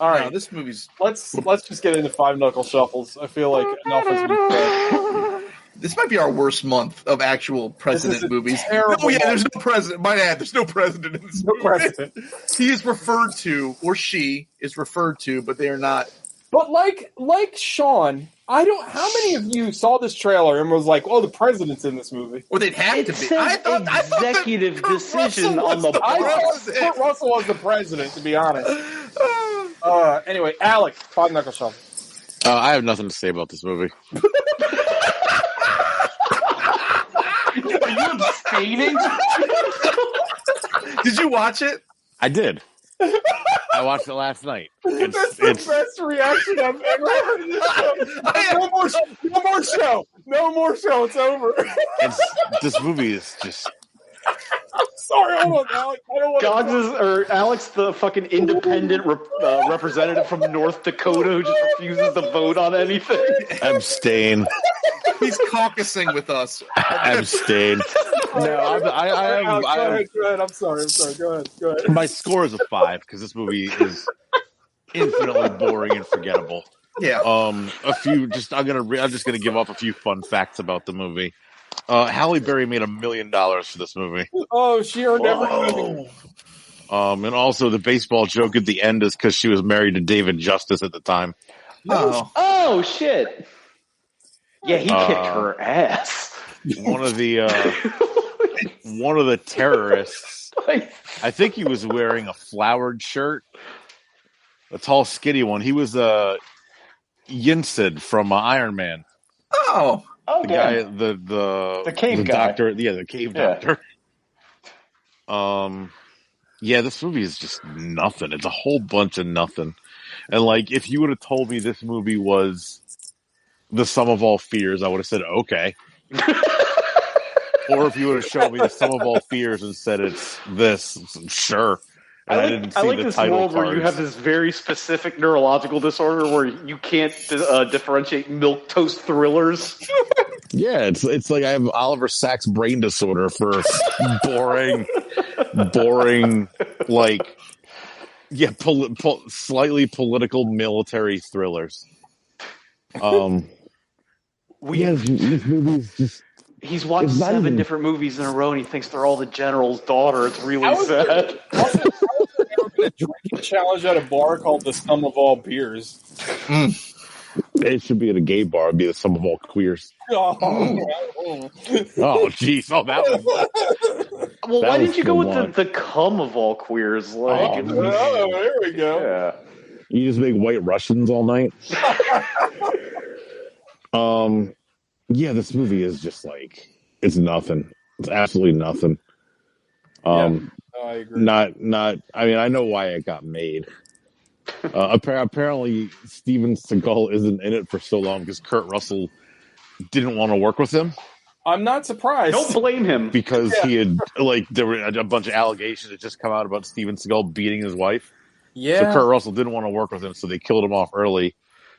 [SPEAKER 9] All right,
[SPEAKER 10] this movie's.
[SPEAKER 9] Let's let's just get into five knuckle shuffles. I feel like enough has been said.
[SPEAKER 10] This might be our worst month of actual
[SPEAKER 9] is a
[SPEAKER 10] president movies.
[SPEAKER 9] terrible
[SPEAKER 10] oh yeah,
[SPEAKER 9] month.
[SPEAKER 10] there's no president. Might add, there's no president in this.
[SPEAKER 9] No
[SPEAKER 10] movie.
[SPEAKER 9] precedent.
[SPEAKER 10] He is referred to, or she is referred to, but they are not.
[SPEAKER 9] But like like Sean, I don't. How many of you saw this trailer and was like, "Oh, the president's in this movie"?
[SPEAKER 10] Or they'd have to be. I thought, I thought that
[SPEAKER 8] Executive decision
[SPEAKER 10] Russell
[SPEAKER 8] on the
[SPEAKER 10] was the
[SPEAKER 9] I
[SPEAKER 8] box.
[SPEAKER 9] thought Kurt Russell was the president, to be honest. Uh, anyway, Alex, five knuckle shuffle.
[SPEAKER 2] Uh, I have nothing to say about this movie.
[SPEAKER 8] Are you abstaining?
[SPEAKER 10] Did you watch it?
[SPEAKER 2] I did. I watched it last night.
[SPEAKER 9] That's
[SPEAKER 2] It's,
[SPEAKER 9] the
[SPEAKER 2] it's
[SPEAKER 9] best reaction I've ever heard in this show. No more, show. no more show. No more show. It's over.
[SPEAKER 2] it's this movie is just
[SPEAKER 9] I'm sorry. Hold on, Alex. I don't want
[SPEAKER 8] Gods is, or Alex, the fucking independent rep, uh, representative from North Dakota, who just refuses to vote on anything.
[SPEAKER 2] abstain,
[SPEAKER 10] He's caucusing with us.
[SPEAKER 2] abstain. No, I, I, I,
[SPEAKER 9] Alex,
[SPEAKER 2] I,
[SPEAKER 9] go
[SPEAKER 2] I
[SPEAKER 9] ahead, go ahead. I'm sorry. I'm sorry. Go ahead. Go ahead.
[SPEAKER 2] my score is a five because this movie is infinitely boring and forgettable.
[SPEAKER 10] Yeah.
[SPEAKER 2] Um, a few. Just I'm gonna. Re- I'm just gonna give off a few fun facts about the movie. Uh, Halle Berry made a million dollars for this movie.
[SPEAKER 9] Oh, she earned every
[SPEAKER 10] Whoa.
[SPEAKER 2] Um, and also the baseball joke at the end is because she was married to David Justice at the time.
[SPEAKER 10] Oh.
[SPEAKER 8] Oh shit! Yeah, he
[SPEAKER 2] Uh,
[SPEAKER 8] kicked her ass.
[SPEAKER 2] One of the uh, one of the terrorists. I think he was wearing a flowered shirt, a tall, skinny one. He was uh, Yinsid from uh, Iron Man.
[SPEAKER 10] Oh.
[SPEAKER 8] Oh,
[SPEAKER 2] the guy, the the
[SPEAKER 8] The cave guy.
[SPEAKER 2] doctor, yeah, the cave
[SPEAKER 8] Yeah.
[SPEAKER 2] doctor. Um, yeah, this movie is just nothing. It's a whole bunch of nothing. And like, if you would have told me this movie was the sum of all fears, I would have said okay. or if you would have shown me the sum of all fears and said it's this, sure.
[SPEAKER 8] I
[SPEAKER 2] And I, didn't see
[SPEAKER 8] like, I like
[SPEAKER 2] the
[SPEAKER 8] this
[SPEAKER 2] title
[SPEAKER 8] world where you
[SPEAKER 2] cards.
[SPEAKER 8] have this very specific neurological disorder where you can't uh, differentiate milk toast thrillers.
[SPEAKER 2] Yeah, it's it's like I have Oliver Sacks brain disorder for boring, boring, like yeah, poli- po- slightly political military thrillers. Um,
[SPEAKER 8] We, he's watched
[SPEAKER 2] it's not
[SPEAKER 8] seven
[SPEAKER 2] even-
[SPEAKER 8] different movies in a row and he thinks they're all the general's daughter. It's really sad.
[SPEAKER 9] Drinking challenge at a bar called the Sum of All Beers.
[SPEAKER 2] it should be at a gay bar. It'd be the sum of all queers.
[SPEAKER 9] Oh,
[SPEAKER 2] Oh, jeez, oh that was
[SPEAKER 8] well,
[SPEAKER 2] That was
[SPEAKER 8] why didn't you go
[SPEAKER 2] the
[SPEAKER 8] with
[SPEAKER 2] one.
[SPEAKER 8] the, the cum of all queers? Like,
[SPEAKER 2] Oh,
[SPEAKER 8] it's-
[SPEAKER 2] man.
[SPEAKER 9] there we go.
[SPEAKER 2] You just make white Russians all night. um, yeah, this movie is just like it's nothing. It's absolutely nothing. Um,
[SPEAKER 9] No, I agree.
[SPEAKER 2] not not. I mean, I know why it got made. Uh, appar- apparently, Steven Seagal isn't in it for so long because Kurt Russell didn't want to work with him
[SPEAKER 9] I'm not surprised.
[SPEAKER 8] Don't blame him.
[SPEAKER 2] Oh. because he had like there were a bunch of allegations that just come out about Steven Seagal beating his wife.
[SPEAKER 9] Yeah.
[SPEAKER 2] So Kurt Russell didn't want to work with him, so they killed him off early.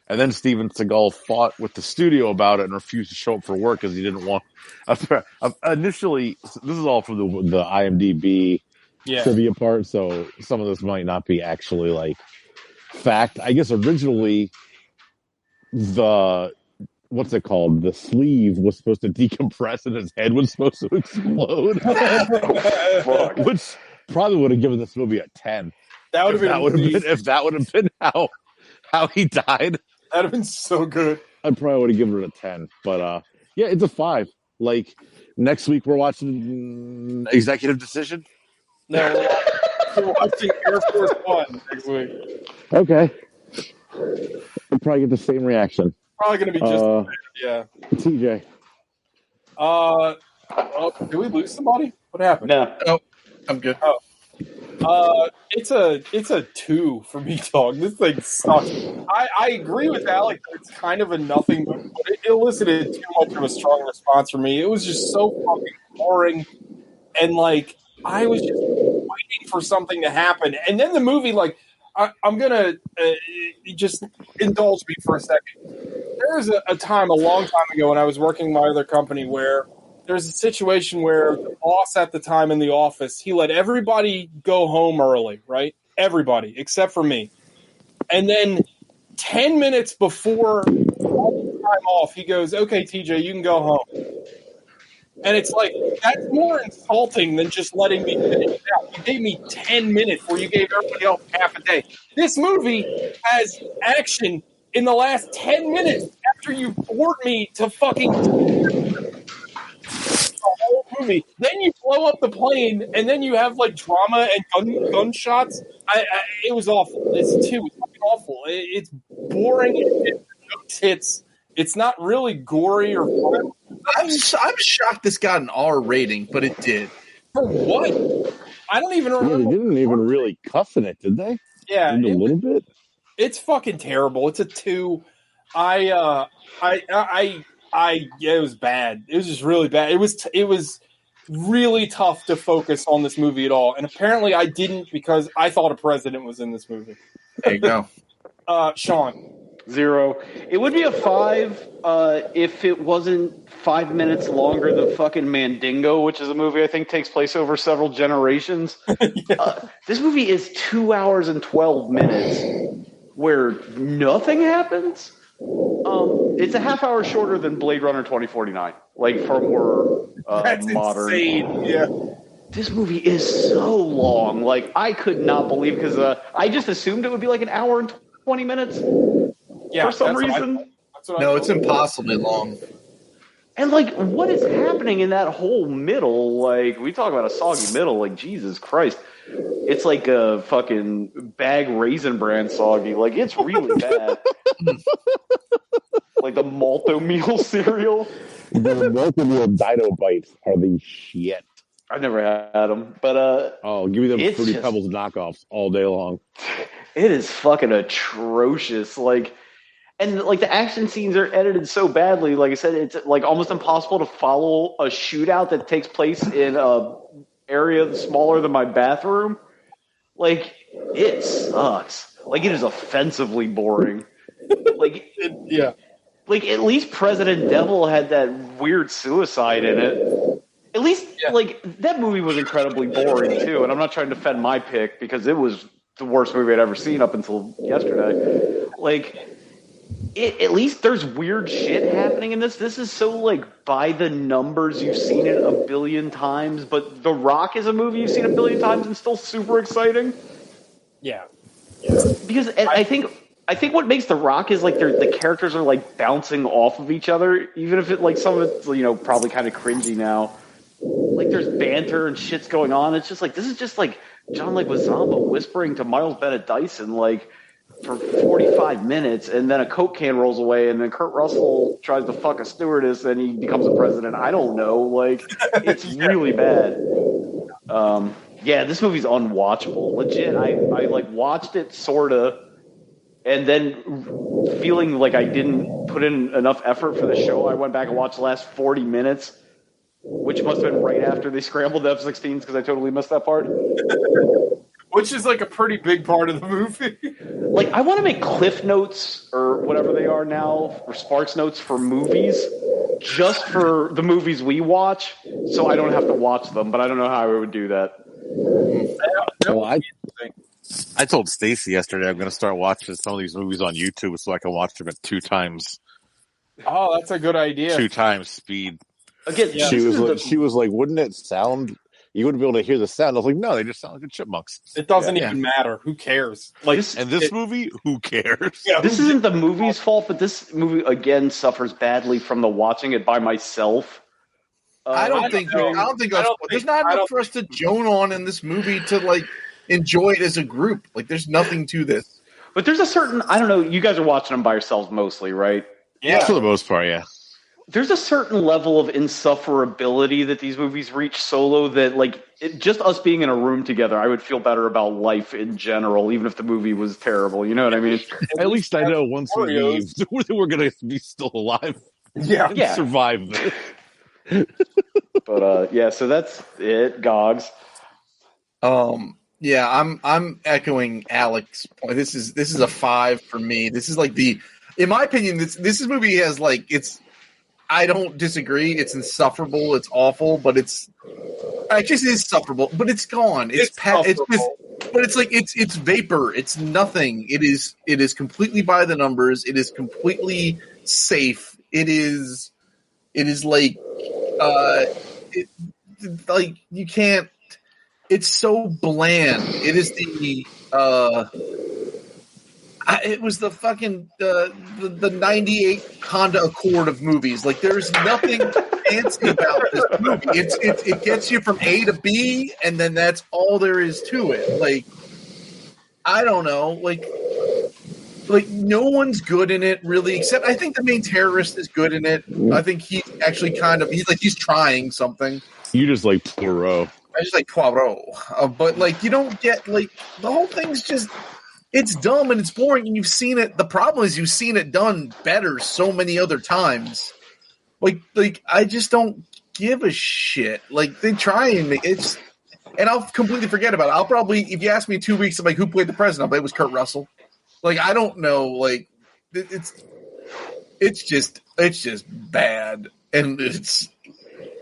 [SPEAKER 2] And then Steven Seagal fought with the studio about it and refused to show up for work because he didn't want. Initially, this is all from the the IMDb
[SPEAKER 9] Yeah.
[SPEAKER 2] trivia part, so some of this might not be actually like fact. I guess originally the what's it called? The sleeve was supposed to decompress and his head was supposed to explode, which probably would have given this movie a ten.
[SPEAKER 9] That would have
[SPEAKER 2] If that would have
[SPEAKER 9] been,
[SPEAKER 2] been if that would have been how how he died.
[SPEAKER 9] That'd have been so good.
[SPEAKER 2] I probably would have given it a ten, but uh, yeah, it's a five. Like next week we're watching mm, Executive Decision.
[SPEAKER 9] No, we're watching Air Force One next week.
[SPEAKER 2] Okay, I'll probably get the same reaction.
[SPEAKER 9] Probably gonna be just
[SPEAKER 2] Uh,
[SPEAKER 9] yeah.
[SPEAKER 2] TJ.
[SPEAKER 9] Uh, oh, did we lose somebody? What happened?
[SPEAKER 8] No,
[SPEAKER 10] no, I'm good.
[SPEAKER 9] Oh, uh, it's a it's a two for me, dog. This thing sucks. I, I agree with Alec. that It's kind of a nothing, movie, but it elicited too much of a strong response from me. It was just so fucking boring, and like I was just waiting for something to happen, and then the movie like. I, I'm gonna uh, just indulge me for a second. There was a, a time a long time ago when I was working in my other company where there's a situation where the boss at the time in the office he let everybody go home early right everybody except for me and then 10 minutes before all the time off he goes okay tj you can go home and it's like that's more insulting than just letting me finish it out. You gave me ten minutes where you gave everybody else half a day. This movie has action in the last ten minutes after you bored me to fucking the whole movie. Then you blow up the plane, and then you have like drama and gun gunshots. I, I it was awful. It's too it's fucking awful. It, it's boring. It, no tits. It's not really gory or violent.
[SPEAKER 10] I'm s- I'm shocked this got an R rating, but it did.
[SPEAKER 9] For what? I don't even
[SPEAKER 2] Yeah,
[SPEAKER 9] remember.
[SPEAKER 2] they didn't even really cuff in it, did they?
[SPEAKER 9] Yeah,
[SPEAKER 2] Did a
[SPEAKER 9] it-
[SPEAKER 2] little bit.
[SPEAKER 9] it's fucking terrible. It's a two. I uh I I I yeah, it was bad. It was just really bad. It was t- it was really tough to focus on this movie at all. And apparently I didn't because I thought a president was in this movie.
[SPEAKER 10] There you go.
[SPEAKER 9] Uh Sean.
[SPEAKER 8] Zero. It would be a five uh, if it wasn't five minutes longer than fucking Mandingo, which is a movie I think takes place over several generations. uh, this movie is two hours and 12 minutes where nothing happens. Um, it's a half hour shorter than Blade Runner 2049, like for more uh, modern.
[SPEAKER 9] Yeah.
[SPEAKER 8] This movie is so long. Like, I could not believe because uh, I just assumed it would be like an hour and 20 minutes
[SPEAKER 9] Yeah,
[SPEAKER 8] for some
[SPEAKER 9] that's what I
[SPEAKER 8] reason.
[SPEAKER 9] thought. That's what I
[SPEAKER 10] No,
[SPEAKER 9] thought.
[SPEAKER 10] it's impossibly long.
[SPEAKER 8] And like, what is happening in that whole middle? Like, we talk about a soggy middle. Like, Jesus Christ, it's like a fucking bag raisin brand soggy. Like, it's really bad. like the malto meal cereal.
[SPEAKER 2] The Welcome Meal Dino Bites are the shit.
[SPEAKER 8] I've never had them, but uh,
[SPEAKER 2] oh, give me them
[SPEAKER 8] it's
[SPEAKER 2] Fruity
[SPEAKER 8] just-
[SPEAKER 2] Pebbles knockoffs all day long.
[SPEAKER 8] It is fucking atrocious. Like, and like the action scenes are edited so badly. Like I said, it's like almost impossible to follow a shootout that takes place in a area smaller than my bathroom. Like it sucks. Like it is offensively boring. like
[SPEAKER 9] yeah.
[SPEAKER 8] Like at least President Devil had that weird suicide in it. At least like that movie was incredibly boring too, and I'm not trying to defend my pick because it was the worst movie I'd ever seen up until yesterday. Like it, at least there's weird shit happening in this. This is so like by the numbers. You've seen it a billion times, but The Rock is a movie you've seen a billion times and still super exciting.
[SPEAKER 9] Yeah.
[SPEAKER 8] Because and I think I think what makes The Rock is like they're, the characters are like bouncing off of each other, even if it like some of it's you know probably kind of cringy now. Like there's banter and shit's going on. It's just like this is just like John Leguizamo whispering to Miles Bennett Dyson like for 45 minutes, and then a coke can rolls away, and then Kurt Russell tries to fuck a stewardess, and he becomes a president. I don't know. Like it's really bad. Um, yeah, this movie's unwatchable. Legit, I I like watched it sorta and then feeling like I didn't put in enough effort for the show, I went back and watched the last 40 minutes, which must have been right after they scrambled the F-16s because I totally missed that part.
[SPEAKER 9] Which is like a pretty big part of the movie.
[SPEAKER 8] Like I want to make cliff notes or whatever they are now, or sparks notes for movies, just for the movies we watch, so I don't have to watch them. But I don't know how I would do that.
[SPEAKER 2] Well, Oh, I, I told Stacy yesterday I'm going to start watching some of these movies on YouTube so I can watch them at two times
[SPEAKER 9] Oh, that's a good idea.
[SPEAKER 2] two times speed.
[SPEAKER 8] Again,
[SPEAKER 2] she
[SPEAKER 9] this
[SPEAKER 2] was
[SPEAKER 9] is
[SPEAKER 2] like,
[SPEAKER 9] the-
[SPEAKER 2] she was like, wouldn't it sound? You wouldn't be able to hear the sound. I was like, no, they just sound like chipmunks.
[SPEAKER 9] It doesn't
[SPEAKER 2] Yeah.
[SPEAKER 9] even matter. Who cares? Like
[SPEAKER 2] and this movie, who cares?
[SPEAKER 8] this isn't the movie's fault, but this movie again suffers badly from the watching it by myself. Uh,
[SPEAKER 10] I don't think. I don't think. that's- there's not enough for us to joan on in this movie to like enjoy it as a group. Like, there's nothing to this.
[SPEAKER 8] But there's a certain I don't know. You guys are watching them by yourselves mostly, right?
[SPEAKER 9] Yeah.
[SPEAKER 2] For the most part, yeah.
[SPEAKER 8] There's a certain level of insufferability that these movies reach solo that, like, it, just us being in a room together, I would feel better about life in general, even if the movie was terrible. You know what I mean?
[SPEAKER 2] At least I know once we leave, we're going to be still alive.
[SPEAKER 9] Yeah,
[SPEAKER 2] and
[SPEAKER 8] Yeah.
[SPEAKER 2] survive this.
[SPEAKER 8] But uh, yeah, so that's it. Gogs.
[SPEAKER 10] Um. Yeah, I'm. I'm echoing Alex. point. This is this is a five for me. This is like the, in my opinion, this this is movie has like it's. I don't disagree. It's insufferable. It's awful, but it's. It just is sufferable, but it's gone. It's, pa- it's just, but it's like it's it's vapor. It's nothing. It is it is completely by the numbers. It is completely safe. It is, it is like, uh, it, like you can't it's so bland. It is the uh, I, it was the fucking uh, the the '98 Honda Accord of movies. Like there's nothing fancy about this movie. It's it, it gets you from A to B, and then that's all there is to it. Like I don't know, like. Like no one's good in it really, except I think the main terrorist is good in it. I think he's actually kind of he's like he's trying something.
[SPEAKER 2] You just like Poirot.
[SPEAKER 10] I just like Poirot, uh, but like you don't get like the whole thing's just it's dumb and it's boring and you've seen it. The problem is you've seen it done better so many other times. Like like I just don't give a shit. Like they try and make it's and I'll completely forget about it. I'll probably if you ask me in two weeks, I'm like who played the president? I'll be like, it was Kurt Russell. Like I don't know. Like it- it's it's just it's just bad and it's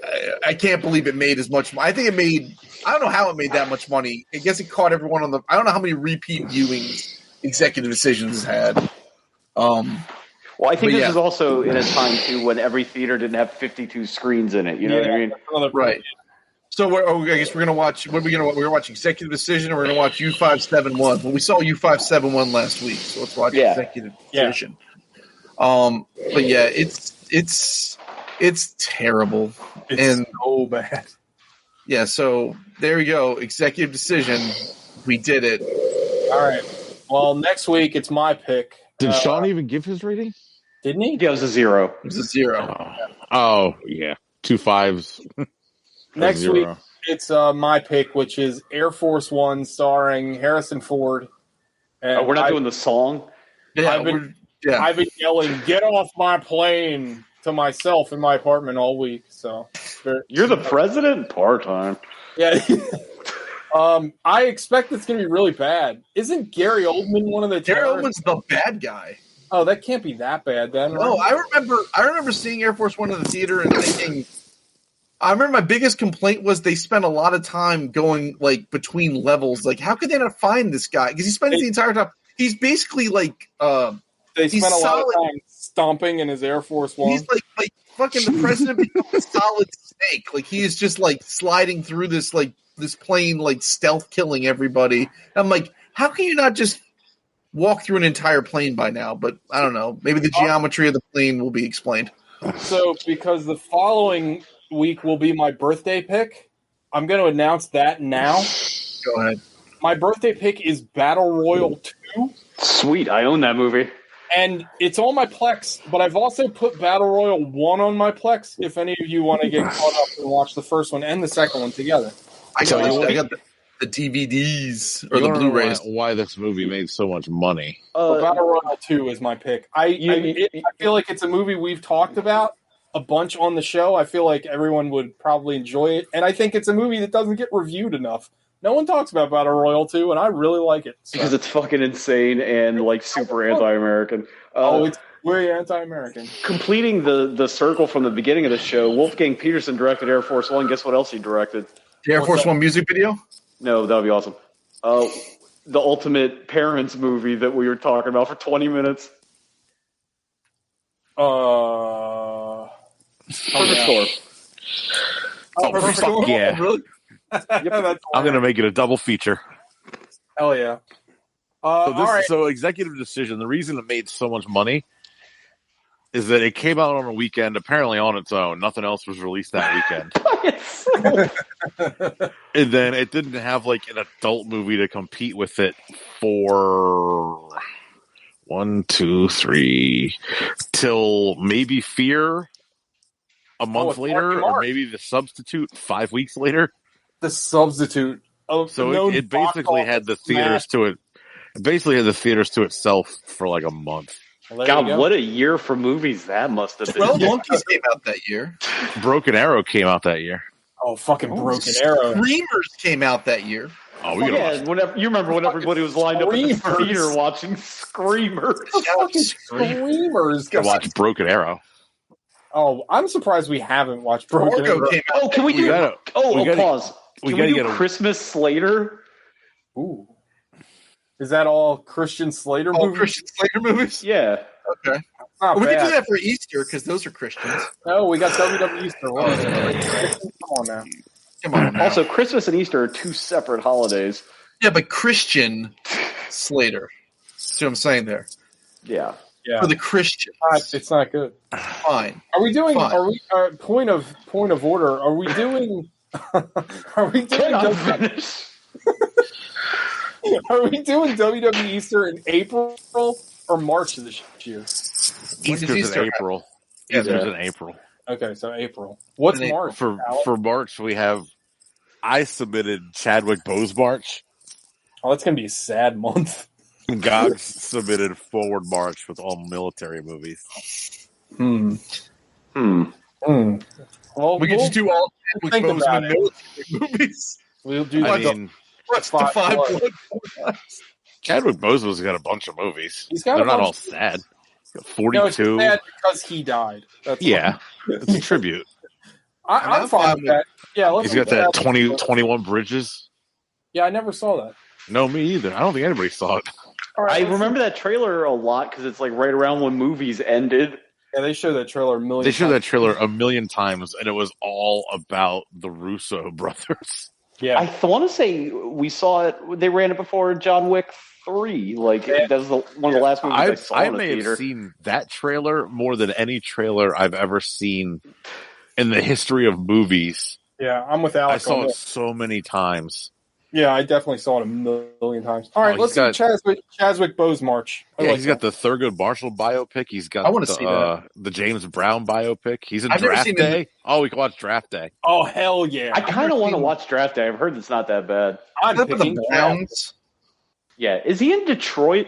[SPEAKER 10] I, I can't believe it made as much. mo- I think it made. I don't know how it made that much money. I guess it caught everyone on the. I don't know how many repeat viewings executive decisions had. Um,
[SPEAKER 8] Well, I
[SPEAKER 10] But
[SPEAKER 8] think this
[SPEAKER 10] yeah.
[SPEAKER 8] is also in a time too when every theater didn't have 52 screens in it. You know what I mean?
[SPEAKER 10] right. So we're, oh, I guess we're gonna watch. What are we gonna watch? We're gonna watch Executive Decision. Or we're gonna watch U five seven one. Well, we saw U five seven one last week, so let's watch
[SPEAKER 8] Yeah.
[SPEAKER 10] Executive Decision. Um, but yeah, it's it's it's terrible and
[SPEAKER 9] so bad.
[SPEAKER 10] Yeah, so there we go. Executive Decision. We did it.
[SPEAKER 9] All right. Well, next week it's my pick.
[SPEAKER 2] Did
[SPEAKER 9] Uh,
[SPEAKER 2] Sean even give his rating?
[SPEAKER 9] Didn't he?
[SPEAKER 8] Yeah, it was a zero.
[SPEAKER 10] It was a zero.
[SPEAKER 2] Oh, yeah. Two fives.
[SPEAKER 9] Next
[SPEAKER 2] Zero.
[SPEAKER 9] week it's uh, my pick, which is Air Force One, starring Harrison Ford. And
[SPEAKER 8] Oh, we're not
[SPEAKER 9] I-
[SPEAKER 8] doing the song.
[SPEAKER 10] Yeah,
[SPEAKER 9] I've been,
[SPEAKER 10] Yeah.
[SPEAKER 9] I've been yelling, "Get off my plane!" to myself in my apartment all week. So
[SPEAKER 8] you're the president part time.
[SPEAKER 9] Yeah. um, I expect it's going to be really bad. Isn't Gary Oldman one of the
[SPEAKER 10] Gary
[SPEAKER 9] terrorists?
[SPEAKER 10] Oldman's the bad guy.
[SPEAKER 9] Oh, that can't be that bad then.
[SPEAKER 10] No,
[SPEAKER 9] right?
[SPEAKER 10] I remember. I remember seeing Air Force One in the theater and thinking. I remember my biggest complaint was they spent a lot of time going like between levels. Like, how could they not find this guy? Because he spends the entire time. He's basically like. Uh,
[SPEAKER 9] they
[SPEAKER 10] he's
[SPEAKER 9] spent a lot
[SPEAKER 10] solid-
[SPEAKER 9] of time stomping in his Air Force One.
[SPEAKER 10] He's like like fucking the president becomes a solid snake. Like he is just like sliding through this like this plane like stealth killing everybody. I'm like, how can you not just walk through an entire plane by now? But I don't know. Maybe the geometry of the plane will be explained.
[SPEAKER 9] So, because the following week will be my birthday pick, I'm going to announce that now.
[SPEAKER 10] Go ahead.
[SPEAKER 9] My birthday pick is Battle Royal 2,
[SPEAKER 8] Sweet, I own that movie.
[SPEAKER 9] and it's on my Plex, but I've also put Battle Royal 1 on my Plex if any of you want to get caught up and watch the first one and the second one together.
[SPEAKER 10] I
[SPEAKER 2] tell you what-
[SPEAKER 10] I got the, the DVDs or
[SPEAKER 2] You
[SPEAKER 10] the
[SPEAKER 2] wanna know
[SPEAKER 10] Blu-rays.
[SPEAKER 2] Why, why this movie made so much money?
[SPEAKER 8] Uh,
[SPEAKER 9] But Battle Royale 2 is my pick. I, I, it- I feel like it's a movie we've talked about a bunch on the show. I feel like everyone would probably enjoy it. And I think it's a movie that doesn't get reviewed enough. No one talks about Battle Royale 2, and I really like it. So-
[SPEAKER 8] Because it's fucking insane and like super anti-American. Uh,
[SPEAKER 9] oh, it's way anti American.
[SPEAKER 8] completing the the circle from the beginning of the show. Wolfgang Peterson directed Air Force One. Guess what else he directed?
[SPEAKER 10] The Air Force One music video.
[SPEAKER 8] No, that would be awesome. Uh, the ultimate parents movie that we were talking about for 20 minutes.
[SPEAKER 9] Uh,
[SPEAKER 8] Perfect Storm.
[SPEAKER 2] Oh,
[SPEAKER 9] Perfect
[SPEAKER 2] fuck
[SPEAKER 9] Storm.
[SPEAKER 2] yeah.
[SPEAKER 9] Really? That's-
[SPEAKER 2] I'm gonna make it a double feature.
[SPEAKER 9] hell yeah. Uh,
[SPEAKER 2] So this,
[SPEAKER 9] all right.
[SPEAKER 2] so executive decision. The reason it made so much money is that it came out on a weekend, apparently on its own. Nothing else was released that weekend, and then it didn't have like an adult movie to compete with it for one, two, three, till maybe Fear a month
[SPEAKER 9] Oh, it's Marky
[SPEAKER 2] later, or
[SPEAKER 9] Mark.
[SPEAKER 2] maybe The Substitute five weeks later.
[SPEAKER 9] the substitute. Oh,
[SPEAKER 2] So
[SPEAKER 9] no
[SPEAKER 2] it, it
[SPEAKER 9] box
[SPEAKER 2] basically
[SPEAKER 9] office
[SPEAKER 2] had the
[SPEAKER 9] smash.
[SPEAKER 2] theaters to it. it Basically, had the theaters to itself for like a month.
[SPEAKER 9] Well, there
[SPEAKER 8] God,
[SPEAKER 9] you go.
[SPEAKER 8] what a year for movies that must have been.
[SPEAKER 10] Twelve Monkeys came out that year.
[SPEAKER 2] Broken Arrow came out that year.
[SPEAKER 9] Oh, fucking broken arrow.
[SPEAKER 10] Screamers came out that year.
[SPEAKER 2] Oh, we gotta
[SPEAKER 8] yeah,
[SPEAKER 2] watch.
[SPEAKER 8] whenever, you remember when everybody was lined up in the
[SPEAKER 9] Screamers.
[SPEAKER 8] theater watching Screamers.
[SPEAKER 9] Fucking screamers.
[SPEAKER 2] Gotta watch Broken Arrow.
[SPEAKER 9] Oh, I'm surprised we haven't watched Broken
[SPEAKER 10] Fargo
[SPEAKER 9] Arrow.
[SPEAKER 10] came out.
[SPEAKER 8] Oh, can we
[SPEAKER 2] We
[SPEAKER 8] do?
[SPEAKER 2] gotta-
[SPEAKER 8] oh,
[SPEAKER 2] we
[SPEAKER 8] oh,
[SPEAKER 2] gotta-
[SPEAKER 8] pause.
[SPEAKER 2] we
[SPEAKER 8] Can
[SPEAKER 2] gotta
[SPEAKER 8] we do
[SPEAKER 2] get a-
[SPEAKER 8] Christmas Slater?
[SPEAKER 9] Ooh. Is that all Christian Slater
[SPEAKER 10] All
[SPEAKER 9] movies?
[SPEAKER 10] Christian Slater movies.
[SPEAKER 8] Yeah,
[SPEAKER 10] Okay,
[SPEAKER 9] It's not
[SPEAKER 10] we
[SPEAKER 9] bad.
[SPEAKER 10] can do that for Easter because those are Christians.
[SPEAKER 9] No, we got WWE Star Wars. Come on now.
[SPEAKER 10] Come on. Now.
[SPEAKER 8] Also, Christmas and Easter are two separate holidays.
[SPEAKER 10] yeah, but Christian Slater. See what I'm saying there?
[SPEAKER 8] Yeah.
[SPEAKER 9] Yeah,
[SPEAKER 10] For the Christian,
[SPEAKER 9] it's not, it's not good.
[SPEAKER 10] fine.
[SPEAKER 9] Are we doing?
[SPEAKER 10] Fine.
[SPEAKER 9] Are we? Uh, point of point of order. Are we doing? are we doing? W- Are we doing WWE Easter in April or March of this year?
[SPEAKER 10] does
[SPEAKER 2] Easter's
[SPEAKER 10] Easter
[SPEAKER 2] in April.
[SPEAKER 10] Yeah,
[SPEAKER 2] Easter's
[SPEAKER 9] yeah.
[SPEAKER 2] in April.
[SPEAKER 9] Okay, so April. What's
[SPEAKER 10] In April.
[SPEAKER 9] March?
[SPEAKER 2] For
[SPEAKER 9] Alex?
[SPEAKER 2] for March, we have. I submitted Chadwick Bose's March.
[SPEAKER 9] oh, that's gonna be a sad month.
[SPEAKER 2] Gogs submitted Forward March with all military movies.
[SPEAKER 9] Hmm.
[SPEAKER 8] Hmm.
[SPEAKER 9] Hmm. Well,
[SPEAKER 10] We could
[SPEAKER 9] we'll,
[SPEAKER 10] just do all
[SPEAKER 9] we'll
[SPEAKER 10] Chadwick
[SPEAKER 9] think about
[SPEAKER 10] Boseman
[SPEAKER 9] it.
[SPEAKER 10] military movies.
[SPEAKER 9] We'll do.
[SPEAKER 2] I
[SPEAKER 9] that.
[SPEAKER 2] mean,
[SPEAKER 10] Rush to
[SPEAKER 9] Five
[SPEAKER 10] five
[SPEAKER 9] Blood.
[SPEAKER 10] blood four times.
[SPEAKER 2] Chadwick Boseman's got a bunch of movies.
[SPEAKER 9] He's got a
[SPEAKER 2] They're not
[SPEAKER 9] bunch
[SPEAKER 2] all
[SPEAKER 9] of-
[SPEAKER 2] sad.
[SPEAKER 9] no, it's
[SPEAKER 2] Forty-two.
[SPEAKER 9] just sad because he died. That's why.
[SPEAKER 2] yeah, it's a tribute.
[SPEAKER 9] I,
[SPEAKER 10] I'm
[SPEAKER 9] I'm, fine
[SPEAKER 10] fine
[SPEAKER 9] with
[SPEAKER 10] with-
[SPEAKER 9] that. Yeah, let's
[SPEAKER 2] He's
[SPEAKER 9] do
[SPEAKER 2] got that 20, 21 bridges.
[SPEAKER 9] Yeah, I never saw that.
[SPEAKER 2] No, me either. I don't think anybody saw it.
[SPEAKER 9] All right,
[SPEAKER 8] I
[SPEAKER 9] let's-
[SPEAKER 8] remember that trailer a lot because it's like right around when movies ended.
[SPEAKER 9] Yeah, they show that trailer a million.
[SPEAKER 2] They showed that
[SPEAKER 9] times.
[SPEAKER 2] trailer a million times, and it was all about the Russo brothers.
[SPEAKER 9] Yeah,
[SPEAKER 8] I th- want to say we saw it. They ran it before John Wick three. Like
[SPEAKER 9] Yeah.
[SPEAKER 8] that was the, one of the last movies I,
[SPEAKER 2] I,
[SPEAKER 8] saw
[SPEAKER 2] I
[SPEAKER 8] in the
[SPEAKER 2] may
[SPEAKER 8] theater.
[SPEAKER 2] have seen that trailer more than any trailer I've ever seen in the history of movies.
[SPEAKER 9] yeah, I'm with
[SPEAKER 2] I
[SPEAKER 9] Alex. on
[SPEAKER 2] saw it
[SPEAKER 9] this.
[SPEAKER 2] so many times.
[SPEAKER 9] Yeah, I definitely saw it a million times. All right,
[SPEAKER 2] Oh, he's
[SPEAKER 9] let's
[SPEAKER 2] got-
[SPEAKER 9] do Chaswick, Chaswick Bose March. I
[SPEAKER 2] Yeah,
[SPEAKER 9] like
[SPEAKER 2] he's got the Thurgood Marshall biopic. He's got
[SPEAKER 10] I wanna
[SPEAKER 2] the,
[SPEAKER 10] see that.
[SPEAKER 2] uh, the James Brown biopic. He's in
[SPEAKER 10] I've never
[SPEAKER 2] Draft
[SPEAKER 10] seen
[SPEAKER 2] Day.
[SPEAKER 10] any-
[SPEAKER 2] Oh, we can watch Draft Day.
[SPEAKER 9] oh hell yeah!
[SPEAKER 8] I kind of want to
[SPEAKER 10] seen-
[SPEAKER 8] watch Draft Day. I've heard it's not that bad.
[SPEAKER 9] I'm
[SPEAKER 10] Except for the
[SPEAKER 9] picking Chas-
[SPEAKER 10] Browns.
[SPEAKER 8] Yeah, is he in Detroit?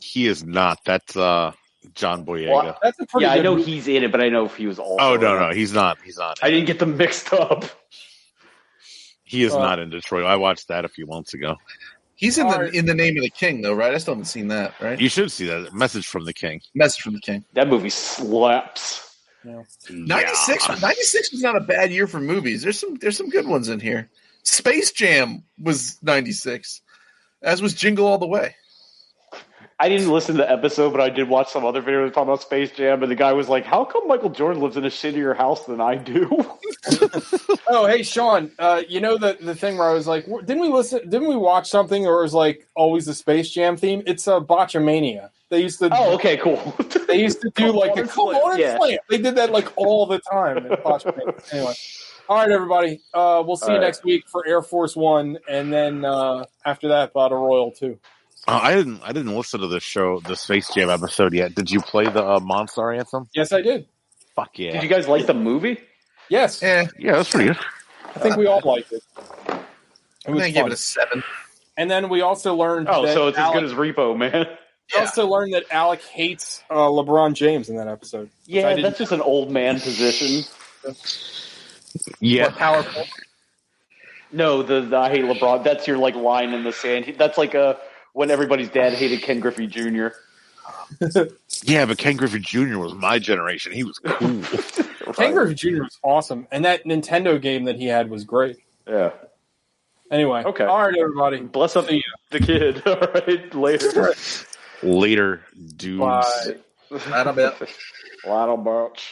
[SPEAKER 2] He is not. That's uh John Boyega.
[SPEAKER 8] Well, yeah, I know he's in it, but I know if he was also.
[SPEAKER 2] oh no,
[SPEAKER 8] in it.
[SPEAKER 2] no, he's not. He's not.
[SPEAKER 8] I didn't get them mixed up.
[SPEAKER 2] He is
[SPEAKER 10] Uh,
[SPEAKER 2] not in Detroit. I watched that a few months ago.
[SPEAKER 10] He's in the in the name of the king though, right? I still haven't seen that, right?
[SPEAKER 2] You should see that message from the king.
[SPEAKER 10] Message from the king.
[SPEAKER 8] That movie slaps.
[SPEAKER 10] 96, 96 was not a bad year for movies. There's some there's some good ones in here. Space Jam was 96. As was Jingle All the Way.
[SPEAKER 8] I didn't listen to the episode, but I did watch some other video talking about Space Jam, and the guy was like, "How come Michael Jordan lives in a shittier house than I do?"
[SPEAKER 9] Oh, hey, Sean. Uh, you know the the thing where I was like, w- didn't we listen? Didn't we watch something? Or it was like always the Space Jam theme. It's a uh, Botchamania. They used to.
[SPEAKER 8] Oh, okay, cool.
[SPEAKER 9] they used to do like a
[SPEAKER 8] and
[SPEAKER 9] come
[SPEAKER 8] slam.
[SPEAKER 9] on and
[SPEAKER 8] Yeah.
[SPEAKER 9] slam. They did that like all the time. In Botchamania. anyway, all right, everybody. Uh, we'll see
[SPEAKER 2] All
[SPEAKER 9] you
[SPEAKER 2] right.
[SPEAKER 9] next week for Air Force One, and then uh, after that, Battle Royal Two.
[SPEAKER 2] Uh, I didn't. I didn't listen to the show, the Space Jam episode yet. Did you play the uh, Monstar anthem?
[SPEAKER 9] Yes, I did.
[SPEAKER 2] Fuck yeah!
[SPEAKER 8] Did you guys like the movie?
[SPEAKER 9] Yes.
[SPEAKER 10] Yeah.
[SPEAKER 2] Yeah, that's pretty good.
[SPEAKER 9] I think we all liked it. It was
[SPEAKER 10] I gave
[SPEAKER 9] fun.
[SPEAKER 10] it a seven.
[SPEAKER 9] And then we also learned.
[SPEAKER 8] Oh,
[SPEAKER 9] that
[SPEAKER 8] so it's as
[SPEAKER 9] Alec-
[SPEAKER 8] good as Repo, man.
[SPEAKER 9] We also learned that Alec hates uh, LeBron James in that episode. which I
[SPEAKER 8] Yeah,
[SPEAKER 9] didn't-
[SPEAKER 8] that's just an old man position.
[SPEAKER 2] Yeah,
[SPEAKER 10] powerful.
[SPEAKER 8] No, the, the I hate LeBron. That's your like line in the sand. That's like uh when everybody's dad hated Ken Griffey Jr.
[SPEAKER 2] yeah, but Ken Griffey Jr. was my generation. He was cool.
[SPEAKER 9] Ken Griffey Jr. was awesome, and that Nintendo game that he had was great.
[SPEAKER 8] Yeah.
[SPEAKER 9] Anyway,
[SPEAKER 8] Okay.
[SPEAKER 9] All right, everybody.
[SPEAKER 8] Bless up the kid. All right, later.
[SPEAKER 2] Later, dudes.
[SPEAKER 8] Bye.
[SPEAKER 10] Not a bit.
[SPEAKER 8] Lionel Barch.